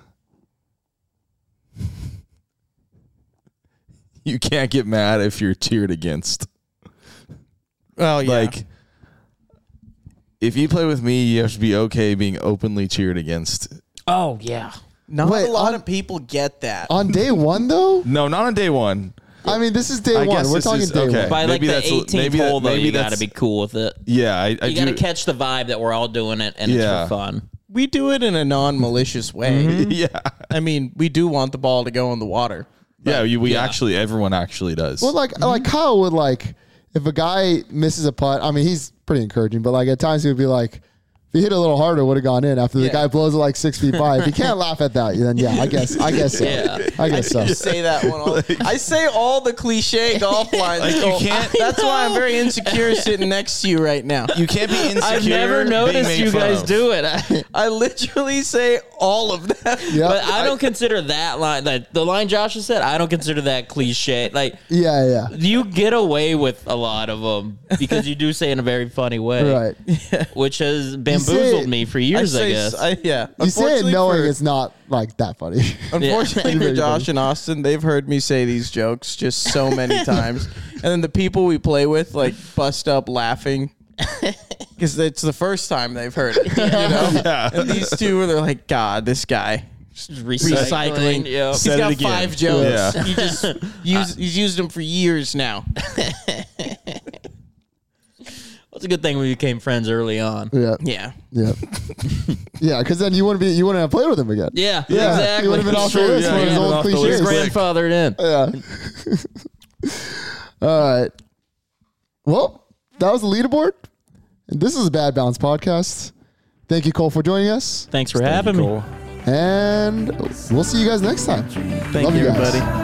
Speaker 2: you can't get mad if you're cheered against.
Speaker 4: Well, yeah.
Speaker 2: Like if you play with me, you have to be okay being openly cheered against.
Speaker 3: Oh yeah.
Speaker 4: not
Speaker 1: Wait,
Speaker 4: a lot
Speaker 1: on-
Speaker 4: of people get that.
Speaker 1: On day one, though,
Speaker 2: No, not on day one.
Speaker 1: I mean, this is day
Speaker 2: I
Speaker 1: one.
Speaker 2: guess
Speaker 1: We're
Speaker 2: this
Speaker 1: talking
Speaker 2: is-
Speaker 1: day
Speaker 2: okay.
Speaker 1: one.
Speaker 3: By
Speaker 2: Maybe
Speaker 3: like
Speaker 2: that's
Speaker 3: the
Speaker 2: a-
Speaker 3: 18th
Speaker 2: maybe that-
Speaker 3: hole though,
Speaker 2: maybe
Speaker 3: you
Speaker 2: that's-
Speaker 3: gotta be cool with it.
Speaker 2: Yeah, I, I
Speaker 3: You gotta
Speaker 2: do-
Speaker 3: catch the vibe that we're all doing it and
Speaker 2: Yeah.
Speaker 3: it's for fun.
Speaker 4: We do it in a non-malicious way.
Speaker 2: Yeah,
Speaker 4: I mean, we do want the ball to go in the water.
Speaker 2: yeah. You, we actually, everyone actually does.
Speaker 1: Well, like, like Kyle would like if a guy misses a putt. I mean, he's pretty encouraging, but like at times he would be like, if he hit a little harder, would have gone in. After the
Speaker 4: Yeah.
Speaker 1: guy blows it like six feet by, if you can't laugh at that, then yeah, I guess, I guess so.
Speaker 3: Yeah.
Speaker 1: I guess so.
Speaker 4: say that one. All, I say all the cliche golf lines.
Speaker 2: Like, you
Speaker 4: Cole.
Speaker 2: can't-
Speaker 4: That's why I'm very insecure sitting next to you right now.
Speaker 2: you can't be insecure.
Speaker 3: I've never
Speaker 2: being
Speaker 3: noticed
Speaker 2: made
Speaker 3: you
Speaker 2: fun
Speaker 3: guys
Speaker 2: of.
Speaker 3: do it. I-
Speaker 4: I literally say all of them.
Speaker 1: Yep.
Speaker 3: but I don't consider that line that the line Josh has said, I don't consider that cliche. Like
Speaker 1: yeah, yeah.
Speaker 3: you get away with a lot of them because you do say in a very funny way,
Speaker 1: Right.
Speaker 3: which has
Speaker 1: say it-
Speaker 3: bamboozled me for years. I,
Speaker 4: say
Speaker 3: guess.
Speaker 4: s- I- yeah.
Speaker 1: You say it
Speaker 4: Unfortunately
Speaker 1: knowing
Speaker 4: for-
Speaker 1: it's not like that funny.
Speaker 4: Unfortunately
Speaker 1: Yeah.
Speaker 4: for Josh and Austin, they've heard me say these jokes just so many times, and then the people we play with like bust up laughing because it's the first time they've heard it. You know?
Speaker 2: Yeah.
Speaker 4: And these two were they're like, God, this guy.
Speaker 3: recycling. Yep.
Speaker 4: He's
Speaker 2: Said it
Speaker 4: got
Speaker 2: again.
Speaker 4: five jokes.
Speaker 2: Yeah.
Speaker 4: He just use, he's used them for years now.
Speaker 3: Well, it's a good thing we became friends early on.
Speaker 1: yeah.
Speaker 4: Yeah.
Speaker 1: Yeah. yeah, because then you wouldn't be you wouldn't have played with him again.
Speaker 3: Yeah,
Speaker 1: Yeah,
Speaker 3: exactly.
Speaker 1: He would have been off the
Speaker 2: Sure,
Speaker 1: list
Speaker 2: yeah,
Speaker 1: for
Speaker 2: he
Speaker 1: his
Speaker 2: would've
Speaker 1: old
Speaker 2: been off the
Speaker 1: cliches.
Speaker 2: list.
Speaker 3: grandfathered in.
Speaker 1: All right. Well, that was the leaderboard. And this is a Bad Bounce podcast. Thank you, Cole, for joining us.
Speaker 3: Thanks for having me.
Speaker 1: And we'll see you guys next time.
Speaker 4: Thank
Speaker 1: Love
Speaker 4: you,
Speaker 1: you guys.
Speaker 4: everybody.